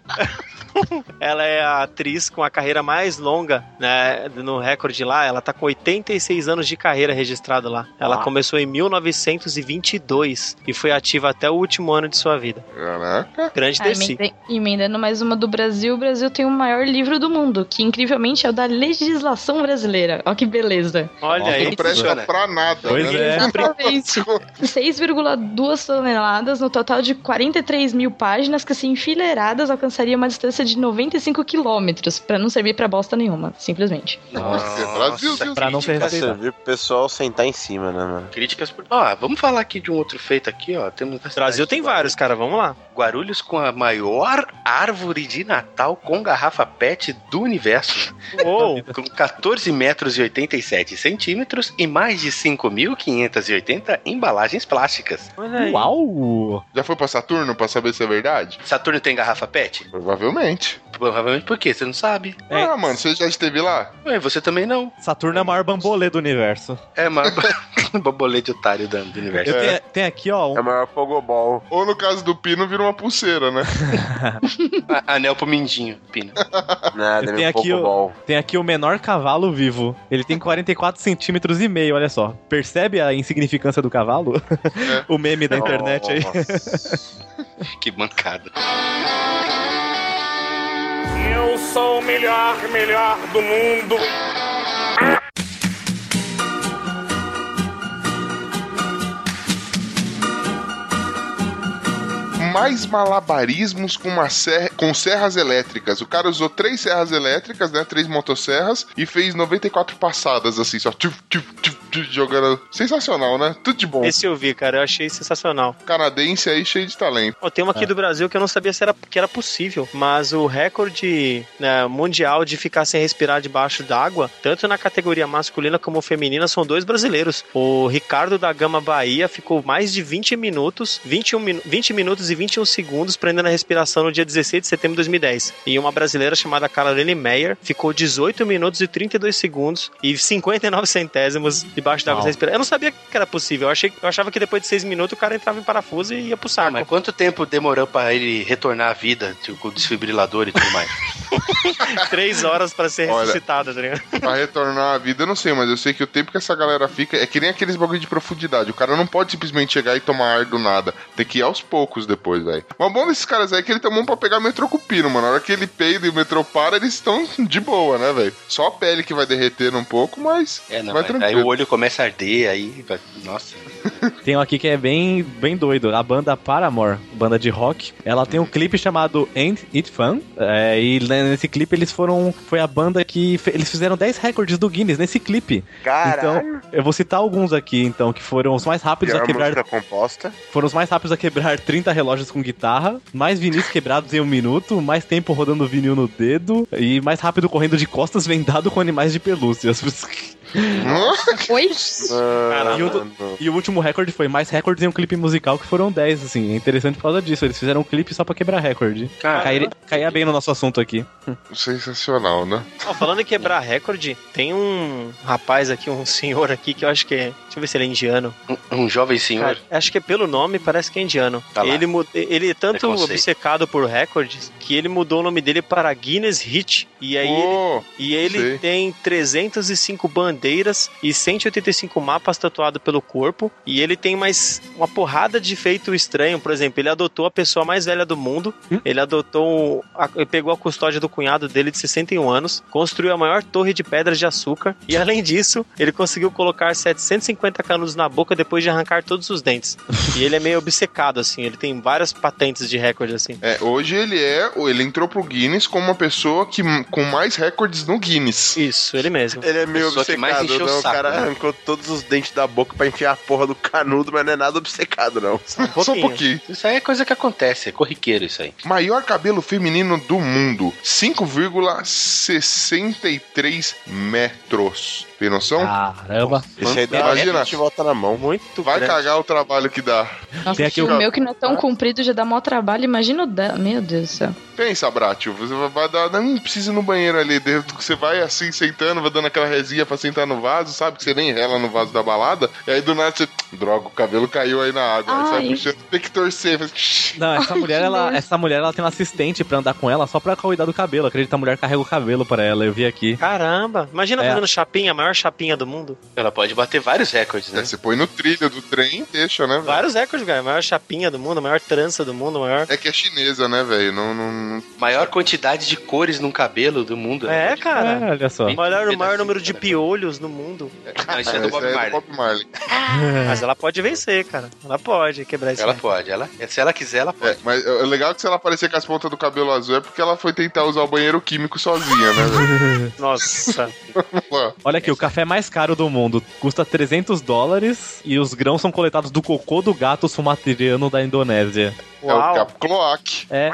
Speaker 4: Ela é a atriz com a carreira mais longa, né? No recorde lá, ela tá com 86 anos de carreira registrado lá. Ela
Speaker 8: Ah.
Speaker 4: começou em 1922 e foi ativa até o último ano de sua vida.
Speaker 2: Caraca.
Speaker 4: Grande
Speaker 7: Ah,
Speaker 4: Dercy.
Speaker 7: emenda- emendando mais uma do Brasil, o Brasil tem o maior livro do mundo, que incrivelmente é o da legislação brasileira. Olha que beleza.
Speaker 4: Olha
Speaker 2: Nossa,
Speaker 4: aí,
Speaker 2: não presta
Speaker 4: funciona.
Speaker 2: pra nada.
Speaker 8: Pois
Speaker 2: né?
Speaker 8: é.
Speaker 7: Exatamente. 6,2 toneladas, no total de 43 mil páginas, que se enfileiradas alcançaria uma distância de 95 quilômetros, pra não servir pra bosta nenhuma, simplesmente.
Speaker 13: Nossa,
Speaker 2: Brasil,
Speaker 13: pra não ser
Speaker 6: respeitado.
Speaker 13: servir pro pessoal sentar em cima, né, mano?
Speaker 6: Críticas por. Ó, vamos falar aqui de um outro feito aqui, ó. Temos
Speaker 4: Brasil tem vários, cara, vamos lá.
Speaker 6: Guarulhos com a maior árvore de Natal com garrafa PET do universo.
Speaker 4: Uou.
Speaker 6: Com 14 metros e 87 centímetros e mais de 5.580 embalagens plásticas.
Speaker 4: Olha aí.
Speaker 8: Uau!
Speaker 2: Já foi pra Saturno pra saber se é verdade?
Speaker 6: Saturno tem garrafa PET?
Speaker 2: Provavelmente.
Speaker 6: Provavelmente por quê? Você não sabe.
Speaker 4: É.
Speaker 2: Ah, mano, você já esteve lá?
Speaker 6: Ué, você também não.
Speaker 8: Saturno é o maior bambolê do universo.
Speaker 6: É, mas borboleta de otário do do universo.
Speaker 8: Eu tenho, tem aqui, ó. um-
Speaker 2: É o maior pogobol. Ou no caso do Pino, vira uma pulseira, né?
Speaker 6: A- Anel pro mindinho, Pina.
Speaker 13: Nada,
Speaker 6: Ah,
Speaker 8: eu tenho aqui, o, tem aqui o menor cavalo vivo. Ele tem 44 centímetros e meio, olha só. Percebe a insignificância do cavalo?
Speaker 3: É.
Speaker 8: o meme da internet aí.
Speaker 6: que mancada.
Speaker 10: Eu sou o melhor, melhor do mundo.
Speaker 2: Mais malabarismos com, uma serra, com serras elétricas. O cara usou três serras elétricas, né? Três motosserras e fez 94 passadas, assim, só tchuf, tchuf, tchuf, tchuf, jogando. Sensacional, né? Tudo de bom.
Speaker 4: Esse eu vi, cara, eu achei sensacional.
Speaker 2: Canadense aí cheio de talento.
Speaker 4: Ó, tem uma aqui
Speaker 2: É.
Speaker 4: do Brasil que eu não sabia se era, que era possível, mas o recorde né, mundial de ficar sem respirar debaixo d'água, tanto na categoria masculina como feminina, são dois brasileiros. O Ricardo da Gama Bahia ficou mais de 20 minutos, 21 minu 20 minutos e 21 segundos prendendo a respiração no dia 16 de setembro de 2010. E uma brasileira chamada Caroline Meyer ficou 18 minutos e 32 segundos e 59 centésimos debaixo d'água
Speaker 6: Uau.
Speaker 4: sem respirar. Eu não sabia que era possível, eu, achei, eu achava que depois de 6 minutos o cara entrava em parafuso e ia pro saco.
Speaker 6: Mas quanto tempo demorou pra ele retornar à vida, tipo, com o desfibrilador e tudo mais?
Speaker 4: Três horas pra ser
Speaker 2: Olha.
Speaker 4: ressuscitada, tá ligado?
Speaker 2: Pra retornar à vida, eu não sei, mas eu sei que o tempo que essa galera fica é que nem aqueles bagulho de profundidade. O cara não pode simplesmente chegar e tomar ar do nada. Tem que ir aos poucos depois, velho. Mas o bom desses caras aí é que ele tomou um pra pegar metrô cupino, mano. A hora que ele peida e o metrô para, eles estão de boa, né, velho? Só a pele que vai derreter um pouco, mas
Speaker 6: É, não,
Speaker 2: vai
Speaker 6: aí- aí o
Speaker 2: tranquilo.
Speaker 6: olho começa a arder, aí. vai- Nossa.
Speaker 8: Tem um aqui que é bem, bem doido. A banda Paramore, banda de rock, ela tem um clipe chamado Ain't It Fun. É, e né, nesse clipe eles foram. Foi a banda que. fe- Eles fizeram 10 recordes do Guinness nesse clipe.
Speaker 3: Caralho.
Speaker 8: Então, eu vou citar alguns aqui, então, que foram os mais rápidos
Speaker 3: Pior
Speaker 8: a quebrar.
Speaker 3: música composta.
Speaker 8: Foram os mais rápidos a quebrar 30 relógios com guitarra, mais vinis quebrados em um minuto, mais tempo rodando vinil no dedo e mais rápido correndo de costas vendado com animais de pelúcia.
Speaker 7: Oi?
Speaker 8: e, o, do- e o último recorde foi mais recordes em um clipe musical, que foram 10, assim. É interessante por causa disso. Eles fizeram um clipe só pra quebrar recorde.
Speaker 4: Caramba.
Speaker 8: Cair- Caía bem no nosso assunto aqui.
Speaker 2: Sensacional, né?
Speaker 4: Ó, falando em quebrar recorde, tem um rapaz aqui, um senhor aqui, que eu acho que é. Deixa eu ver se ele é indiano.
Speaker 6: Um, um jovem senhor.
Speaker 4: Cara, acho que é pelo nome, parece que é indiano.
Speaker 6: Tá lá.
Speaker 4: ele, mu- ele é tanto
Speaker 6: Preconceito.
Speaker 4: obcecado por recordes que ele mudou o nome dele para Guinness Hit. E aí
Speaker 2: Oh,
Speaker 4: ele, e ele
Speaker 2: sei.
Speaker 4: tem 305 bandeiras e 185 mapas tatuado pelo corpo. E ele tem mais uma porrada de feito estranho. Por exemplo, ele adotou a pessoa mais velha do mundo.
Speaker 8: Hum?
Speaker 4: Ele adotou. um, a- ele pegou a custódia do cunhado dele de 61 anos. Construiu a maior torre de pedras de açúcar. E além disso, ele conseguiu colocar 750 canudos na boca depois de arrancar todos os dentes. E ele é meio obcecado, assim. Ele tem várias patentes de recorde, assim.
Speaker 2: É, hoje ele é, ele entrou pro Guinness como uma pessoa que com mais recordes no Guinness.
Speaker 4: Isso, ele mesmo.
Speaker 13: Ele é meio
Speaker 2: Pessoa que mais
Speaker 13: obcecado,
Speaker 2: encheu o
Speaker 13: não. O,
Speaker 2: saco,
Speaker 13: cara
Speaker 2: né?
Speaker 13: arrancou todos os dentes da boca pra enfiar a porra do canudo, mas não é nada obcecado, não. Só um
Speaker 2: pouquinho. pouquinho.
Speaker 6: Isso aí é coisa que acontece, é corriqueiro isso aí.
Speaker 2: Maior cabelo feminino do mundo, 5,63 metros. Tem noção?
Speaker 8: Caramba.
Speaker 13: Esse aí dá
Speaker 2: Imagina.
Speaker 13: a gente volta na mão.
Speaker 4: Muito
Speaker 2: Vai
Speaker 13: grande.
Speaker 2: cagar o trabalho que dá.
Speaker 7: Nossa, se
Speaker 8: um
Speaker 7: o meu que não é tão comprido já dá mó trabalho, imagina o da... Meu Deus do céu.
Speaker 2: Pensa, Bratio, você vai- vai dar. Não precisa ir no banheiro ali. de- Você vai assim, sentando, vai dando aquela resinha pra sentar no vaso, sabe? Que você nem rela no vaso da balada. E aí do nada você. Droga, o cabelo caiu aí na água. Aí sai
Speaker 8: Ai.
Speaker 2: puxando, tem que torcer. faz-
Speaker 8: Não, essa mulher, ela, essa mulher ela tem um assistente pra andar com ela só pra cuidar do cabelo. Acredita, a mulher carrega o cabelo pra ela. Eu vi aqui.
Speaker 4: Caramba, imagina
Speaker 8: É.
Speaker 4: fazendo chapinha, a maior chapinha do mundo.
Speaker 6: Ela pode bater vários recordes, né?
Speaker 2: Você põe no trilho do trem e deixa, né? velho?
Speaker 4: Vários recordes, cara. A maior chapinha do mundo, a maior trança do mundo, a maior.
Speaker 2: É que é chinesa, né, velho? Não, não, não-
Speaker 6: Maior quantidade de cores num cabelo do mundo. né?
Speaker 4: É, cara.
Speaker 8: É, olha só.
Speaker 4: O maior, o maior número de piolhos no mundo.
Speaker 6: assim, Não, isso é do Bob
Speaker 2: aí
Speaker 6: Marley. Ah.
Speaker 2: Bob Marley.
Speaker 4: Mas ela pode vencer, cara. Ela pode quebrar esse
Speaker 6: Ela
Speaker 4: recorde.
Speaker 6: pode, ela. Se ela quiser, ela pode.
Speaker 2: É, mas é legal que se ela aparecer com as pontas do cabelo azul é porque ela foi tentar usar o banheiro químico sozinha, né, velho? É
Speaker 4: Nossa.
Speaker 8: Olha aqui, o café é mais caro do mundo custa 300 dólares e os grãos são coletados do cocô do gato sumateriano da Indonésia.
Speaker 2: É o Cap Cloac.
Speaker 8: É.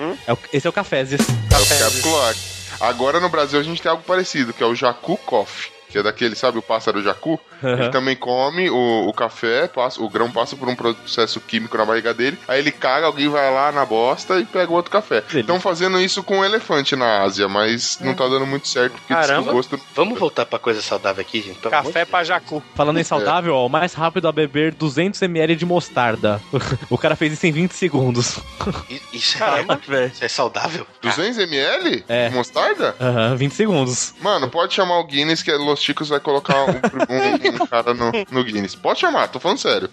Speaker 4: Hum?
Speaker 8: É o- esse é o cafezes.
Speaker 2: É o Cap Cloac. Agora no Brasil a gente tem algo parecido, que é o Jacu Coffee. Que é daquele, sabe, o pássaro
Speaker 13: Uhum.
Speaker 2: jacu?
Speaker 8: Aham.
Speaker 2: Ele também come o, o café, passa, o grão passa por um processo químico na barriga dele, aí ele caga, alguém vai lá na bosta e pega outro café. Estão fazendo isso com um elefante na Ásia, mas
Speaker 4: É.
Speaker 2: não tá dando muito certo, porque diz que o
Speaker 4: Caramba.
Speaker 2: gosto...
Speaker 6: Vamos voltar pra coisa saudável aqui, gente? Pelo amor de É.
Speaker 4: Café pra Jacu.
Speaker 2: É.
Speaker 8: Falando em saudável, ó, o mais rápido a beber 200ml de mostarda. O cara fez isso em 20 segundos.
Speaker 6: I- Isso é,
Speaker 4: Caramba, velho.
Speaker 6: isso é saudável?
Speaker 2: 200 ml? É. Mostarda?
Speaker 8: Aham, 20 segundos.
Speaker 2: Mano, pode chamar o Guinness que Los Chicos vai colocar um, um- um cara no, no Guinness. Pode chamar, tô falando sério.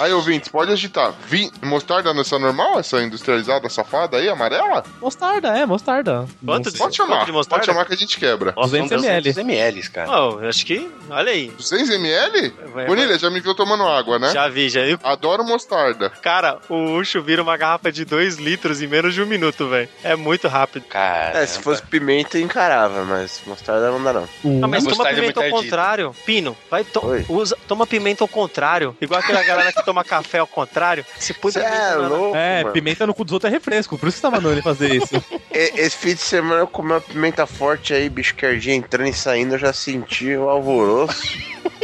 Speaker 2: Aí, ouvintes, pode agitar. Vi, mostarda nessa normal, essa industrializada, safada aí, amarela?
Speaker 8: Mostarda, é, mostarda.
Speaker 4: Quanto de-
Speaker 2: Pode chamar,
Speaker 4: quanto de mostarda?
Speaker 2: pode chamar que a gente quebra.
Speaker 8: Nossa, são 200 ml. 200
Speaker 2: É,
Speaker 6: ml, cara.
Speaker 4: Ó, eu acho que. Olha aí.
Speaker 2: 200 ml?
Speaker 4: vai.
Speaker 2: Bonilha, já me viu tomando água, né?
Speaker 4: Já vi, já vi.
Speaker 2: Adoro mostarda.
Speaker 4: Cara, o Ucho vira uma garrafa de 2 litros em menos de um minuto, velho. É muito rápido.
Speaker 6: Cara.
Speaker 13: É, se fosse pimenta, encarava, mas mostarda não dá, não.
Speaker 8: Uhum.
Speaker 4: Ah, mas
Speaker 13: A
Speaker 4: toma
Speaker 13: mostarda é
Speaker 4: pimenta ao
Speaker 13: muito ardida.
Speaker 4: contrário. Pino, vai to usa, toma pimenta ao contrário. Igual aquela galera que toma café ao contrário. Se né? põe pimenta na-
Speaker 8: É,
Speaker 13: mano.
Speaker 8: pimenta no cu dos outros é refresco, por isso que tá mandando ele fazer isso.
Speaker 13: E- É, Esse fim de semana eu comi uma pimenta forte aí, bicho, que ardia entrando e saindo, eu já senti o alvoroço.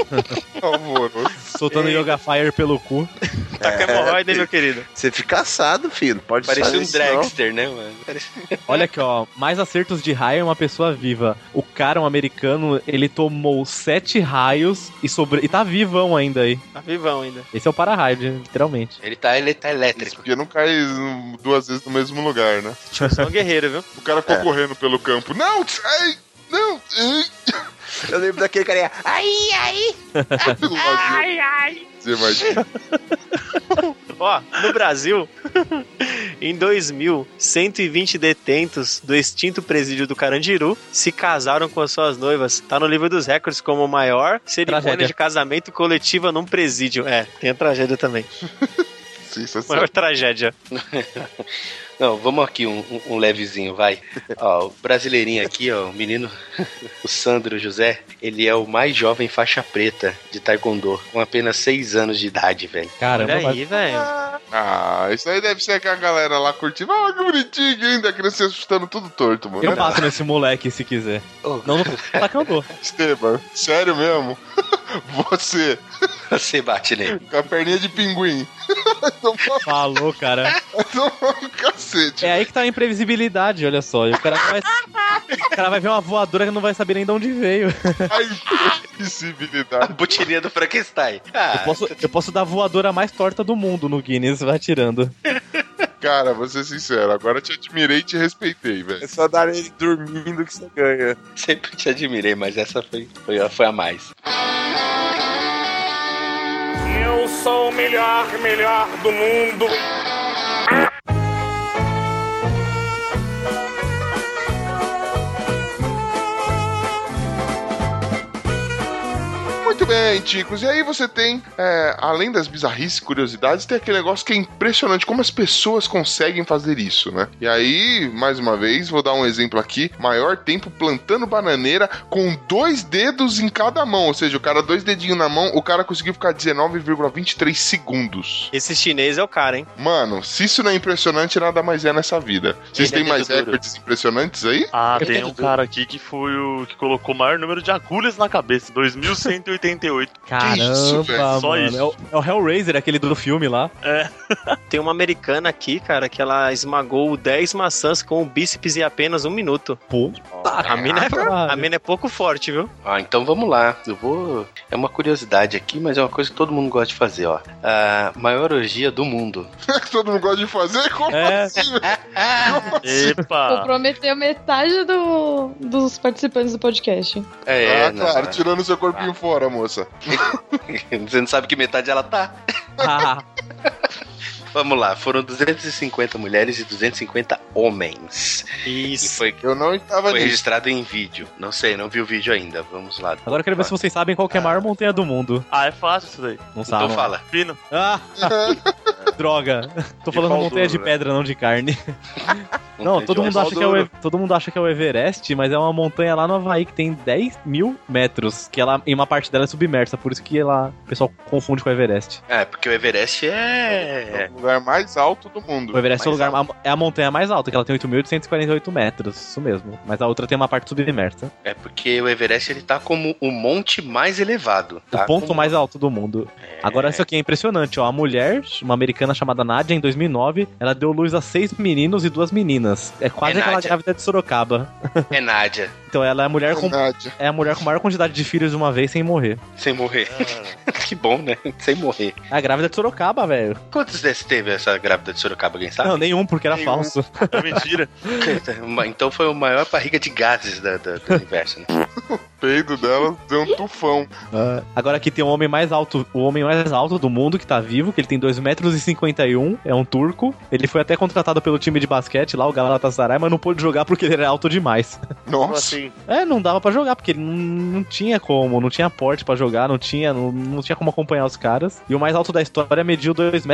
Speaker 2: alvoroço.
Speaker 8: Soltando Yoga Fire pelo cu.
Speaker 4: Tá com hemorroida, hein, meu querido?
Speaker 13: Você fica assado, filho. não Pode
Speaker 6: É. Parecia
Speaker 13: fazer
Speaker 6: um
Speaker 13: isso, não.
Speaker 6: dragster, né, mano? Parecia-
Speaker 8: Olha aqui, ó. Mais acertos de raio é uma pessoa viva. O cara, um americano, ele tomou sete raios e sobre... e tá vivão ainda aí.
Speaker 4: Tá vivão ainda.
Speaker 8: Esse é o para-raio, de- literalmente.
Speaker 6: Ele tá, ele tá elétrico.
Speaker 2: Porque não cai hum, duas vezes no mesmo lugar, né?
Speaker 4: Você é um guerreiro, viu?
Speaker 2: O cara ficou
Speaker 6: É.
Speaker 2: correndo pelo campo. Não, ai, não.
Speaker 13: Eu lembro daquele carinha.
Speaker 12: Ai, ai. ai, ai.
Speaker 2: Você imagina?
Speaker 4: Ó, no Brasil, Em 2000, 120 detentos do extinto presídio do Carandiru se casaram com as suas noivas. Tá no livro dos recordes como maior cerimônia
Speaker 8: Tragédia.
Speaker 4: de casamento coletiva num presídio. É, tem a tragédia também.
Speaker 2: é
Speaker 4: Maior tragédia.
Speaker 6: Não, vamos aqui um, um- um levezinho, vai. Ó, o brasileirinho aqui, ó, o menino, o Sandro José, ele é o mais jovem faixa preta de taekwondo, com apenas 6 anos de idade, velho.
Speaker 8: Caramba, Olha aí, mas-
Speaker 4: velho.
Speaker 2: Ah, isso aí deve ser que a galera lá curtindo. Ah, que bonitinho que ainda, a criança se assustando tudo torto, mano.
Speaker 8: Eu
Speaker 6: né?
Speaker 8: bato nesse moleque se quiser. Não, não. Tacandô.
Speaker 2: Esteban, sério mesmo? Você.
Speaker 6: Você bate nele.
Speaker 2: Com a perninha de pinguim.
Speaker 8: Falou, cara.
Speaker 2: Cacete.
Speaker 8: É aí que tá a imprevisibilidade, olha só. E o, cara vai, o cara vai ver uma voadora que não vai saber nem de onde veio.
Speaker 2: Visibilidade. A
Speaker 6: botininha do Frankenstein.
Speaker 8: eu, posso, eu posso dar a voadora mais torta do mundo no Guinness, vai tirando.
Speaker 2: Cara, vou ser sincero, agora eu te admirei e te respeitei, velho. É
Speaker 13: só dar ele dormindo que você ganha.
Speaker 6: Sempre te admirei, mas essa foi, foi, foi a mais.
Speaker 10: Eu sou o melhor, melhor do mundo.
Speaker 2: Muito bem, Ticos. E aí você tem, é, além das bizarrices e curiosidades, tem aquele negócio que é impressionante como as pessoas conseguem fazer isso, né? E aí, mais uma vez, vou dar um exemplo aqui. Maior tempo plantando bananeira com dois dedos em cada mão. Ou seja, o cara dois dedinhos na mão, o cara conseguiu ficar 19,23 segundos.
Speaker 4: Esse chinês é o cara, hein?
Speaker 2: Mano, se isso não é impressionante, nada mais é nessa vida. Vocês
Speaker 5: Ele é
Speaker 2: têm mais
Speaker 5: dedo duro.
Speaker 2: recordes impressionantes aí?
Speaker 5: Ah, tem um cara aqui que foi o que colocou o maior número de agulhas na cabeça, 2188.
Speaker 8: Caramba, mano.
Speaker 5: Só isso.
Speaker 8: É, o, é o Hellraiser, aquele do filme lá.
Speaker 4: Tem uma americana aqui, cara, que ela esmagou 10 maçãs com o bíceps em apenas um minuto.
Speaker 8: Pô.
Speaker 4: A mina, é, a mina é pouco forte, viu?
Speaker 6: Ah, então vamos lá. Eu vou. É uma curiosidade aqui, mas é uma coisa que todo mundo gosta de fazer, ó. A maior orgia do mundo.
Speaker 2: Todo mundo gosta de fazer? Como
Speaker 6: É.
Speaker 2: assim, velho?
Speaker 6: Epa!
Speaker 7: Comprometeu metade do, dos participantes do podcast.
Speaker 6: É,
Speaker 2: ah,
Speaker 6: não,
Speaker 2: claro,
Speaker 6: não.
Speaker 2: tirando seu corpinho fora, moça.
Speaker 6: Você não sabe que metade ela tá? Vamos lá, foram 250 mulheres e 250 homens.
Speaker 4: Isso.
Speaker 6: foi,
Speaker 2: eu não estava
Speaker 6: Foi
Speaker 8: nisso.
Speaker 6: registrado em vídeo. Não sei, não vi o vídeo ainda. Vamos lá.
Speaker 8: Agora eu quero ver se vocês sabem qual que é a maior montanha do mundo.
Speaker 5: Ah, é fácil isso daí.
Speaker 8: Não sabe.
Speaker 6: Então fala.
Speaker 5: Pino.
Speaker 8: Ah, droga. Tô falando
Speaker 5: pau
Speaker 8: montanha
Speaker 5: duro,
Speaker 8: de
Speaker 5: né?
Speaker 8: pedra, não de carne. Não,
Speaker 5: Montanha
Speaker 8: todo
Speaker 5: de
Speaker 8: mundo,
Speaker 5: pau
Speaker 8: acha que é o,
Speaker 5: duro.
Speaker 8: E- todo mundo acha que é o Everest, mas é uma montanha lá no Havaí que tem 10 mil metros, que ela, em uma parte dela é submersa, por isso que ela, o pessoal confunde com o Everest.
Speaker 6: É, porque o Everest é.
Speaker 2: o lugar mais alto do mundo.
Speaker 8: O Everest é, o lugar, a- é a montanha mais alta, que ela tem 8.848 metros, isso mesmo. Mas a outra tem uma parte submersa.
Speaker 6: É porque o Everest ele tá como o monte mais elevado.
Speaker 8: O
Speaker 6: Tá?
Speaker 8: ponto
Speaker 6: Como-
Speaker 8: mais alto do mundo. Agora, isso aqui é impressionante, ó. A mulher, uma americana chamada Nadia, em 2009, ela deu luz a seis meninos e duas meninas. É quase
Speaker 6: É
Speaker 8: aquela
Speaker 6: Nádia.
Speaker 8: grávida de Sorocaba.
Speaker 6: É Nádia,
Speaker 8: Então ela é a mulher com
Speaker 2: Nádia.
Speaker 8: é a mulher com maior quantidade de filhos de uma vez sem morrer.
Speaker 6: sem morrer.
Speaker 8: Ah.
Speaker 6: que bom, né? Sem morrer.
Speaker 8: É A grávida de Sorocaba, velho.
Speaker 6: Quantos desses teve essa grávida de Sorocaba, alguém sabe?
Speaker 8: Não, nenhum, porque era falso.
Speaker 2: É
Speaker 5: mentira.
Speaker 6: então foi a maior barriga de gases da, da- do universo, né?
Speaker 2: O peido dela deu um tufão.
Speaker 8: Ah, agora aqui tem o homem mais alto, o homem mais alto do mundo que tá vivo, que ele tem 2,51 metros, e 51, é um turco. Ele foi até contratado pelo time de basquete lá, o Galatasaray, mas não pôde jogar porque ele era alto demais.
Speaker 2: Nossa.
Speaker 14: assim?
Speaker 9: assim,
Speaker 8: É, não dava pra jogar, porque ele não, não tinha como, não tinha porte pra jogar, não tinha, não, não tinha como acompanhar os caras. E o mais alto da história mediu 2,72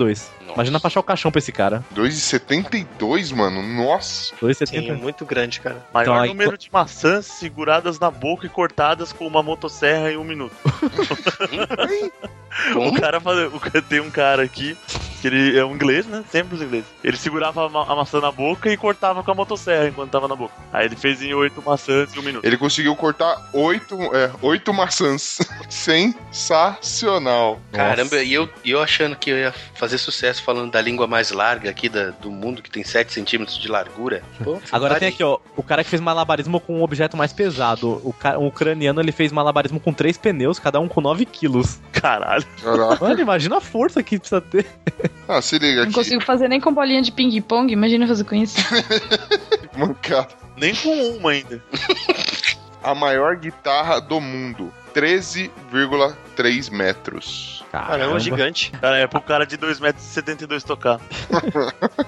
Speaker 8: metros. Imagina pra achar o caixão pra esse cara.
Speaker 2: 2,72, mano. Nossa.
Speaker 8: 2,70.
Speaker 4: muito grande, cara.
Speaker 5: Maior
Speaker 8: Então, aí,
Speaker 5: número de maçãs seguradas na boca e cortadas com uma motosserra em um minuto. o cara fala- o ca- tem um cara aqui, que ele é um inglês, né? Sempre os ingleses. Ele segurava a, ma- a maçã na boca e cortava com a motosserra enquanto tava na boca. Aí ele fez em oito maçãs em um minuto.
Speaker 2: Ele conseguiu cortar oito, é, oito maçãs. Sensacional.
Speaker 6: Caramba, e eu, e eu achando que eu ia fazer sucesso falando da língua mais larga aqui da- do mundo, que tem 7 centímetros de largura. Pô,
Speaker 8: Agora tem
Speaker 6: parei.
Speaker 8: aqui, ó, o cara que fez malabarismo com um objeto mais pesado. O, ca- o ucraniano, ele fez malabarismo com três pneus, cada um com 9 quilos.
Speaker 5: Caralho.
Speaker 2: Caraca.
Speaker 8: Mano, imagina a força que precisa ter.
Speaker 2: Ah, se liga
Speaker 7: Não consigo fazer nem com bolinha de ping-pong, imagina fazer com isso.
Speaker 2: Mancado.
Speaker 5: Nem com uma ainda.
Speaker 2: A maior guitarra do mundo. 13 2,3 metros.
Speaker 5: Caramba, gigante. Cara, é pro cara de 2,72m tocar.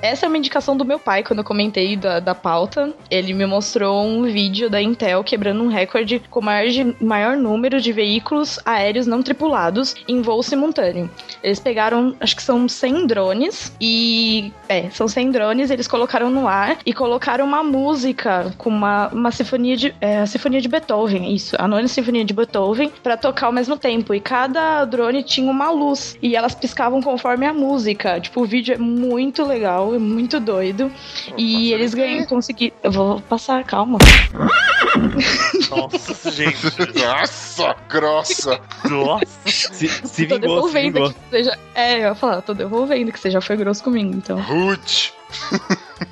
Speaker 7: Essa é uma indicação do meu pai, quando eu comentei da, da pauta. Ele me mostrou um vídeo da Intel quebrando um recorde com o maior, de- maior número de veículos aéreos não tripulados em voo simultâneo. Eles pegaram, acho que são 100 drones, e. É, são 100 drones, eles colocaram no ar e colocaram uma música com uma, uma sinfonia de. É, a Sinfonia de Beethoven, isso, a nona Sinfonia de Beethoven, pra tocar ao mesmo tempo. E cada drone tinha uma luz, e elas piscavam conforme a música. Tipo, o vídeo é muito legal, é muito doido. E eles ganham, conseguiram. Eu vou passar, calma.
Speaker 5: Nossa, gente.
Speaker 2: Nossa, grossa.
Speaker 5: Nossa.
Speaker 8: Se, se
Speaker 7: tô
Speaker 8: vingou, se
Speaker 7: devolvendo
Speaker 8: vingou.
Speaker 7: que você já. É, eu ia falar, tô devolvendo que você já foi grosso comigo, então.
Speaker 2: Ruth!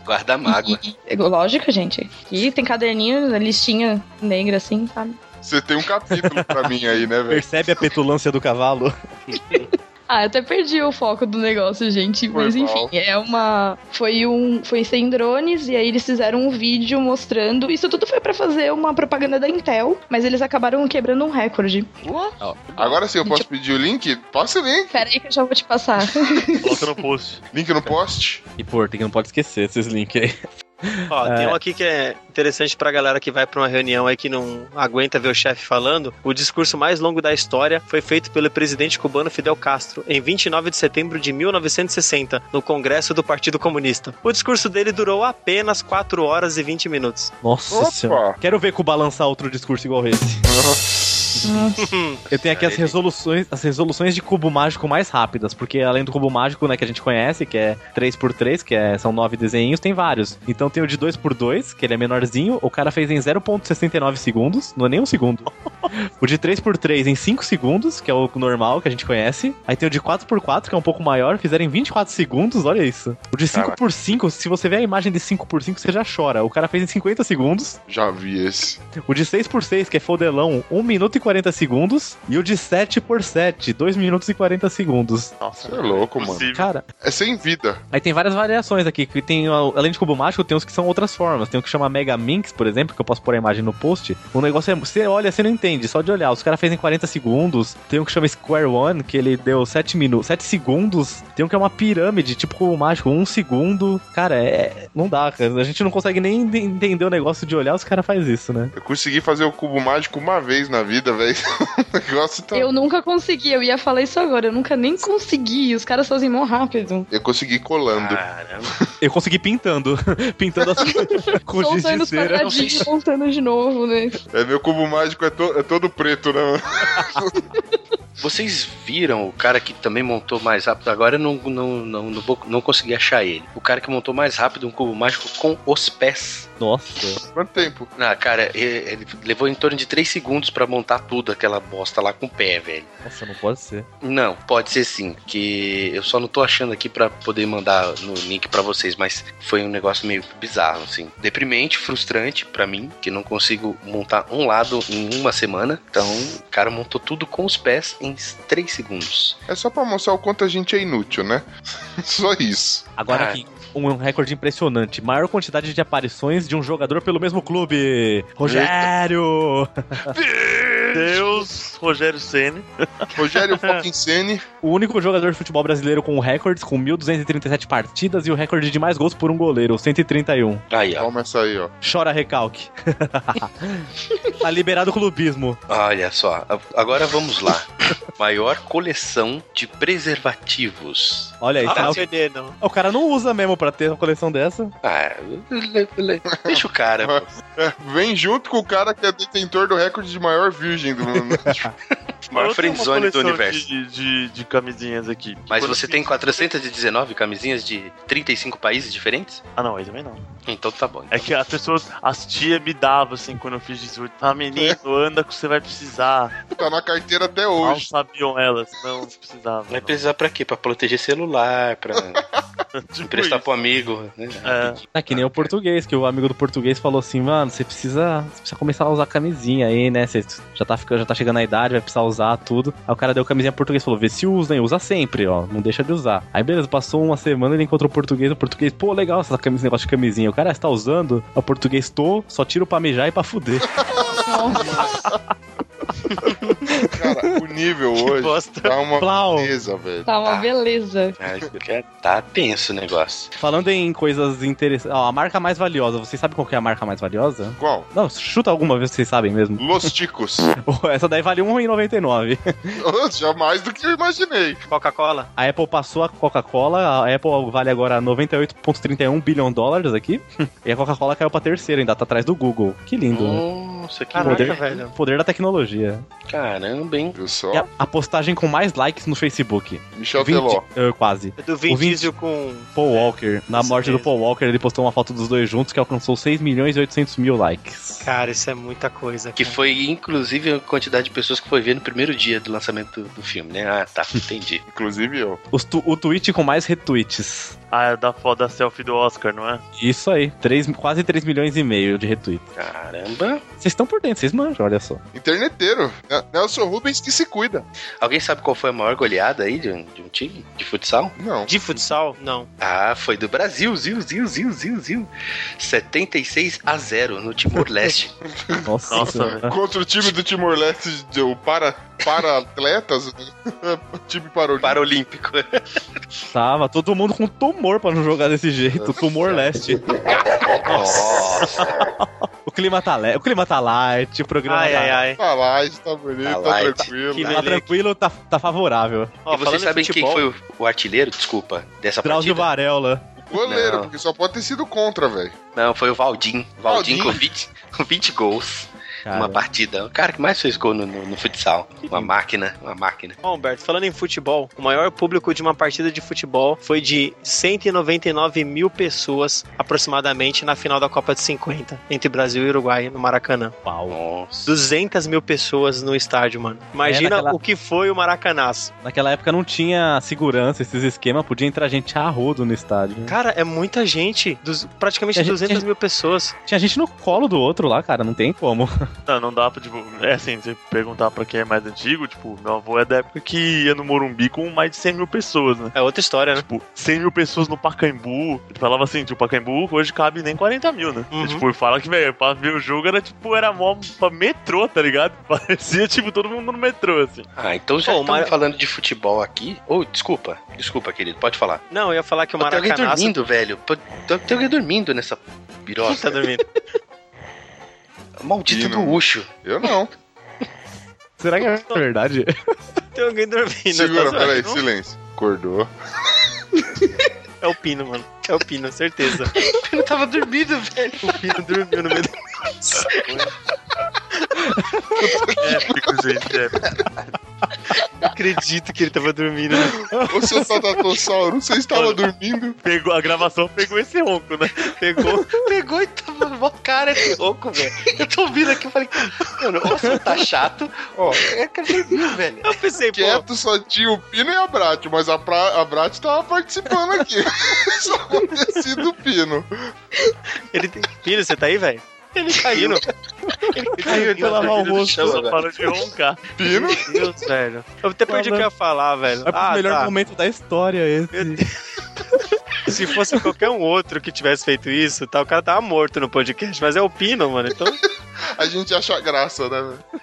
Speaker 6: Guarda mágoa.
Speaker 7: É Lógico, gente. Aqui tem caderninho, listinha negra assim, sabe?
Speaker 2: Você tem um capítulo pra mim aí, né, velho?
Speaker 8: Percebe a petulância do cavalo?
Speaker 7: Ah, eu até perdi o foco do negócio, gente.
Speaker 8: Foi
Speaker 7: Mas
Speaker 8: mal.
Speaker 7: enfim, é uma. Foi um. Foi sem drones, e aí eles fizeram um vídeo mostrando. Isso tudo foi pra fazer uma propaganda da Intel, mas eles acabaram quebrando um recorde.
Speaker 2: Agora sim, eu posso pedir o link? Passa o
Speaker 8: Hum?
Speaker 2: link.
Speaker 7: Pera aí que eu já vou te passar.
Speaker 5: Coloca no post.
Speaker 2: Link no post?
Speaker 8: E pô, tem que não pode esquecer esses links aí.
Speaker 4: Ó, tem
Speaker 8: É.
Speaker 4: um aqui que é interessante pra galera que vai pra uma reunião aí que não aguenta ver o chefe falando. O discurso mais longo da história foi feito pelo presidente cubano Fidel Castro em 29 de setembro de 1960, no Congresso do Partido Comunista. O discurso dele durou apenas 4 horas e 20 minutos.
Speaker 8: Nossa
Speaker 4: Opa!
Speaker 8: senhora. Quero ver com balançar outro discurso igual esse. Eu tenho aqui as resoluções, as resoluções de cubo mágico mais rápidas, porque além do cubo mágico, né, que a gente conhece, que é 3x3, que é- são nove desenhinhos, tem vários. Então tem o de 2x2, que ele é menorzinho, o cara fez em 0.69 segundos, não é nem um segundo. o de 3x3 em 5 segundos, que é o normal que a gente conhece. Aí tem o de 4x4, que é um pouco maior, fizeram em 24 segundos, olha isso. O de 5x5, se você vê a imagem de 5x5, você já chora. O cara fez em 50 segundos.
Speaker 2: Já vi esse.
Speaker 8: O de 6x6, que é fodelão, 1 minuto e 40 segundos. E o de 7x7, 2 minutos e 40 segundos.
Speaker 5: Nossa,
Speaker 2: é louco, mano.
Speaker 8: Cara.
Speaker 2: É sem vida.
Speaker 8: Aí tem várias variações aqui, que tem, ó, além de cubo mágico, tem uns que são outras formas. Tem o que chama Mega Minx, por exemplo, que eu posso pôr a imagem no post. O negócio é, você olha, você não entende, só de olhar. Os caras fez em 40 segundos. Tem um que chama Square One, que ele deu 7 minutos, 7 segundos. Tem um que é uma pirâmide, tipo cubo mágico, 1 segundo. Cara, é, não dá, cara. A gente não consegue nem ent- entender o negócio de olhar, os caras faz isso, né?
Speaker 2: Eu consegui fazer o cubo mágico uma vez na vida, velho. O negócio tá.
Speaker 7: Eu nunca consegui, eu ia falar isso agora, eu nunca nem consegui. Os caras fazem mó rápido.
Speaker 2: Eu consegui colando.
Speaker 8: Eu consegui pintando. Pintando as com giz
Speaker 7: Soltando
Speaker 8: de
Speaker 7: os
Speaker 8: cera.
Speaker 7: quadradinhos e montando de novo, né?
Speaker 2: É, meu cubo mágico é, to- é todo preto, né?
Speaker 6: Vocês viram o cara que também montou mais rápido? Agora eu não, não, não, não, vou- não consegui achar ele. O cara que montou mais rápido um cubo mágico com os pés.
Speaker 8: Nossa.
Speaker 2: Quanto tempo?
Speaker 6: Ah, cara, ele, ele levou em torno de 3 segundos pra montar tudo aquela bosta lá com o pé, velho.
Speaker 8: Nossa, não pode ser.
Speaker 6: Não, pode ser sim, que eu só não tô achando aqui pra poder mandar no link pra vocês, mas foi um negócio meio bizarro, assim. Deprimente, frustrante pra mim, que não consigo montar um lado em uma semana. Então, o cara montou tudo com os pés em 3 segundos.
Speaker 2: É só pra mostrar o quanto a gente é inútil, né? Só isso.
Speaker 8: Agora
Speaker 2: Ah.
Speaker 8: aqui, um recorde impressionante. Maior quantidade de aparições de um jogador pelo mesmo clube. Rogério!
Speaker 5: Deus, Rogério Ceni.
Speaker 2: Rogério fucking Ceni.
Speaker 8: o único jogador de futebol brasileiro com recordes, com 1.237 partidas e o recorde de mais gols por um goleiro, 131.
Speaker 6: Aí, ó.
Speaker 2: Toma essa aí, ó.
Speaker 8: Chora recalque. tá liberado o clubismo.
Speaker 6: Olha só, a- agora vamos lá. Maior coleção de preservativos.
Speaker 8: Olha aí,
Speaker 6: Ah,
Speaker 8: tá-
Speaker 6: você-
Speaker 8: o cara não usa mesmo pra ter uma coleção dessa.
Speaker 6: Ah, le- le- deixa o cara. pô.
Speaker 2: É, vem junto com o cara que é detentor do recorde de maior virgem do mundo.
Speaker 6: Maior
Speaker 5: Eu tenho uma
Speaker 6: friendzone do
Speaker 5: coleção
Speaker 6: universo.
Speaker 5: De, de, de camisinhas aqui.
Speaker 6: Mas
Speaker 5: Quando
Speaker 6: você
Speaker 5: eu
Speaker 6: tem 419 camisinhas de 35 países diferentes?
Speaker 5: Ah, não, aí também não.
Speaker 6: Então tá bom.
Speaker 5: É que as pessoas, as tias me davam assim quando eu fiz 18. Ah, menino, anda que você vai precisar.
Speaker 2: Tá na carteira até
Speaker 5: Mal
Speaker 2: hoje.
Speaker 5: sabiam elas, não precisava.
Speaker 6: Vai precisar pra quê? Pra proteger celular, pra Tipo emprestar pro amigo. Né?
Speaker 8: É que nem o português, que o amigo do português falou assim, mano, você precisa, você precisa começar a usar camisinha aí, né? Você já tá, ficando, já tá chegando na idade, vai precisar usar tudo. Aí o cara deu camisinha pro português e falou, vê se usa, hein? Usa sempre, ó. Não deixa de usar. Aí beleza, passou uma semana, ele encontrou o português, o português, pô, legal essa camisa, esse negócio de camisinha. O cara está usando, Aí o português tô, só tiro pra mijar e pra fuder.
Speaker 2: Cara, o nível hoje tá uma beleza, velho. Ah,
Speaker 7: Tá uma beleza.
Speaker 6: É, tá tenso o negócio.
Speaker 8: Falando em coisas interessantes. Ó, a marca mais valiosa, vocês sabem qual que é a marca mais valiosa?
Speaker 2: Qual?
Speaker 8: Não, chuta alguma vez, vocês sabem mesmo.
Speaker 2: Los Ticos.
Speaker 8: Pô, Essa daí vale R$1,99.
Speaker 2: Já mais do que eu imaginei.
Speaker 4: Coca-Cola.
Speaker 8: A Apple passou a Coca-Cola, a Apple vale agora 98,31 bilhão de dólares aqui. E a Coca-Cola caiu pra terceira, ainda tá atrás do Google. Que lindo,
Speaker 2: Oh,
Speaker 8: né?
Speaker 6: Nossa, que
Speaker 8: Caraca,
Speaker 6: poder.
Speaker 8: velho. Poder da tecnologia.
Speaker 6: Caramba, hein?
Speaker 2: Viu
Speaker 8: E a, a postagem com mais likes no Facebook.
Speaker 2: Michel
Speaker 8: Teló. É, quase.
Speaker 4: É Do Vin
Speaker 8: O Vin-
Speaker 4: Diesel com...
Speaker 8: Paul Walker. Na morte do Paul Walker, ele postou uma foto dos dois juntos que alcançou 6 milhões e 800 mil likes.
Speaker 4: Cara, isso é muita coisa.
Speaker 6: Que foi, inclusive, a quantidade de pessoas que foi ver no primeiro dia do lançamento do, do filme, né? Ah, tá, entendi.
Speaker 2: inclusive eu.
Speaker 8: Os tu- o tweet com mais retweets.
Speaker 5: Ah, é da foda selfie do Oscar, não é?
Speaker 8: Isso aí, três, quase 3 milhões e meio de retweets.
Speaker 6: Caramba.
Speaker 8: Vocês estão por dentro, vocês manjam, olha só.
Speaker 2: Interneteiro. Né- Nelson Rubens que se cuida.
Speaker 6: Alguém sabe qual foi a maior goleada aí de um, de um time? De futsal?
Speaker 2: Não.
Speaker 4: De futsal? Não.
Speaker 6: Ah, foi do Brasil, ziu, ziu, ziu, ziu, ziu. 76 a 0 no Timor-Leste.
Speaker 8: Nossa,
Speaker 2: Contra o time do Timor-Leste, de- o para, para atletas, time parolímpico.
Speaker 6: Parolímpico.
Speaker 8: Tava todo mundo com tumor pra não jogar desse jeito. Tumor leste. O clima tá, le... o clima tá light, o programa
Speaker 2: Ai,
Speaker 8: tá...
Speaker 2: ai, ai. Tá light, tá bonito, tá,
Speaker 6: light.
Speaker 2: tranquilo.
Speaker 6: Que
Speaker 8: Tá
Speaker 6: beleza.
Speaker 8: tranquilo, tá, tá favorável.
Speaker 6: e vocês sabem quem foi o, o artilheiro, desculpa, dessa
Speaker 8: Drauzio
Speaker 6: partida?
Speaker 8: Varela.
Speaker 2: Goleiro,
Speaker 6: Não.
Speaker 2: porque só pode ter sido contra, velho.
Speaker 6: Não, foi o Valdim. Valdim,
Speaker 2: Valdim?
Speaker 6: com 20, com 20 gols.
Speaker 8: Caramba.
Speaker 6: Uma partida. O cara que mais fez gol no, no- no futsal. Uma máquina, uma máquina.
Speaker 4: Ó, Humberto, falando em futebol, o maior público de uma partida de futebol foi de 199 mil pessoas, aproximadamente, na final da Copa de 50, entre Brasil e Uruguai, no Maracanã.
Speaker 8: Uau.
Speaker 4: 200 mil pessoas no estádio, mano. Imagina
Speaker 8: É, naquela-
Speaker 4: o que foi o Maracanaço.
Speaker 8: Naquela época não tinha segurança, esses esquemas, podia entrar gente a rodo no estádio. né?
Speaker 4: Cara, é muita gente. Dos- praticamente
Speaker 8: Tinha É gente-
Speaker 4: 200
Speaker 8: tinha-
Speaker 4: mil pessoas.
Speaker 8: Tinha gente no colo do outro lá, cara, não tem como.
Speaker 5: Não, não dá pra, tipo, é assim, você perguntar pra quem é mais antigo, tipo, meu avô é da época que ia no Morumbi com mais de 100 mil pessoas, né?
Speaker 4: É outra história,
Speaker 5: né? Tipo, 100 mil pessoas no Pacaembu, ele falava assim, tipo, o Pacaembu hoje cabe nem 40 mil, né?
Speaker 4: Uhum.
Speaker 5: E, tipo, fala que, velho, pra ver o jogo era, tipo, era mó pra metrô, tá ligado? Parecia, tipo, todo mundo no metrô, assim.
Speaker 6: Ah, então já
Speaker 5: Ô,
Speaker 6: estamos
Speaker 5: Mar-
Speaker 6: falando de futebol aqui. Ô, desculpa, desculpa, querido, pode falar.
Speaker 4: Não, eu ia falar que o
Speaker 6: Pô, Tem alguém
Speaker 4: Maracanaço...
Speaker 6: dormindo, velho. Pô, Tem tem alguém dormindo nessa piroca.
Speaker 4: Quem tá dormindo?
Speaker 6: Maldito
Speaker 8: Ih, não.
Speaker 6: do Ucho.
Speaker 2: Eu não.
Speaker 8: Será que é verdade?
Speaker 4: Tem alguém dormindo.
Speaker 2: Segura,
Speaker 4: tá zoando,
Speaker 2: peraí,
Speaker 4: não?
Speaker 2: silêncio. Acordou.
Speaker 4: É o Pino, mano. É o Pino, certeza.
Speaker 6: Eu não tava dormindo, velho.
Speaker 4: O Pino dormiu no meio do...
Speaker 5: Épico, gente, épico.
Speaker 4: Não acredito que ele tava dormindo. né?
Speaker 2: Ô, seu Tatatossauro, você estava dormindo?
Speaker 5: Pegou, a gravação pegou esse ronco, né?
Speaker 4: Pegou.
Speaker 6: Pegou e tava mó cara de louco, velho. Eu tô ouvindo aqui e falei, mano, ou você tá chato,
Speaker 2: Ó,
Speaker 6: é que ele dormiu, velho.
Speaker 4: Eu pensei,
Speaker 2: Quieto só tinha o Pino e a Brat, mas a, pra, a Brat tava participando aqui. só acontecido o Pino.
Speaker 4: Ele tem... Pino, você tá aí, velho? Ele caiu. Ele
Speaker 5: caiu, ele foi lavar o rosto. Só parou de roncar.
Speaker 2: Pino?
Speaker 4: Meu Deus, velho. Eu até perdi o que eu ia falar, velho.
Speaker 8: É o
Speaker 4: Ah,
Speaker 8: melhor
Speaker 4: tá.
Speaker 8: momento da história esse.
Speaker 4: Se fosse qualquer um outro que tivesse feito isso, tá, o cara tava morto no podcast. Mas é o Pino, mano. Então
Speaker 2: A gente acha graça, né?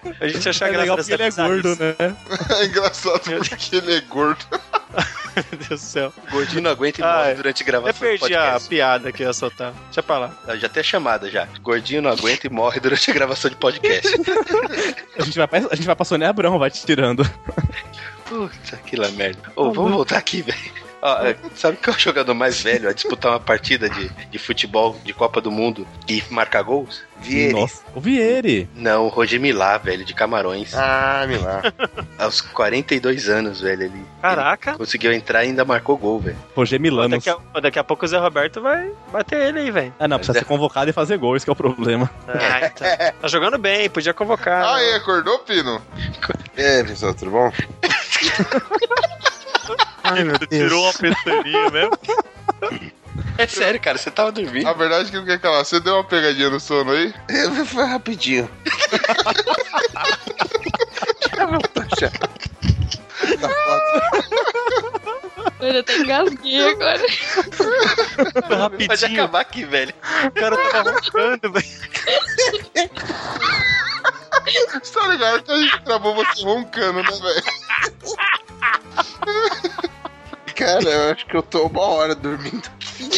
Speaker 2: velho?
Speaker 4: a gente achar
Speaker 8: É
Speaker 4: graça
Speaker 8: legal
Speaker 4: dessa
Speaker 8: porque ele é
Speaker 4: bizarrice.
Speaker 8: gordo, né?
Speaker 2: É engraçado porque ele é gordo.
Speaker 4: Meu Deus do céu.
Speaker 6: Gordinho não aguenta e
Speaker 4: Ah,
Speaker 6: morre durante é. a gravação
Speaker 4: Eu
Speaker 6: do
Speaker 4: perdi a
Speaker 6: podcast.
Speaker 4: piada que eu ia soltar. Deixa pra lá.
Speaker 6: Ah, Já tem a chamada já. Gordinho não aguenta e morre durante a gravação de podcast.
Speaker 8: A gente vai pra, a gente vai pra Sônia Abrão, vai te tirando.
Speaker 6: Puta que lá merda. Ô, vamos voltar aqui, velho. Ó, é, sabe qual é o jogador mais velho a disputar uma partida de, de futebol de Copa do Mundo e marcar gols? Vieri.
Speaker 8: Nossa, o Vieri.
Speaker 6: Não, o Roger Milá, velho, de Camarões.
Speaker 13: Ah, Milá.
Speaker 6: Aos 42 anos, velho, ele
Speaker 4: Caraca. é
Speaker 6: conseguiu entrar e ainda marcou gol, velho.
Speaker 8: Roger Milano.
Speaker 4: Daqui a, daqui a pouco o Zé Roberto vai bater ele aí, velho.
Speaker 8: Ah, não, precisa ser convocado e fazer gol, isso que é o problema.
Speaker 4: Ah, tá.
Speaker 5: então.
Speaker 4: Tá jogando bem, podia convocar. né?
Speaker 2: Ah, e acordou, Pino?
Speaker 13: E aí, pessoal, tudo bom?
Speaker 5: Tirou uma pestaninha mesmo.
Speaker 6: É sério, cara, você tava dormindo.
Speaker 2: A verdade é que não quer calar. Você deu uma pegadinha no sono aí?
Speaker 13: Eu- Foi rapidinho.
Speaker 7: Eu até engasguei agora.
Speaker 4: rapidinho.
Speaker 6: Pode acabar aqui, velho.
Speaker 4: O cara tava roncando, velho.
Speaker 2: Você tá ligado que a gente gravou você roncando, né,
Speaker 3: velho? Cara, eu acho que eu tô uma hora dormindo aqui.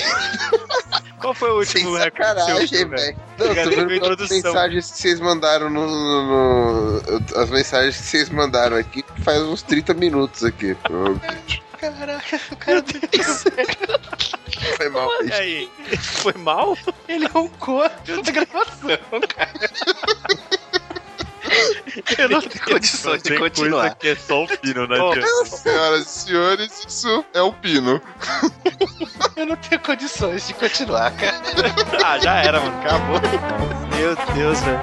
Speaker 4: Qual foi o último recorde
Speaker 3: Sacanagem, velho. Não, tô vendo pelas mensagens que vocês mandaram no, no- no- As mensagens que vocês mandaram aqui faz uns 30 minutos aqui.
Speaker 6: Caraca, o cara tá tem que
Speaker 3: Foi mal.
Speaker 4: E aí? Foi mal? Ele roncou durante a gravação,
Speaker 6: cara. Eu não tenho condições de continuar.
Speaker 5: que é só o pino, né?
Speaker 6: Ô,
Speaker 5: tia?
Speaker 2: Senhoras e senhores, isso é o pino.
Speaker 6: Eu não tenho condições de continuar, cara.
Speaker 4: ah, já era, mano. Acabou. Meu Deus, velho.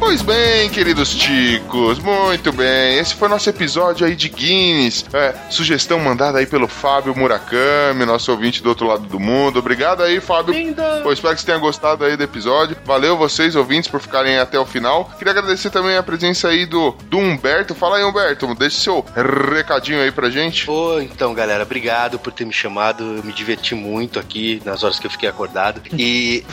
Speaker 2: Pois bem, queridos ticos, muito bem. Esse foi nosso episódio aí de Guinness. É, sugestão mandada aí pelo Fábio Murakami, nosso ouvinte do outro lado do mundo. Obrigado aí, Fábio. Pô, espero que você tenha gostado aí do episódio. Valeu vocês, ouvintes, por ficarem até o final. Queria agradecer também a presença aí do, do Humberto. Fala aí, Humberto, deixa seu recadinho aí pra gente.
Speaker 6: Ô, então, galera, obrigado por ter me chamado. Eu me diverti muito aqui nas horas que eu fiquei acordado. E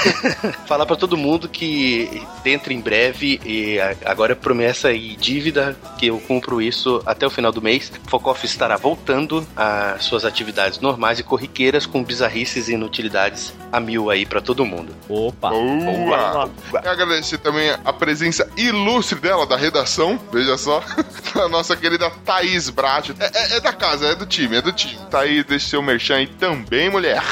Speaker 6: falar pra todo mundo que dentro em breve, e a- agora é promessa e dívida que eu cumpro isso até o final do mês. Focoff estará voltando às suas atividades normais e corriqueiras com bizarrices e inutilidades a mil aí pra todo mundo.
Speaker 8: Opa!
Speaker 2: Boa. Quero agradecer também a presença ilustre dela, da redação, veja só, a nossa querida Thaís Brat. É, é- é da casa, é do time, é do time. Thaís, deixa seu merchan aí também, mulher.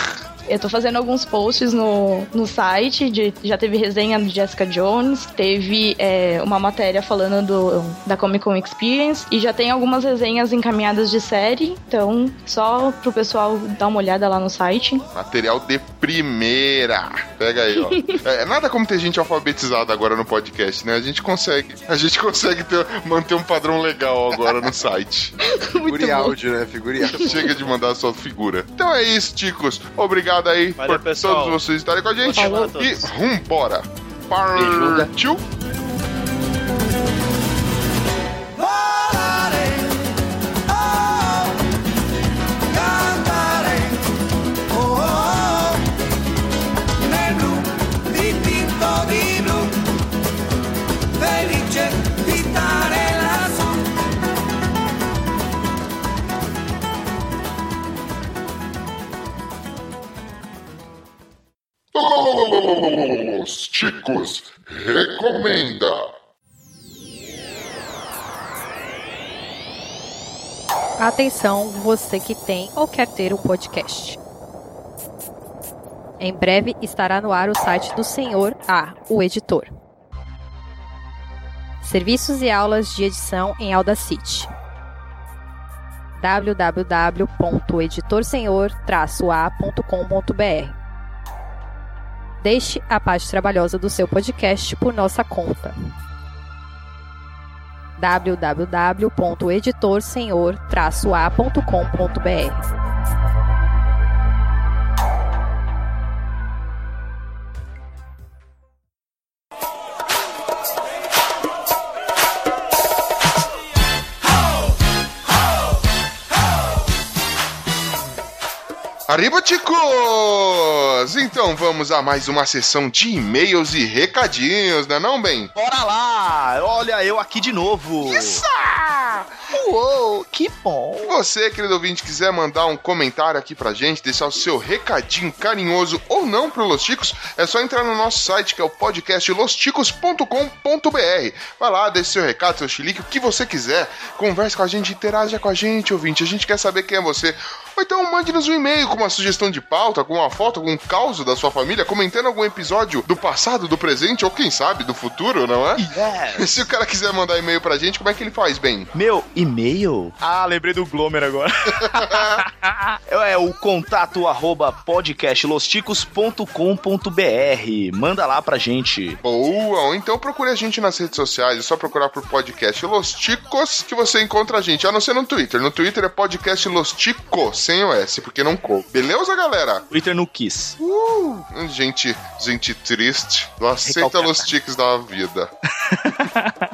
Speaker 7: Eu tô fazendo alguns posts no, no site, de- já teve resenha do Jessica Jones, teve é, uma matéria falando do- da Comic Con Experience e já tem algumas resenhas encaminhadas de série, então só pro pessoal dar uma olhada lá no site.
Speaker 2: Material de primeira. Pega aí, ó. É, nada como ter gente alfabetizada agora no podcast, né? A gente consegue, a gente consegue ter- manter um padrão legal agora no site.
Speaker 3: Figura e áudio, né? Figura e áudio.
Speaker 2: Chega de mandar só figura. Então é isso, Ticos. Obrigado aí
Speaker 3: Valeu,
Speaker 2: por
Speaker 3: pessoal.
Speaker 2: todos vocês estarem com a gente.
Speaker 3: Falou a
Speaker 2: E
Speaker 3: todos.
Speaker 2: vambora. Partiu.
Speaker 11: Felice di stare lassù
Speaker 2: Os Ticos recomenda.
Speaker 15: Atenção, você que tem ou quer ter um podcast. Em breve estará no ar o site do Senhor A, o editor. Serviços e aulas de edição em Audacity. www.editorsenhor-a.com.br Deixe a parte trabalhosa do seu podcast por nossa conta www.editorsenhor-a.com.br.
Speaker 2: Arriba, Ticos! Então vamos a mais uma sessão de e-mails e recadinhos, né não, Ben?
Speaker 9: Bora lá! Ah, Olha eu aqui de novo!
Speaker 2: Uou, que bom! Se você, querido ouvinte, quiser mandar um comentário aqui pra gente, deixar o seu recadinho carinhoso ou não pro Los Ticos, é só entrar no nosso site que é o podcast losticos.com.br. Vai lá, deixa seu recado, seu chilique, o que você quiser. Converse com a gente, interaja com a gente, ouvinte. A gente quer saber quem é você. Ou então mande-nos um e-mail com uma sugestão de pauta, com uma foto, com um caos da sua família, comentando algum episódio do passado, do presente ou quem sabe do futuro, não é? Se o cara quiser mandar e-mail pra gente, como é que ele faz, Ben?
Speaker 9: Meu e-mail?
Speaker 16: Ah, lembrei do Glomer agora.
Speaker 9: É o contato arroba podcastlosticos.com.br. Manda lá pra gente.
Speaker 2: Boa, ou então procure a gente nas redes sociais, é só procurar por podcast Los Ticos que você encontra a gente, a não ser no Twitter. No Twitter é podcast Los Tico, sem o S, porque não coube. Beleza, galera?
Speaker 9: Twitter no Kiss.
Speaker 2: Uh, gente, gente triste, não aceita
Speaker 9: Recalcada.
Speaker 2: Los Ticos da vida.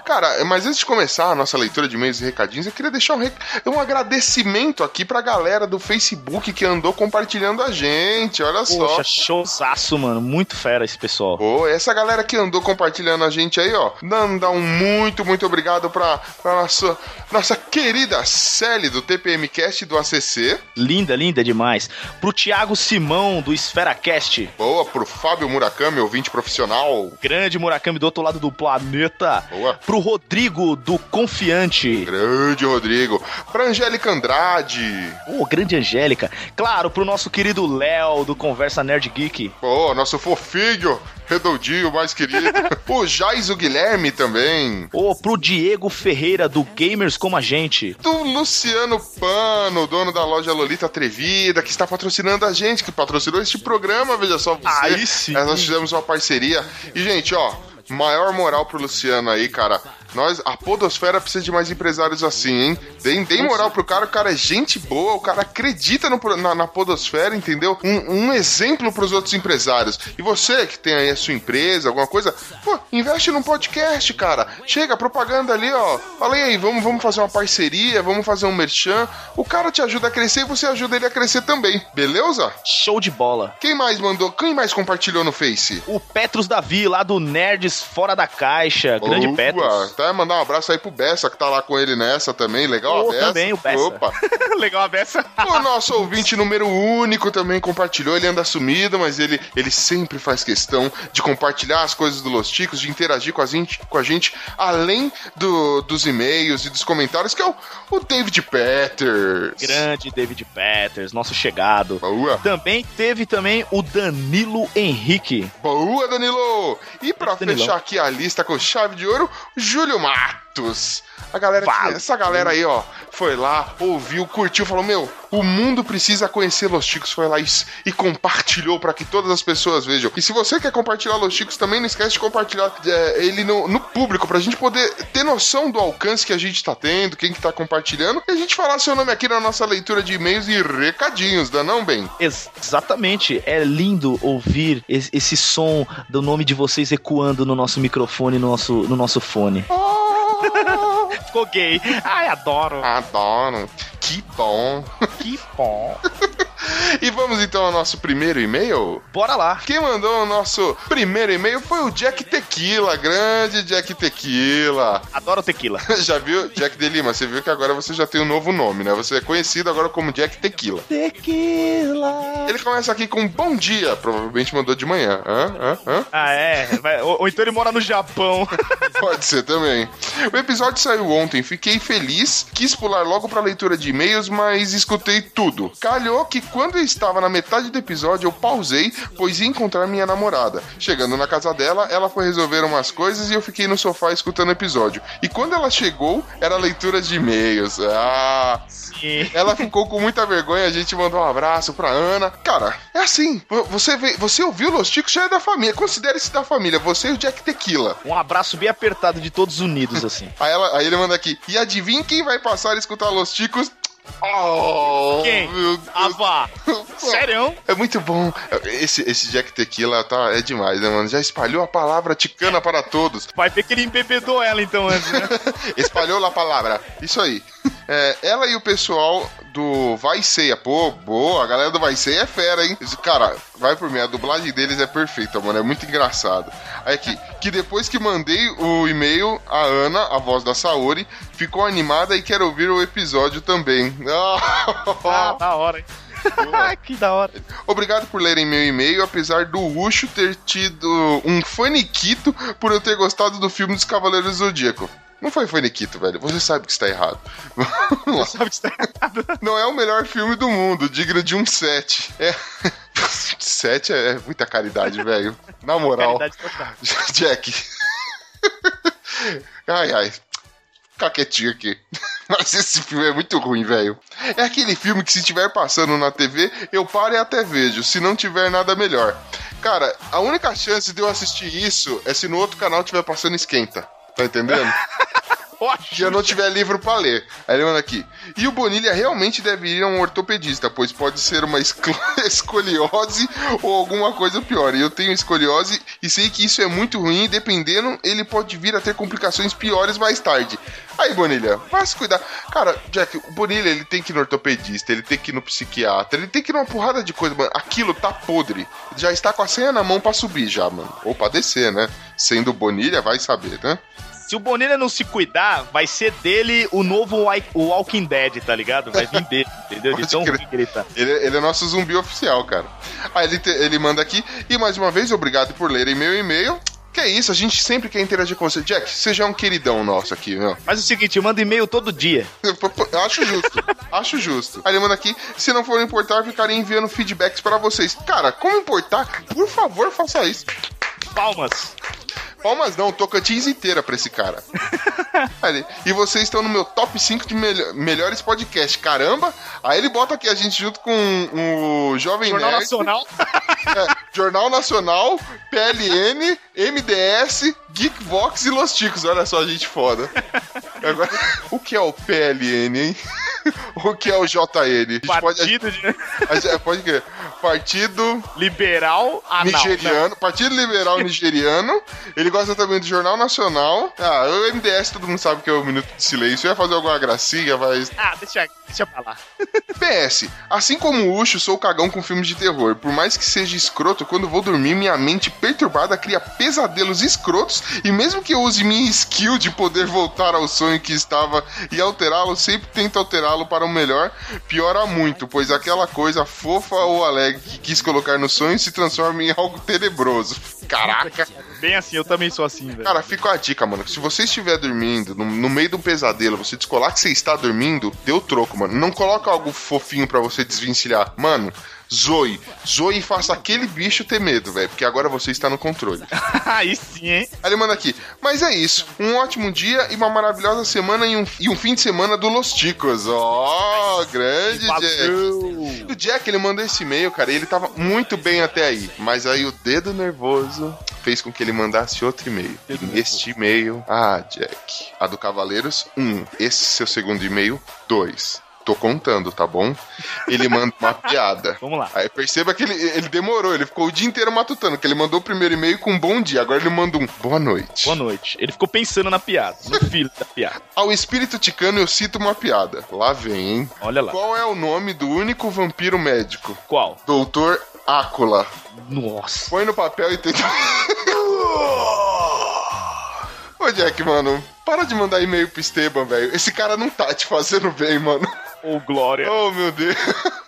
Speaker 2: Cara, mas antes de começar a nossa leitura de e-mails e recadinhos, eu queria deixar um, rec... um agradecimento aqui pra galera do Facebook que andou compartilhando a gente. Olha
Speaker 16: Poxa,
Speaker 2: só.
Speaker 16: showzaço, mano. Muito fera esse pessoal.
Speaker 2: Pô, essa galera que andou compartilhando a gente aí, ó. Nanda, um muito, muito obrigado pra, pra nossa, nossa querida Sally do TPMcast e do ACC.
Speaker 16: Linda, linda demais. Pro Thiago Simão, do EsferaCast.
Speaker 2: Boa, pro Fábio Murakami, ouvinte profissional.
Speaker 16: Grande Murakami do outro lado do planeta.
Speaker 2: Boa.
Speaker 16: Pro Rodrigo, do Confiante.
Speaker 2: Grande Rodrigo. Pra Angélica Andrade.
Speaker 16: Ô, grande Angélica. Claro, pro nosso querido Léo, do Conversa Nerd Geek.
Speaker 2: Pô, nosso fofinho, redondinho, mais querido. o Jaiso Guilherme também.
Speaker 16: Ô, pro Diego Ferreira, do Gamers Como a Gente.
Speaker 2: do Luciano Pano, dono da loja Lolita Atrevida, que está patrocinando a gente, que patrocinou este programa, veja só você.
Speaker 16: Aí sim.
Speaker 2: Nós fizemos uma parceria. E, gente, ó, maior moral pro Luciano aí, cara. Nós, a Podosfera precisa de mais empresários assim, hein? Deem, deem moral pro cara, o cara é gente boa, o cara acredita no pro- na, na Podosfera, entendeu? Um, um exemplo pros outros empresários. E você que tem aí a sua empresa, alguma coisa, pô, investe num podcast, cara. Chega, propaganda ali, ó. Fala "E aí, vamos, vamos fazer uma parceria, vamos fazer um merchan. O cara te ajuda a crescer e você ajuda ele a crescer também, beleza?
Speaker 16: Show de bola.
Speaker 2: Quem mais mandou? Quem mais compartilhou no Face?
Speaker 16: O Petros Davi, lá do Nerds Fora da Caixa. Grande
Speaker 2: Boa.
Speaker 16: Petros.
Speaker 2: Tá, mandar um abraço aí pro Bessa, que tá lá com ele nessa também. Legal a
Speaker 16: Ô,
Speaker 2: Bessa.
Speaker 16: também o Bessa.
Speaker 2: Opa.
Speaker 16: Legal a beça.
Speaker 2: O nosso ouvinte número único também compartilhou. Ele anda sumido, mas ele, ele sempre faz questão de compartilhar as coisas do Los Ticos, de interagir com a gente, com a gente além do- dos e-mails e dos comentários, que é o, o David Peters.
Speaker 16: Grande David Peters, nosso chegado.
Speaker 2: Boa.
Speaker 16: Também teve também o Danilo Henrique.
Speaker 2: Boa, Danilo! E pra
Speaker 16: Danilão.
Speaker 2: fechar aqui a lista com chave de ouro, Júlio Matos. A galera, que- essa galera aí, ó, foi lá, ouviu, curtiu, falou: Meu, o mundo precisa conhecer Los Chicos. Foi lá e, s- e compartilhou pra que todas as pessoas vejam. E se você quer compartilhar Los Chicos, também não esquece de compartilhar é, ele no, no público, pra gente poder ter noção do alcance que a gente tá tendo, quem que tá compartilhando, e a gente falar seu nome aqui na nossa leitura de e-mails e recadinhos, danão, bem?
Speaker 16: Ex- Exatamente, é lindo ouvir es- esse som do nome de vocês ecoando no nosso microfone, no nosso, no nosso fone. Ficou gay. Ai, adoro.
Speaker 2: Adoro. Que bom.
Speaker 16: Que bom.
Speaker 2: E vamos então ao nosso primeiro e-mail?
Speaker 16: Bora lá.
Speaker 2: Quem mandou o nosso primeiro e-mail foi o Jack Tequila, grande Jack Tequila.
Speaker 16: Adoro tequila.
Speaker 2: Já viu, Jack de Lima? Você viu que agora você já tem um novo nome, né? Você é conhecido agora como Jack Tequila.
Speaker 16: Tequila.
Speaker 2: Ele começa aqui com um bom dia, provavelmente mandou de manhã. Hã? Hã? Hã?
Speaker 16: Ah, é? Vai- ou, ou então ele mora no Japão.
Speaker 2: Pode ser também. O episódio saiu ontem, fiquei feliz, quis pular logo pra leitura de e-mails, mas escutei tudo. Calhou que quando eu estava na metade do episódio, eu pausei, pois ia encontrar minha namorada. Chegando na casa dela, ela foi resolver umas coisas e eu fiquei no sofá escutando o episódio. E quando ela chegou, era leitura de e-mails. Ah! Ela ficou com muita vergonha, a gente mandou um abraço pra Ana. Cara, é assim, vo- você, vê, você ouviu Los Ticos, já é da família. Considere-se da família, você e o Jack Tequila.
Speaker 16: Um abraço bem apertado de todos unidos, assim.
Speaker 2: Aí, ela- aí ele manda aqui. E adivinha quem vai passar a escutar Los Ticos? Oh,
Speaker 16: Quem?
Speaker 2: meu Deus.
Speaker 16: Avá. Ah, Sério?
Speaker 2: É muito bom. Esse, esse Jack Tequila tá, é demais, né, mano? Já espalhou a palavra ticana para todos.
Speaker 16: Vai ver que ele embebedou ela então antes, né?
Speaker 2: Espalhou lá a palavra. Isso aí. É, ela e o pessoal do Vai Ceia. Pô, boa. A galera do Vai Ceia é fera, hein? Esse Cara, vai por mim. A dublagem deles é perfeita, mano. É muito engraçado. Aí aqui, que depois que mandei o e-mail, a Ana, a voz da Saori, ficou animada e quer ouvir o episódio também.
Speaker 16: Ah, da hora, hein? que da hora.
Speaker 2: Obrigado por lerem meu e-mail, apesar do Ucho ter tido um faniquito por eu ter gostado do filme dos Cavaleiros do Zodíaco. Não foi faniquito, velho. Você sabe que está errado. Vamos lá.
Speaker 16: Sabe que está errado.
Speaker 2: Não é o melhor filme do mundo, digno de um 7. É. 7 é muita caridade, velho. Na moral.
Speaker 16: Caridade total.
Speaker 2: Jack. Ai, ai. Ficar quietinho aqui. Mas esse filme é muito ruim, velho. É aquele filme que se estiver passando na TV, eu paro e até vejo, se não tiver nada melhor. Cara, a única chance de eu assistir isso é se no outro canal tiver passando esquenta. Tá entendendo? Se eu não tiver livro pra ler. Aí ele manda aqui. E o Bonilha realmente deve ir a um ortopedista, pois pode ser uma escl- escoliose ou alguma coisa pior. E eu tenho escoliose e sei que isso é muito ruim, e dependendo, ele pode vir a ter complicações piores mais tarde. Aí, Bonilha, vai se cuidar. Cara, Jack, o Bonilha, ele tem que ir no ortopedista, ele tem que ir no psiquiatra, ele tem que ir numa porrada de coisa, mano. Aquilo tá podre. Já está com a senha na mão pra subir já, mano. Ou pra descer, né? Sendo Bonilha, vai saber, né?
Speaker 14: Se o Bonilha não se cuidar, vai ser dele o novo Wa- o Walking Dead, tá ligado? Vai vir dele, entendeu? De tão ruim que ele tá.
Speaker 2: Ele, ele é nosso zumbi oficial, cara. Aí ele, te- ele manda aqui. E mais uma vez, obrigado por lerem meu e-mail. Que é isso, a gente sempre quer interagir com você. Jack, você já é um queridão nosso aqui, meu.
Speaker 14: Faz o seguinte, manda e-mail todo dia.
Speaker 2: Eu acho justo, acho justo. Aí ele manda aqui, se não for importar, ficarei enviando feedbacks pra vocês. Cara, como importar? Por favor, faça isso.
Speaker 14: Palmas.
Speaker 2: Palmas não, Tocantins inteira pra esse cara. Ali. E vocês estão no meu top 5 de melho- melhores podcasts. Caramba! Aí ele bota aqui a gente junto com o Jovem
Speaker 14: Jornal
Speaker 2: Nerd.
Speaker 14: Nacional.
Speaker 2: É, Jornal Nacional, PLN, MDS, Geekbox e Los Ticos. Olha só, gente foda. Agora, o que é o PLN, hein? O que é o JN? A gente
Speaker 14: Partido de...
Speaker 2: a gente- é, pode crer. Partido
Speaker 14: Liberal anal.
Speaker 2: nigeriano,
Speaker 14: Não.
Speaker 2: Partido Liberal Nigeriano. Ele gosta também do Jornal Nacional. Ah, o MDS todo mundo sabe que é o Minuto de Silêncio. Vai fazer alguma gracinha, vai.
Speaker 14: Ah, deixa, deixa pra lá.
Speaker 2: PS, assim como o Ucho, sou cagão com filmes de terror. Por mais que seja escroto, quando vou dormir, minha mente perturbada cria pesadelos escrotos. E mesmo que eu use minha skill de poder voltar ao sonho que estava e alterá-lo, sempre tento alterá-lo para o melhor. Piora muito, pois aquela coisa fofa ou alegre que quis colocar no sonho se transforma em algo tenebroso. Caraca.
Speaker 14: Bem assim, eu também sou assim, velho.
Speaker 2: Cara, fica a dica, mano. Se você estiver dormindo, no, no meio de um pesadelo, você descolar que você está dormindo, deu troco, mano. Não coloca algo fofinho pra você desvencilhar. Mano, zoe. Zoe e faça aquele bicho ter medo, velho. Porque agora você está no controle.
Speaker 14: Aí sim, hein?
Speaker 2: Aí ele manda aqui. Mas é isso. Um ótimo dia e uma maravilhosa semana e um, e um fim de semana do Los Ticos. Ó, grande Jack. O Jack, ele mandou esse e-mail, cara. E ele tava muito bem até aí. Mas aí o dedo nervoso fez com que ele mandasse outro e-mail. E Este e-mail. Ah, Jack. A do Cavaleiros, um. Esse seu segundo e-mail, dois. Tô contando, tá bom? Ele manda uma piada.
Speaker 14: Vamos lá.
Speaker 2: Aí perceba que ele, ele demorou, ele ficou o dia inteiro matutando, que ele mandou o primeiro e-mail com um bom dia, agora ele manda um boa noite.
Speaker 14: Boa noite. Ele ficou pensando na piada, no filho da piada.
Speaker 2: Ao espírito ticano eu cito uma piada. Lá vem, hein?
Speaker 14: Olha lá.
Speaker 2: Qual é o nome do único vampiro médico?
Speaker 14: Qual?
Speaker 2: Doutor Ácula.
Speaker 14: Nossa.
Speaker 2: Põe no papel e tenta. Ô Jack, mano, para de mandar e-mail pro Esteban, velho. Esse cara não tá te fazendo bem, mano.
Speaker 14: Ô, Glória.
Speaker 2: Oh, meu Deus.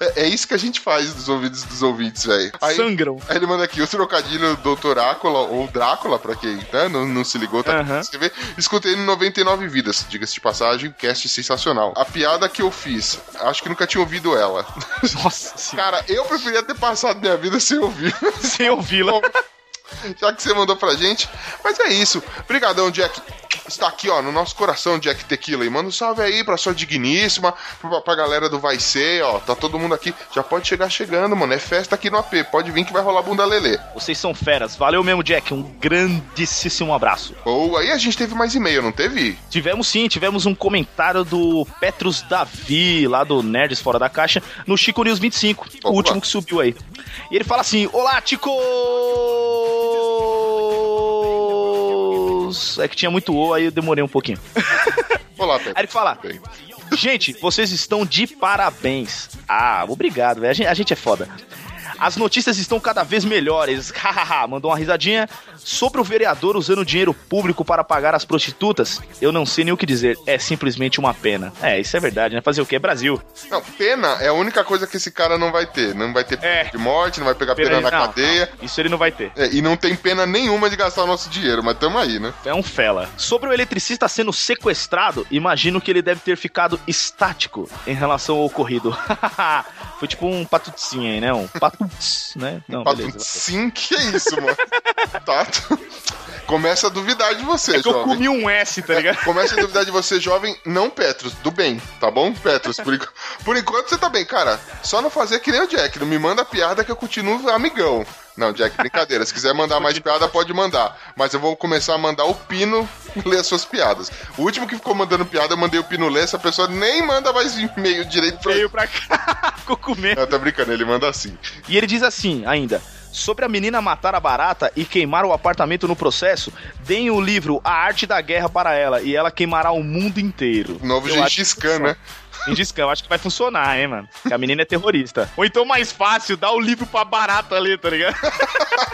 Speaker 2: É, é isso que a gente faz dos ouvidos dos ouvintes, velho. Aí-
Speaker 14: Sangram.
Speaker 2: Aí ele manda aqui o trocadilho Doutor Ácula, ou Drácula, pra quem né, não, não se ligou, tá
Speaker 14: Aham.
Speaker 2: escrever. Escutei no 99 Vidas, diga-se de passagem, cast sensacional. A piada que eu fiz, acho que nunca tinha ouvido ela.
Speaker 14: Nossa senhora.
Speaker 2: Cara, eu preferia ter passado minha vida sem ouvir.
Speaker 14: Sem ouvi-la.
Speaker 2: Já que você mandou pra gente. Mas é isso. Obrigadão, Jack. Está aqui, ó, no nosso coração, Jack Tequila. E manda um salve aí pra sua digníssima, pra, pra galera do Vai Ser, ó. Tá todo mundo aqui. Já pode chegar chegando, mano. É festa aqui no AP. Pode vir que vai rolar bunda lelê.
Speaker 14: Vocês são feras. Valeu mesmo, Jack. Um grandíssimo abraço.
Speaker 2: Boa. E a gente teve mais e-mail, não teve?
Speaker 14: Tivemos sim, tivemos um comentário do Petrus Davi, lá do Nerds Fora da Caixa, no Chico News 25, o último que subiu aí. E ele fala assim: Olá, Ticos! É que tinha muito O, aí eu demorei um pouquinho.
Speaker 2: Olá,
Speaker 14: Aí ele fala: Gente, vocês estão de parabéns. Ah, obrigado, velho. A gente- A gente é foda. As notícias estão cada vez melhores. Hahaha, mandou uma risadinha. Sobre o vereador usando dinheiro público para pagar as prostitutas, eu não sei nem o que dizer. É simplesmente uma pena. É, isso é verdade, né? Fazer o quê? Brasil.
Speaker 2: Não, pena é a única coisa que esse cara não vai ter. Não vai ter pena de morte, não vai pegar pena,
Speaker 14: É. Pena
Speaker 2: na
Speaker 14: de- não,
Speaker 2: cadeia.
Speaker 14: Isso ele não vai ter.
Speaker 2: É, e não tem pena nenhuma de gastar o nosso dinheiro, mas tamo aí, né?
Speaker 14: É um fela. Sobre o eletricista sendo sequestrado, imagino que ele deve ter ficado estático em relação ao ocorrido. Foi tipo um patutinho aí, né? Um patuts, né? Não,
Speaker 2: Pato- Sim, que isso, mano. tá. Começa a duvidar de você,
Speaker 14: É que eu
Speaker 2: jovem. É,
Speaker 14: comi um S, tá ligado?
Speaker 2: Começa a duvidar de você, jovem, não Petros, do bem, tá bom, Petros? Por, enqu- por enquanto você tá bem, cara. Só não fazer que nem o Jack, não me manda piada que eu continuo amigão. Não, Jack, brincadeira. Se quiser mandar mais piada, pode mandar. Mas eu vou começar a mandar o Pino ler as suas piadas. O último que ficou mandando piada, eu mandei o Pino ler. Essa pessoa nem manda mais e-mail direito pra
Speaker 14: Veio pra cá, ficou com medo.
Speaker 2: Não, tá brincando, ele manda assim.
Speaker 14: E ele diz assim ainda. Sobre a menina matar a barata e queimar o apartamento no processo, deem o livro A Arte da Guerra para ela e ela queimará o mundo inteiro.
Speaker 2: Novo Gengis Khan, né?
Speaker 14: Gengis Khan, eu acho que vai funcionar, hein, mano? Porque a menina é terrorista. Ou então, mais fácil, dá o livro pra barata ali, tá ligado?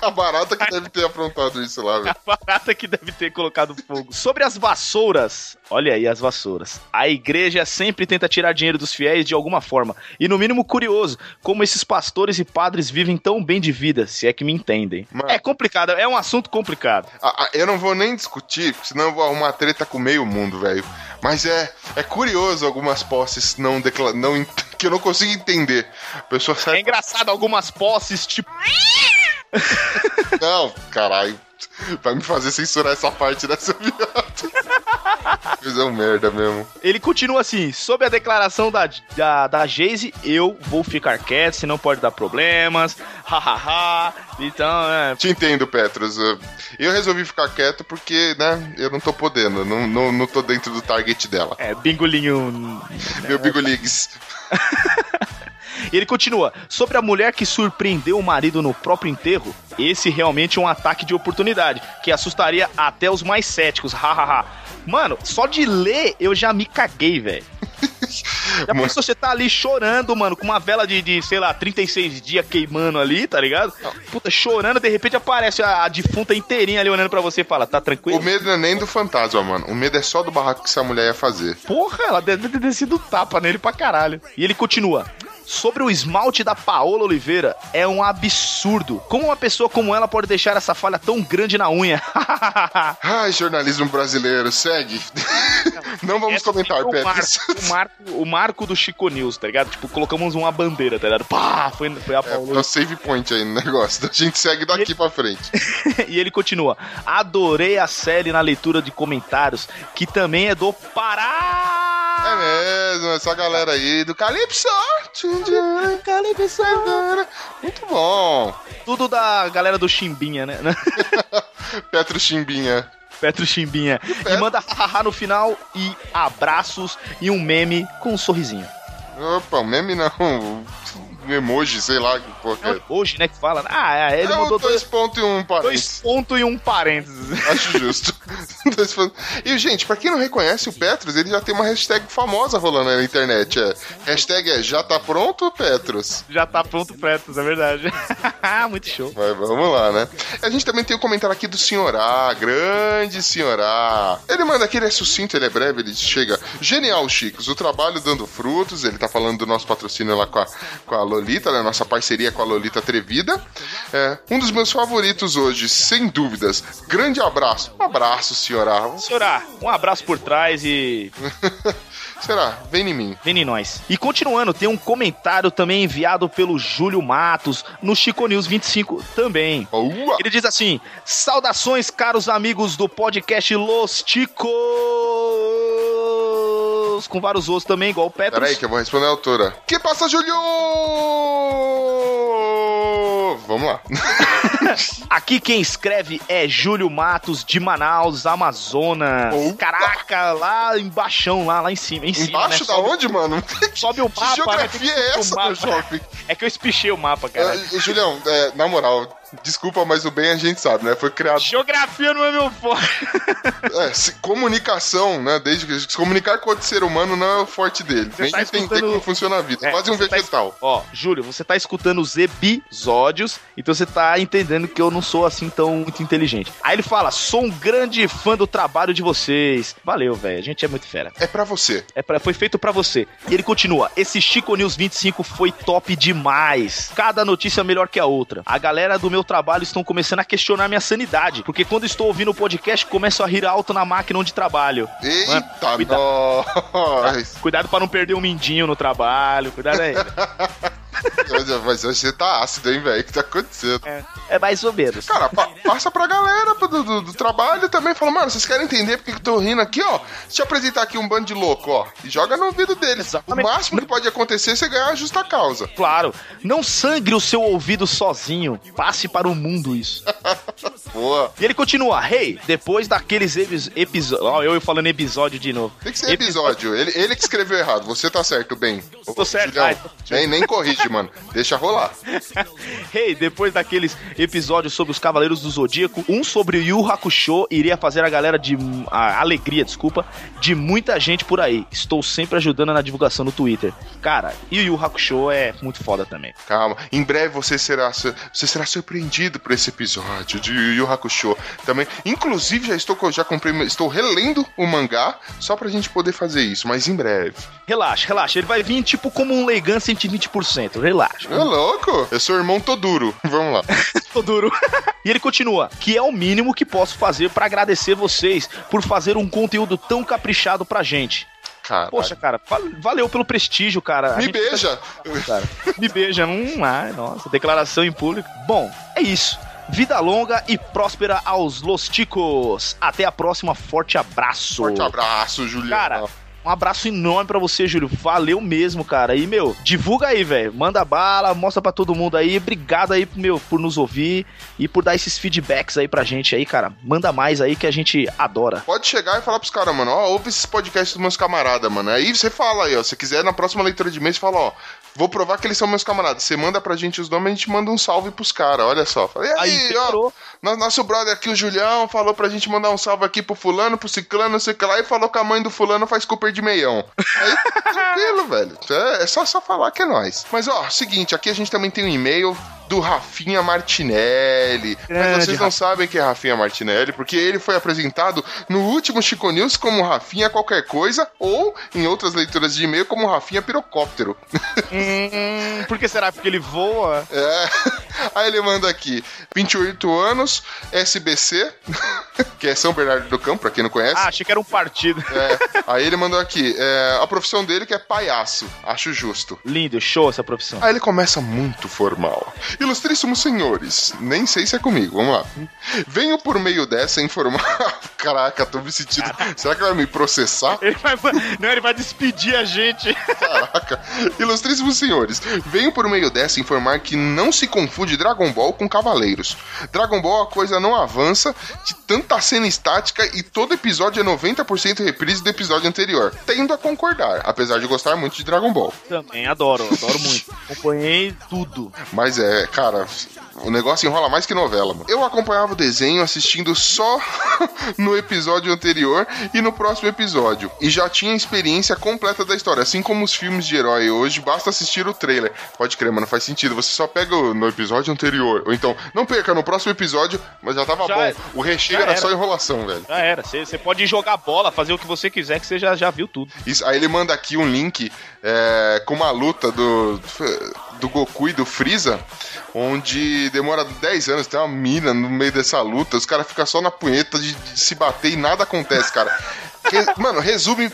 Speaker 2: a barata que deve ter aprontado isso lá, velho.
Speaker 14: A barata que deve ter colocado fogo. Sobre as vassouras. Olha aí as vassouras. A igreja sempre tenta tirar dinheiro dos fiéis de alguma forma. E no mínimo curioso, como esses pastores e padres vivem tão bem de vida, se é que me entendem. É complicado, é um assunto complicado.
Speaker 2: Ah, ah, eu não vou nem discutir, porque senão eu vou arrumar treta com meio mundo, velho. Mas é, é curioso algumas posses não, decla- não en- que eu não consigo entender. A pessoa sai... É
Speaker 14: engraçado algumas posses, tipo.
Speaker 2: Não, caralho. Vai me fazer censurar essa parte dessa viada. Coisa é um merda mesmo.
Speaker 14: Ele continua assim: sob a declaração da, da, da Geise, eu vou ficar quieto, senão pode dar problemas. Hahaha. então, é.
Speaker 2: Te entendo, Petros. Eu- Eu resolvi ficar quieto porque, né, eu não tô podendo. Não, não, não tô dentro do target dela.
Speaker 14: É, bingolinho. né?
Speaker 2: Meu bingoligues.
Speaker 14: E ele continua: sobre a mulher que surpreendeu o marido no próprio enterro, esse realmente é um ataque de oportunidade, que assustaria até os mais céticos, hahaha. Mano, só de ler eu já me caguei, velho. Já pensou você tá ali chorando, mano, com uma vela de, de, sei lá, 36 dias queimando ali, tá ligado? Puta, chorando, de repente aparece a, a defunta inteirinha ali olhando pra você e fala, tá tranquilo?
Speaker 2: O medo não é nem do fantasma, mano. O medo é só do barraco que essa mulher ia fazer.
Speaker 14: Porra, ela deve ter descido tapa nele pra caralho. E ele continua. Sobre o esmalte da Paola Oliveira, é um absurdo. Como uma pessoa como ela pode deixar essa falha tão grande na unha?
Speaker 2: Ai, jornalismo brasileiro, segue. Não vamos comentar,
Speaker 14: é tipo o,
Speaker 2: Petros.
Speaker 14: marco, o, marco, o marco do Chico News, tá ligado? Tipo, colocamos uma bandeira, tá ligado? Pá, foi, foi a Paola
Speaker 2: É o save point aí no negócio. A gente segue daqui pra frente.
Speaker 14: e ele continua. Adorei a série na leitura de comentários, que também é do Pará.
Speaker 2: É mesmo, essa galera aí do Calypso.
Speaker 14: Calypso.
Speaker 2: Muito bom.
Speaker 14: Tudo da galera do Chimbinha, né?
Speaker 2: Petro Chimbinha.
Speaker 14: Petro Chimbinha. E manda hahaha no final e abraços e um meme com um sorrisinho.
Speaker 2: Opa, um meme não. Um emoji, sei lá. Que porra que é.
Speaker 14: Hoje, né, que fala. Ah, é, ele
Speaker 2: É,
Speaker 14: mandou
Speaker 2: dois
Speaker 14: dois
Speaker 2: pontos e um parênteses.
Speaker 14: Dois pontos e um parênteses.
Speaker 2: Acho justo. Dois fãs. e, gente, pra quem não reconhece o Petros, ele já tem uma hashtag famosa rolando aí na internet. É. Hashtag é já tá pronto, Petros?
Speaker 14: Já tá pronto Pretos, é verdade. Muito show.
Speaker 2: Mas vamos lá, né? A gente também tem um comentário aqui do Senhor A, grande Senhor A. Ele manda aqui, ele é sucinto, ele é breve, ele chega. Genial, Chicos, o trabalho dando frutos. Ele tá falando do nosso patrocínio lá com a, com a Lolita, né? Nossa parceria com a Lolita Trevida. É, um dos meus favoritos hoje, sem dúvidas. Grande abraço. Um abraço, Senhor A.
Speaker 14: Senhorá, um abraço por trás e.
Speaker 2: Será? Vem em mim.
Speaker 14: Vem em nós. E continuando, tem um comentário também enviado pelo Júlio Matos no Chico News 25 também. Ele diz assim: Saudações, caros amigos do podcast Los Chicos! Com vários outros também, igual o Petros.
Speaker 2: Peraí, que eu vou responder a autora. Que passa, Júlio? Vamos lá.
Speaker 14: Aqui quem escreve é Júlio Matos de Manaus, Amazonas. Caraca, lá embaixo, lá, lá em cima. Em cima
Speaker 2: Embaixo
Speaker 14: né?
Speaker 2: da
Speaker 14: Sobe-
Speaker 2: onde, mano?
Speaker 14: Sobe o mapa. né?
Speaker 2: geografia
Speaker 14: Tem que subir o
Speaker 2: é essa,
Speaker 14: mapa.
Speaker 2: meu jovem?
Speaker 14: É que eu espichei o mapa, cara.
Speaker 2: Ô, Julião, é, na moral, desculpa, mas o bem a gente sabe, né? Foi criado.
Speaker 14: Geografia não é meu forte.
Speaker 2: É, se- comunicação, né? Desde que se comunicar com outro ser humano não é o forte dele. Tem
Speaker 14: tá
Speaker 2: que entender
Speaker 14: escutando-
Speaker 2: como funciona a vida.
Speaker 14: É,
Speaker 2: Quase um
Speaker 14: você tá
Speaker 2: vegetal.
Speaker 14: Ó, Júlio, você tá escutando os episódios, então você tá entendendo que eu não sou assim tão muito inteligente. Aí ele fala: sou um grande fã do trabalho de vocês. Valeu, velho. A gente é muito fera.
Speaker 2: É pra você.
Speaker 14: É pra, foi feito pra você. E ele continua: esse Chico News 25 foi top demais. Cada notícia é melhor que a outra. A galera do meu trabalho estão começando a questionar minha sanidade. Porque quando estou ouvindo o podcast, começo a rir alto na máquina onde trabalho.
Speaker 2: Eita,
Speaker 14: cuida-
Speaker 2: nós!
Speaker 14: Cuidado pra não perder um mindinho no trabalho. Cuidado aí.
Speaker 2: Mas, mas hoje você tá ácido, hein, velho? O que tá acontecendo?
Speaker 14: É mais ou menos.
Speaker 2: Cara, pa passa pra galera do, do, do trabalho também. Fala, mano, vocês querem entender porque que eu tô rindo aqui, ó? Deixa eu apresentar aqui um bando de louco, ó. E joga no ouvido deles. O máximo que pode acontecer é você ganhar a justa causa.
Speaker 14: Claro. Não sangre o seu ouvido sozinho. Passe para o mundo isso.
Speaker 2: Boa.
Speaker 14: E ele continua. Hey, depois daqueles episódios... Ó, eu falando episódio de novo.
Speaker 2: Tem que ser episódio. ele, ele que escreveu errado. Você tá certo, bem.
Speaker 14: Tô certo.
Speaker 2: Julião,
Speaker 14: Ai,
Speaker 2: nem, nem corrige, mano. Deixa rolar.
Speaker 14: hey, depois daqueles episódios sobre os Cavaleiros do Zodíaco, um sobre o Yu Hakusho iria fazer a galera de. a alegria, desculpa, de muita gente por aí. Estou sempre ajudando na divulgação no Twitter. Cara, e o Yu Hakusho é muito foda também.
Speaker 2: Calma, em breve você será, su- você será surpreendido por esse episódio de Yu Yu Hakusho. Também, inclusive, já estou, co- já comprei, estou relendo o mangá só pra gente poder fazer isso, mas em breve.
Speaker 14: Relaxa, relaxa. Ele vai vir tipo como um Legan 120%. Relaxa.
Speaker 2: Ô, louco, eu sou irmão Toduro. Vamos lá.
Speaker 14: Tô duro. e ele continua: que é o mínimo que posso fazer pra agradecer vocês por fazer um conteúdo tão caprichado pra gente.
Speaker 2: Cara,
Speaker 14: Poxa, cara, val- valeu pelo prestígio, cara. A
Speaker 2: Me
Speaker 14: gente-
Speaker 2: beija.
Speaker 14: Cara, me beija. Hum, ai, nossa, declaração em público. Bom, é isso. Vida longa e próspera aos Los Ticos. Até a próxima. Forte abraço.
Speaker 2: Forte abraço, Julião.
Speaker 14: Cara, um abraço enorme pra você, Júlio. Valeu mesmo, cara. E, meu, divulga aí, velho. Manda bala, mostra pra todo mundo aí. Obrigado aí, meu, por nos ouvir e por dar esses feedbacks aí pra gente aí, cara. Manda mais aí que a gente adora.
Speaker 2: Pode chegar e falar pros caras, mano, ó, ouve esses podcasts dos meus camaradas, mano. Aí você fala aí, ó. Se quiser, na próxima leitura de mês, fala, ó, vou provar que eles são meus camaradas. Você manda pra gente os nomes, a gente manda um salve pros caras, olha só. Fala, e aí,
Speaker 14: Aí,
Speaker 2: ó, no- nosso brother aqui, o Julião, falou pra gente mandar um salve aqui pro fulano, pro ciclano, não sei o que lá, e falou que a mãe do fulano faz Cooper de meião. Aí, tranquilo, velho. É, é só, só falar que é nóis. Mas, ó, seguinte, aqui a gente também tem um e-mail do Rafinha Martinelli. Mas
Speaker 14: Grande
Speaker 2: vocês não sabem quem é Rafinha Martinelli, porque ele foi apresentado no último Chico News como Rafinha qualquer coisa, ou em outras leituras de e-mail como Rafinha Pirocóptero.
Speaker 14: Hum, por que será? Porque ele voa?
Speaker 2: É. Aí ele manda aqui: 28 anos, SBC, que é São Bernardo do Campo, pra quem não conhece.
Speaker 14: Ah, achei que era um partido.
Speaker 2: É, aí ele mandou aqui, é, a profissão dele que é palhaço, acho justo.
Speaker 14: Lindo, show essa profissão.
Speaker 2: Aí ele começa muito formal. Ilustríssimos senhores, nem sei se é comigo, vamos lá. Venho por meio dessa informar. Caraca, tô me sentindo. Será que vai me processar? Tá.
Speaker 14: Ele vai, não, ele vai despedir a gente.
Speaker 2: Caraca. Ilustríssimos senhores, venho por meio dessa informar que não se confunde Dragon Ball com Cavaleiros. Dragon Ball a coisa não avança de tanta cena estática e todo episódio é 90% reprise do episódio anterior. Tendo a concordar, apesar de gostar muito de Dragon Ball.
Speaker 14: Também adoro, adoro muito. Acompanhei tudo.
Speaker 2: Mas é, cara, o negócio enrola mais que novela, mano. Eu acompanhava o desenho assistindo só no episódio anterior e no próximo episódio. E já tinha a experiência completa da história. Assim como os filmes de herói hoje, basta assistir o trailer. Pode crer, mano, faz sentido. Você só pega o- no episódio anterior. Ou então, não perca no próximo episódio, mas já tava
Speaker 14: Já
Speaker 2: bom.
Speaker 14: era.
Speaker 2: O recheio
Speaker 14: Já
Speaker 2: era,
Speaker 14: era.
Speaker 2: só enrolação, velho.
Speaker 14: Já era. Você você pode jogar bola, fazer o que você quiser, que você já, já viu tudo.
Speaker 2: Isso, aí ele manda aqui um link é, com uma luta do, do Goku e do Freeza, onde demora 10 anos, tem uma mina no meio dessa luta, os caras ficam só na punheta de, de se bater e nada acontece, cara. Re- Mano, resume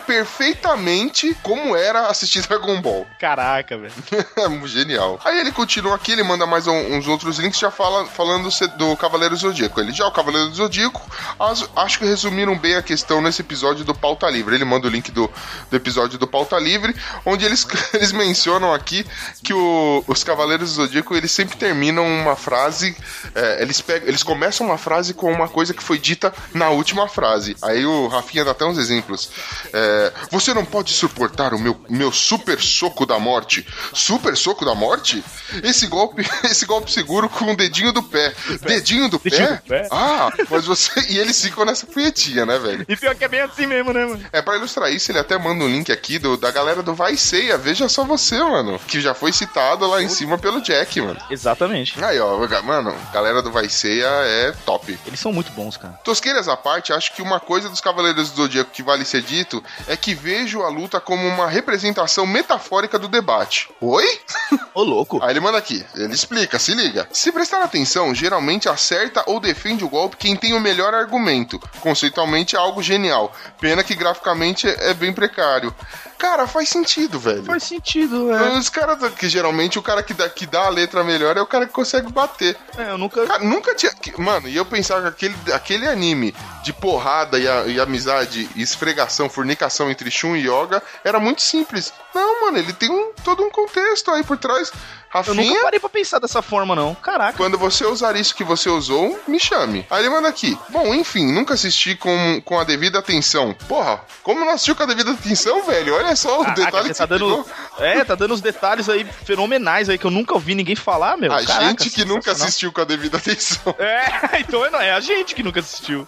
Speaker 2: perfeitamente como era assistir Dragon Ball. É
Speaker 14: Caraca, velho.
Speaker 2: Genial. Aí ele continua aqui, ele manda mais um- uns outros links já fala, falando se- do Cavaleiro Zodíaco. Ele já é o Cavaleiro Zodíaco. as- acho que resumiram bem a questão nesse episódio do Pauta Livre. Ele manda o link do, do episódio do Pauta Livre, onde eles, eles mencionam aqui que o- os Cavaleiros do Zodíaco eles sempre terminam uma frase. é, eles, pegam, eles começam uma frase com uma coisa que foi dita na última frase. Aí o Rafinha dá até uns exemplos. É, você não pode suportar o meu, meu super soco da morte. Super soco da morte? Esse golpe, esse golpe seguro com o dedinho do pé. Dedinho do
Speaker 14: Dedinho
Speaker 2: pé?
Speaker 14: do pé.
Speaker 2: Ah, mas você. E eles ficam nessa punhetinha, né, velho?
Speaker 14: E pior que é bem assim mesmo, né, mano?
Speaker 2: É, pra ilustrar isso, ele até manda um link aqui do, da galera do Vai Ceia, veja só você, mano. Que já foi citado lá em cima pelo Jack, mano.
Speaker 14: Exatamente.
Speaker 2: Aí, ó, ga- mano, galera do Vai Ceia é top.
Speaker 14: Eles são muito bons, cara.
Speaker 2: Tosqueiras à parte, acho que uma coisa dos Cavaleiros do Zodíaco que vale ser dito é que vejo a luta como uma representação metafórica do debate. Oi?
Speaker 14: Ô, louco.
Speaker 2: Aí ele manda aqui. Ele explica, se liga. Se prestar atenção, geralmente acerta ou defende o golpe quem tem o melhor argumento. Conceitualmente é algo genial. Pena que graficamente é bem precário. Cara, faz sentido, velho.
Speaker 14: Faz sentido, é.
Speaker 2: Os caras que geralmente o cara que dá, que dá a letra melhor é o cara que consegue bater.
Speaker 14: É, eu nunca.
Speaker 2: Cara, nunca tinha. que- Mano, e eu pensava que aquele, aquele anime de porrada e, a- e amizade, e esfregação, fornicação entre Shun e Yoga era muito simples. Não, mano, ele tem um, todo um contexto aí por trás.
Speaker 14: Eu
Speaker 2: Rafinha,
Speaker 14: nunca parei pra pensar dessa forma, não. Caraca.
Speaker 2: quando você usar isso que você usou, me chame. Aí ele manda aqui. Bom, enfim, nunca assisti com, com a devida atenção. Porra, como não assistiu com a devida atenção, velho? Olha É só o
Speaker 14: Caraca,
Speaker 2: detalhe
Speaker 14: você
Speaker 2: que
Speaker 14: tá
Speaker 2: você
Speaker 14: dando.
Speaker 2: pegou.
Speaker 14: É, tá dando os detalhes aí fenomenais aí que eu nunca ouvi ninguém falar, meu.
Speaker 2: A
Speaker 14: Caraca,
Speaker 2: gente que nunca
Speaker 14: sensacional.
Speaker 2: assistiu com a devida atenção.
Speaker 14: É, então é, não- é a gente que nunca assistiu.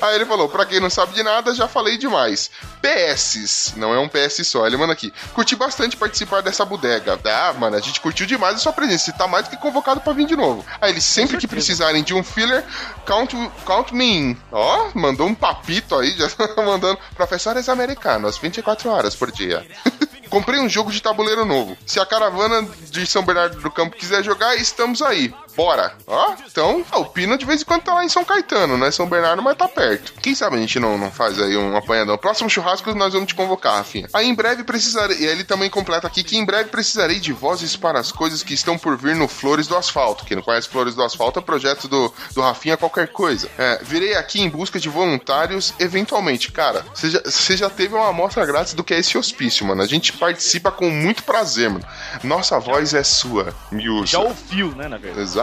Speaker 2: Aí ele falou: pra quem não sabe de nada, já falei demais. PS, não é um PS só, ele manda aqui. Curti bastante participar dessa bodega. Ah, mano, a gente curtiu demais a sua presença. Você tá mais do que convocado pra vir de novo. Aí eles sempre que precisarem de um filler, count, count me in. Ó, mandou um papito aí, já tá mandando. Professores americanos, 24 horas por dia. Comprei um jogo de tabuleiro novo. Se a caravana de São Bernardo do Campo quiser jogar, estamos aí. Bora. Ó, então, ah, o Pino de vez em quando tá lá em São Caetano, né? São Bernardo, mas tá perto. Quem sabe a gente não, não faz aí um apanhadão. Próximo churrasco nós vamos te convocar, Rafinha. Aí em breve precisarei... E aí ele também completa aqui que em breve precisarei de vozes para as coisas que estão por vir no Flores do Asfalto. Quem não conhece Flores do Asfalto é o projeto do, do Rafinha qualquer coisa. É, virei aqui em busca de voluntários eventualmente. Cara, você já, você já teve uma amostra grátis do que é esse hospício, mano. A gente participa com muito prazer, mano. Nossa voz é sua, Miúcha.
Speaker 14: Já ouviu, né, na verdade?
Speaker 2: Exatamente.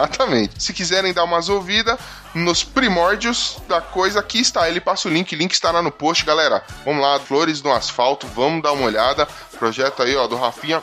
Speaker 2: Se quiserem dar umas ouvidas nos primórdios da coisa, aqui está. Ele passa o link, o link estará no post, galera. Vamos lá, Flores no Asfalto, vamos dar uma olhada. Projeto aí, ó, do Rafinha.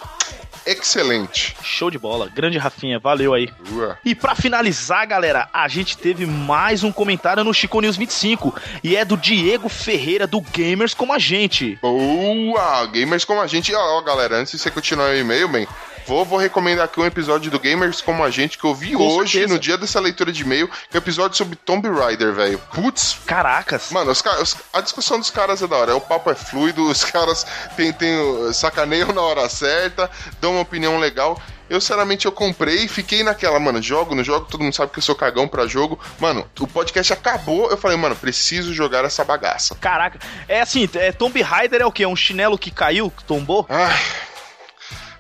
Speaker 2: Excelente.
Speaker 14: Show de bola. Grande Rafinha, valeu aí.
Speaker 2: Ué.
Speaker 14: E pra finalizar, galera, a gente teve mais um comentário no Chico News 25 e é do Diego Ferreira do Gamers como a gente.
Speaker 2: Boa! Gamers como a gente. Ó, ó, galera, antes de você continuar o e-mail, bem, vou, vou recomendar aqui um episódio do Gamers como a gente que eu vi
Speaker 14: Com
Speaker 2: hoje,
Speaker 14: certeza.
Speaker 2: no dia dessa leitura de e-mail, que é um episódio sobre Tomb Raider, velho. Putz!
Speaker 14: Caracas!
Speaker 2: Mano, os ca- os- a discussão dos caras é da hora. O papo é fluido, os caras tem, tem, o- sacaneiam na hora certa, dão uma opinião legal. Eu, sinceramente, eu comprei e fiquei naquela, mano, jogo, não jogo, todo mundo sabe que eu sou cagão pra jogo. Mano, o podcast acabou, eu falei, mano, preciso jogar essa bagaça.
Speaker 14: Caraca, é assim, é Tomb Raider é o quê? É um chinelo que caiu, que tombou?
Speaker 2: Ai,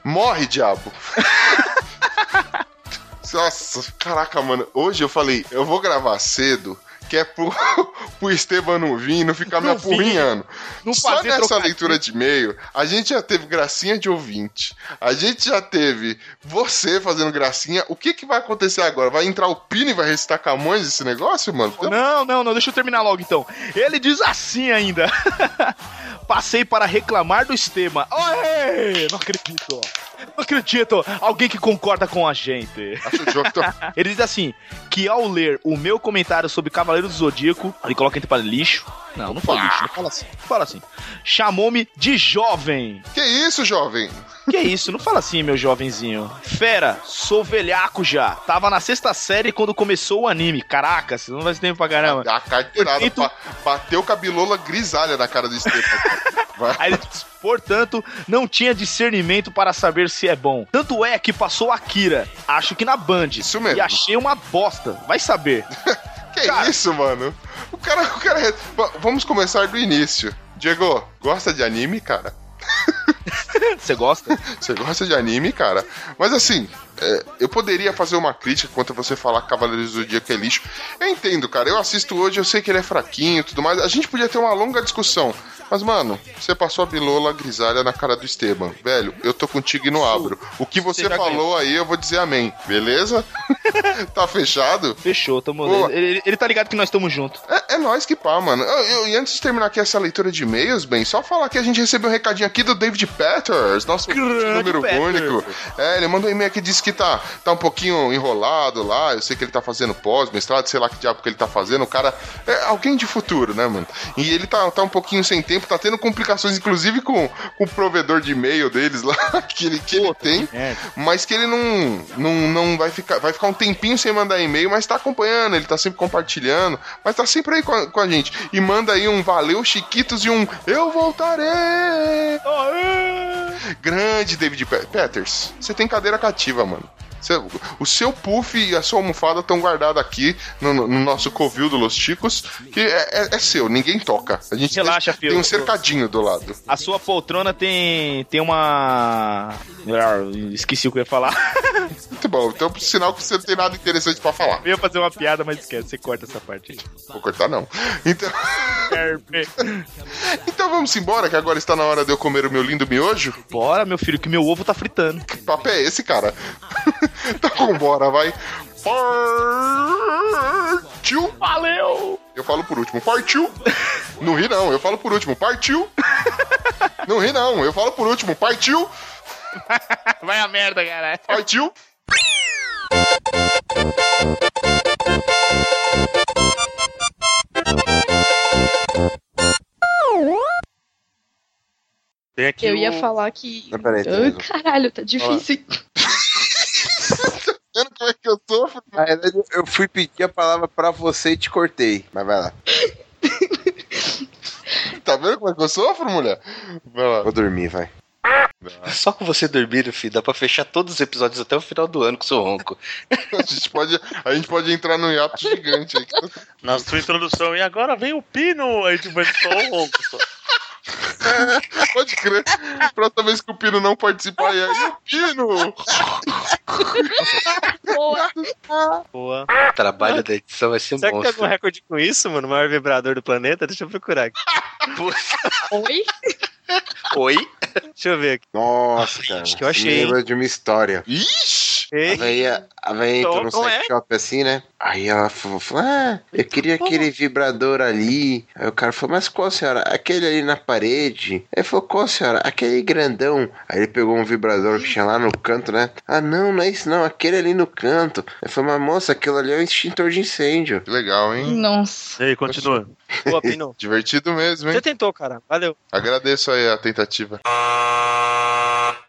Speaker 2: morre, diabo. Nossa, caraca, mano. Hoje eu falei, eu vou gravar cedo, que é pro, pro Esteban não vir e não ficar me
Speaker 14: Não vir.
Speaker 2: apurrinhando.
Speaker 14: Não
Speaker 2: Só
Speaker 14: fazer
Speaker 2: nessa
Speaker 14: trocadilho.
Speaker 2: leitura de e-mail, a gente já teve gracinha de ouvinte. A gente já teve você fazendo gracinha. O que que vai acontecer agora? Vai entrar o Pini e vai recitar Camões esse negócio, mano?
Speaker 14: Não, não, não, deixa eu terminar logo então. Ele diz assim ainda. Passei para reclamar do Estema. Oi! Não acredito. Não acredito. Alguém que concorda com a gente. Ele diz assim: que ao ler o meu comentário sobre Cavaleiro do Zodíaco, ele coloca entre para lixo. Não, não fala lixo, ele fala assim. Fala assim. Chamou-me de jovem.
Speaker 2: Que isso, jovem?
Speaker 14: Que isso, não fala assim, meu jovenzinho. Fera, sou velhaco já. Tava na sexta série quando começou o anime. Caraca, você não vai ter tempo pra caramba.
Speaker 2: A carteirada.
Speaker 14: Perfeito.
Speaker 2: ba- Bateu cabilola grisalha na cara do Esteban. Vai.
Speaker 14: Aí ele diz, Portanto, não tinha discernimento para saber se é bom. Tanto é que passou Akira, acho que na Band. Isso
Speaker 2: mesmo.
Speaker 14: E achei uma bosta. Vai saber.
Speaker 2: Que isso, mano? O cara, o cara. Va- Vamos começar do início. Diego, gosta de anime, cara?
Speaker 14: Você gosta?
Speaker 2: Você gosta de anime, cara? Mas assim, é, eu poderia fazer uma crítica quanto a você falar que Cavaleiros do Zodíaco é lixo. Eu entendo, cara. Eu assisto hoje, eu sei que ele é fraquinho e tudo mais. A gente podia ter uma longa discussão. Mas, mano, você passou a bilola grisalha na cara do Esteban. Velho, eu tô contigo e não abro. O que você,
Speaker 14: Você já
Speaker 2: falou aí, eu vou dizer amém. Beleza? tá fechado?
Speaker 14: Fechou, tamo
Speaker 2: Boa.
Speaker 14: ele, ele- ele tá ligado que nós estamos junto.
Speaker 2: É, é nós que pá, mano. Eu- eu- e antes de terminar aqui essa leitura de e-mails, bem, só falar que a gente recebeu um recadinho aqui do David Peters, nosso número
Speaker 14: Peters.
Speaker 2: único. É, ele mandou um e-mail aqui e disse que tá, tá um pouquinho enrolado lá, eu sei que ele tá fazendo pós-mestrado, sei lá que diabo que ele tá fazendo, o cara é alguém de futuro, né, mano? E ele tá, tá um pouquinho sem tempo, tá tendo complicações, inclusive com, com o provedor de e-mail deles lá, que ele, que ele tem, mas que ele não, não, não vai ficar, vai ficar um tempinho sem mandar e-mail, mas tá acompanhando, ele tá sempre compartilhando, mas tá sempre aí com a, com a gente. E manda aí um valeu, Chiquitos, e um eu voltarei! Grande David Pe- Peters, você tem cadeira cativa, mano. Você- o seu puff e a sua almofada estão guardados aqui no, no- no nosso covil do Los Chicos, que é, é- é seu, ninguém toca. A gente
Speaker 14: Relaxa,
Speaker 2: tem,
Speaker 14: filho.
Speaker 2: tem um cercadinho do lado.
Speaker 14: A sua poltrona tem. tem uma. Ah, Esqueci o que eu ia falar.
Speaker 2: Muito bom, então sinal que você não tem nada interessante pra falar.
Speaker 14: Eu ia fazer uma piada, mas esquece, você corta essa parte aí.
Speaker 2: Vou cortar, não. Então. então vamos embora, que agora está na hora de eu comer o meu lindo miojo?
Speaker 14: Bora, meu filho, que meu ovo tá fritando.
Speaker 2: Que papo é esse, cara? então vambora, vai. Partiu!
Speaker 14: Valeu!
Speaker 2: Eu falo por último, partiu! Não ri não, eu falo por último, partiu! Não ri não, eu falo por último, partiu!
Speaker 14: Vai a merda, cara.
Speaker 2: Partiu!
Speaker 5: Tem
Speaker 7: Eu ia falar que.
Speaker 3: Ah, peraí,
Speaker 7: Ai,
Speaker 3: Tereza.
Speaker 7: caralho, tá difícil.
Speaker 2: vendo como é que eu tô?
Speaker 3: Na verdade, eu fui pedir a palavra pra você e te cortei. Mas vai lá.
Speaker 2: Tá vendo como é que eu sofro, mulher?
Speaker 3: Vou dormir, vai.
Speaker 6: Só com você dormir, filho, dá pra fechar todos os episódios até o final do ano com seu ronco.
Speaker 2: a, gente pode, a gente pode entrar num hiato gigante aí. tá
Speaker 5: Na sua introdução, e agora vem o Pino! Aí tipo, é só o ronco só.
Speaker 2: Pode crer. Próxima vez que o Pino não participar, é aí, Pino!
Speaker 4: Boa.
Speaker 6: O trabalho da edição vai ser
Speaker 4: Será que tem
Speaker 6: monstro.
Speaker 4: algum recorde com isso, mano? O maior vibrador do planeta? Deixa eu procurar aqui.
Speaker 7: Oi?
Speaker 6: Oi?
Speaker 4: Deixa eu ver aqui.
Speaker 3: Nossa, cara.
Speaker 4: Acho que eu achei,
Speaker 3: Me lembra de uma história.
Speaker 2: Ixi!
Speaker 3: A velha, a velha entrou
Speaker 4: Então,
Speaker 3: num
Speaker 4: não
Speaker 3: sex shop assim, né? Aí ela falou, falou, ah, eu queria aquele vibrador ali. Aí o cara falou, mas qual, senhora? Aquele ali na parede. Aí falou, qual, senhora? Aquele grandão. Aí ele pegou um vibrador que tinha lá no canto, né? Ah, não, não é isso não, aquele ali no canto. Aí falou, mas moça, aquilo ali é um extintor de incêndio.
Speaker 2: Legal, hein?
Speaker 7: Nossa.
Speaker 5: E aí, continua.
Speaker 4: Boa, Pino.
Speaker 2: Divertido mesmo,
Speaker 4: Você
Speaker 2: hein?
Speaker 4: tentou, cara. Valeu.
Speaker 2: Agradeço aí a tentativa.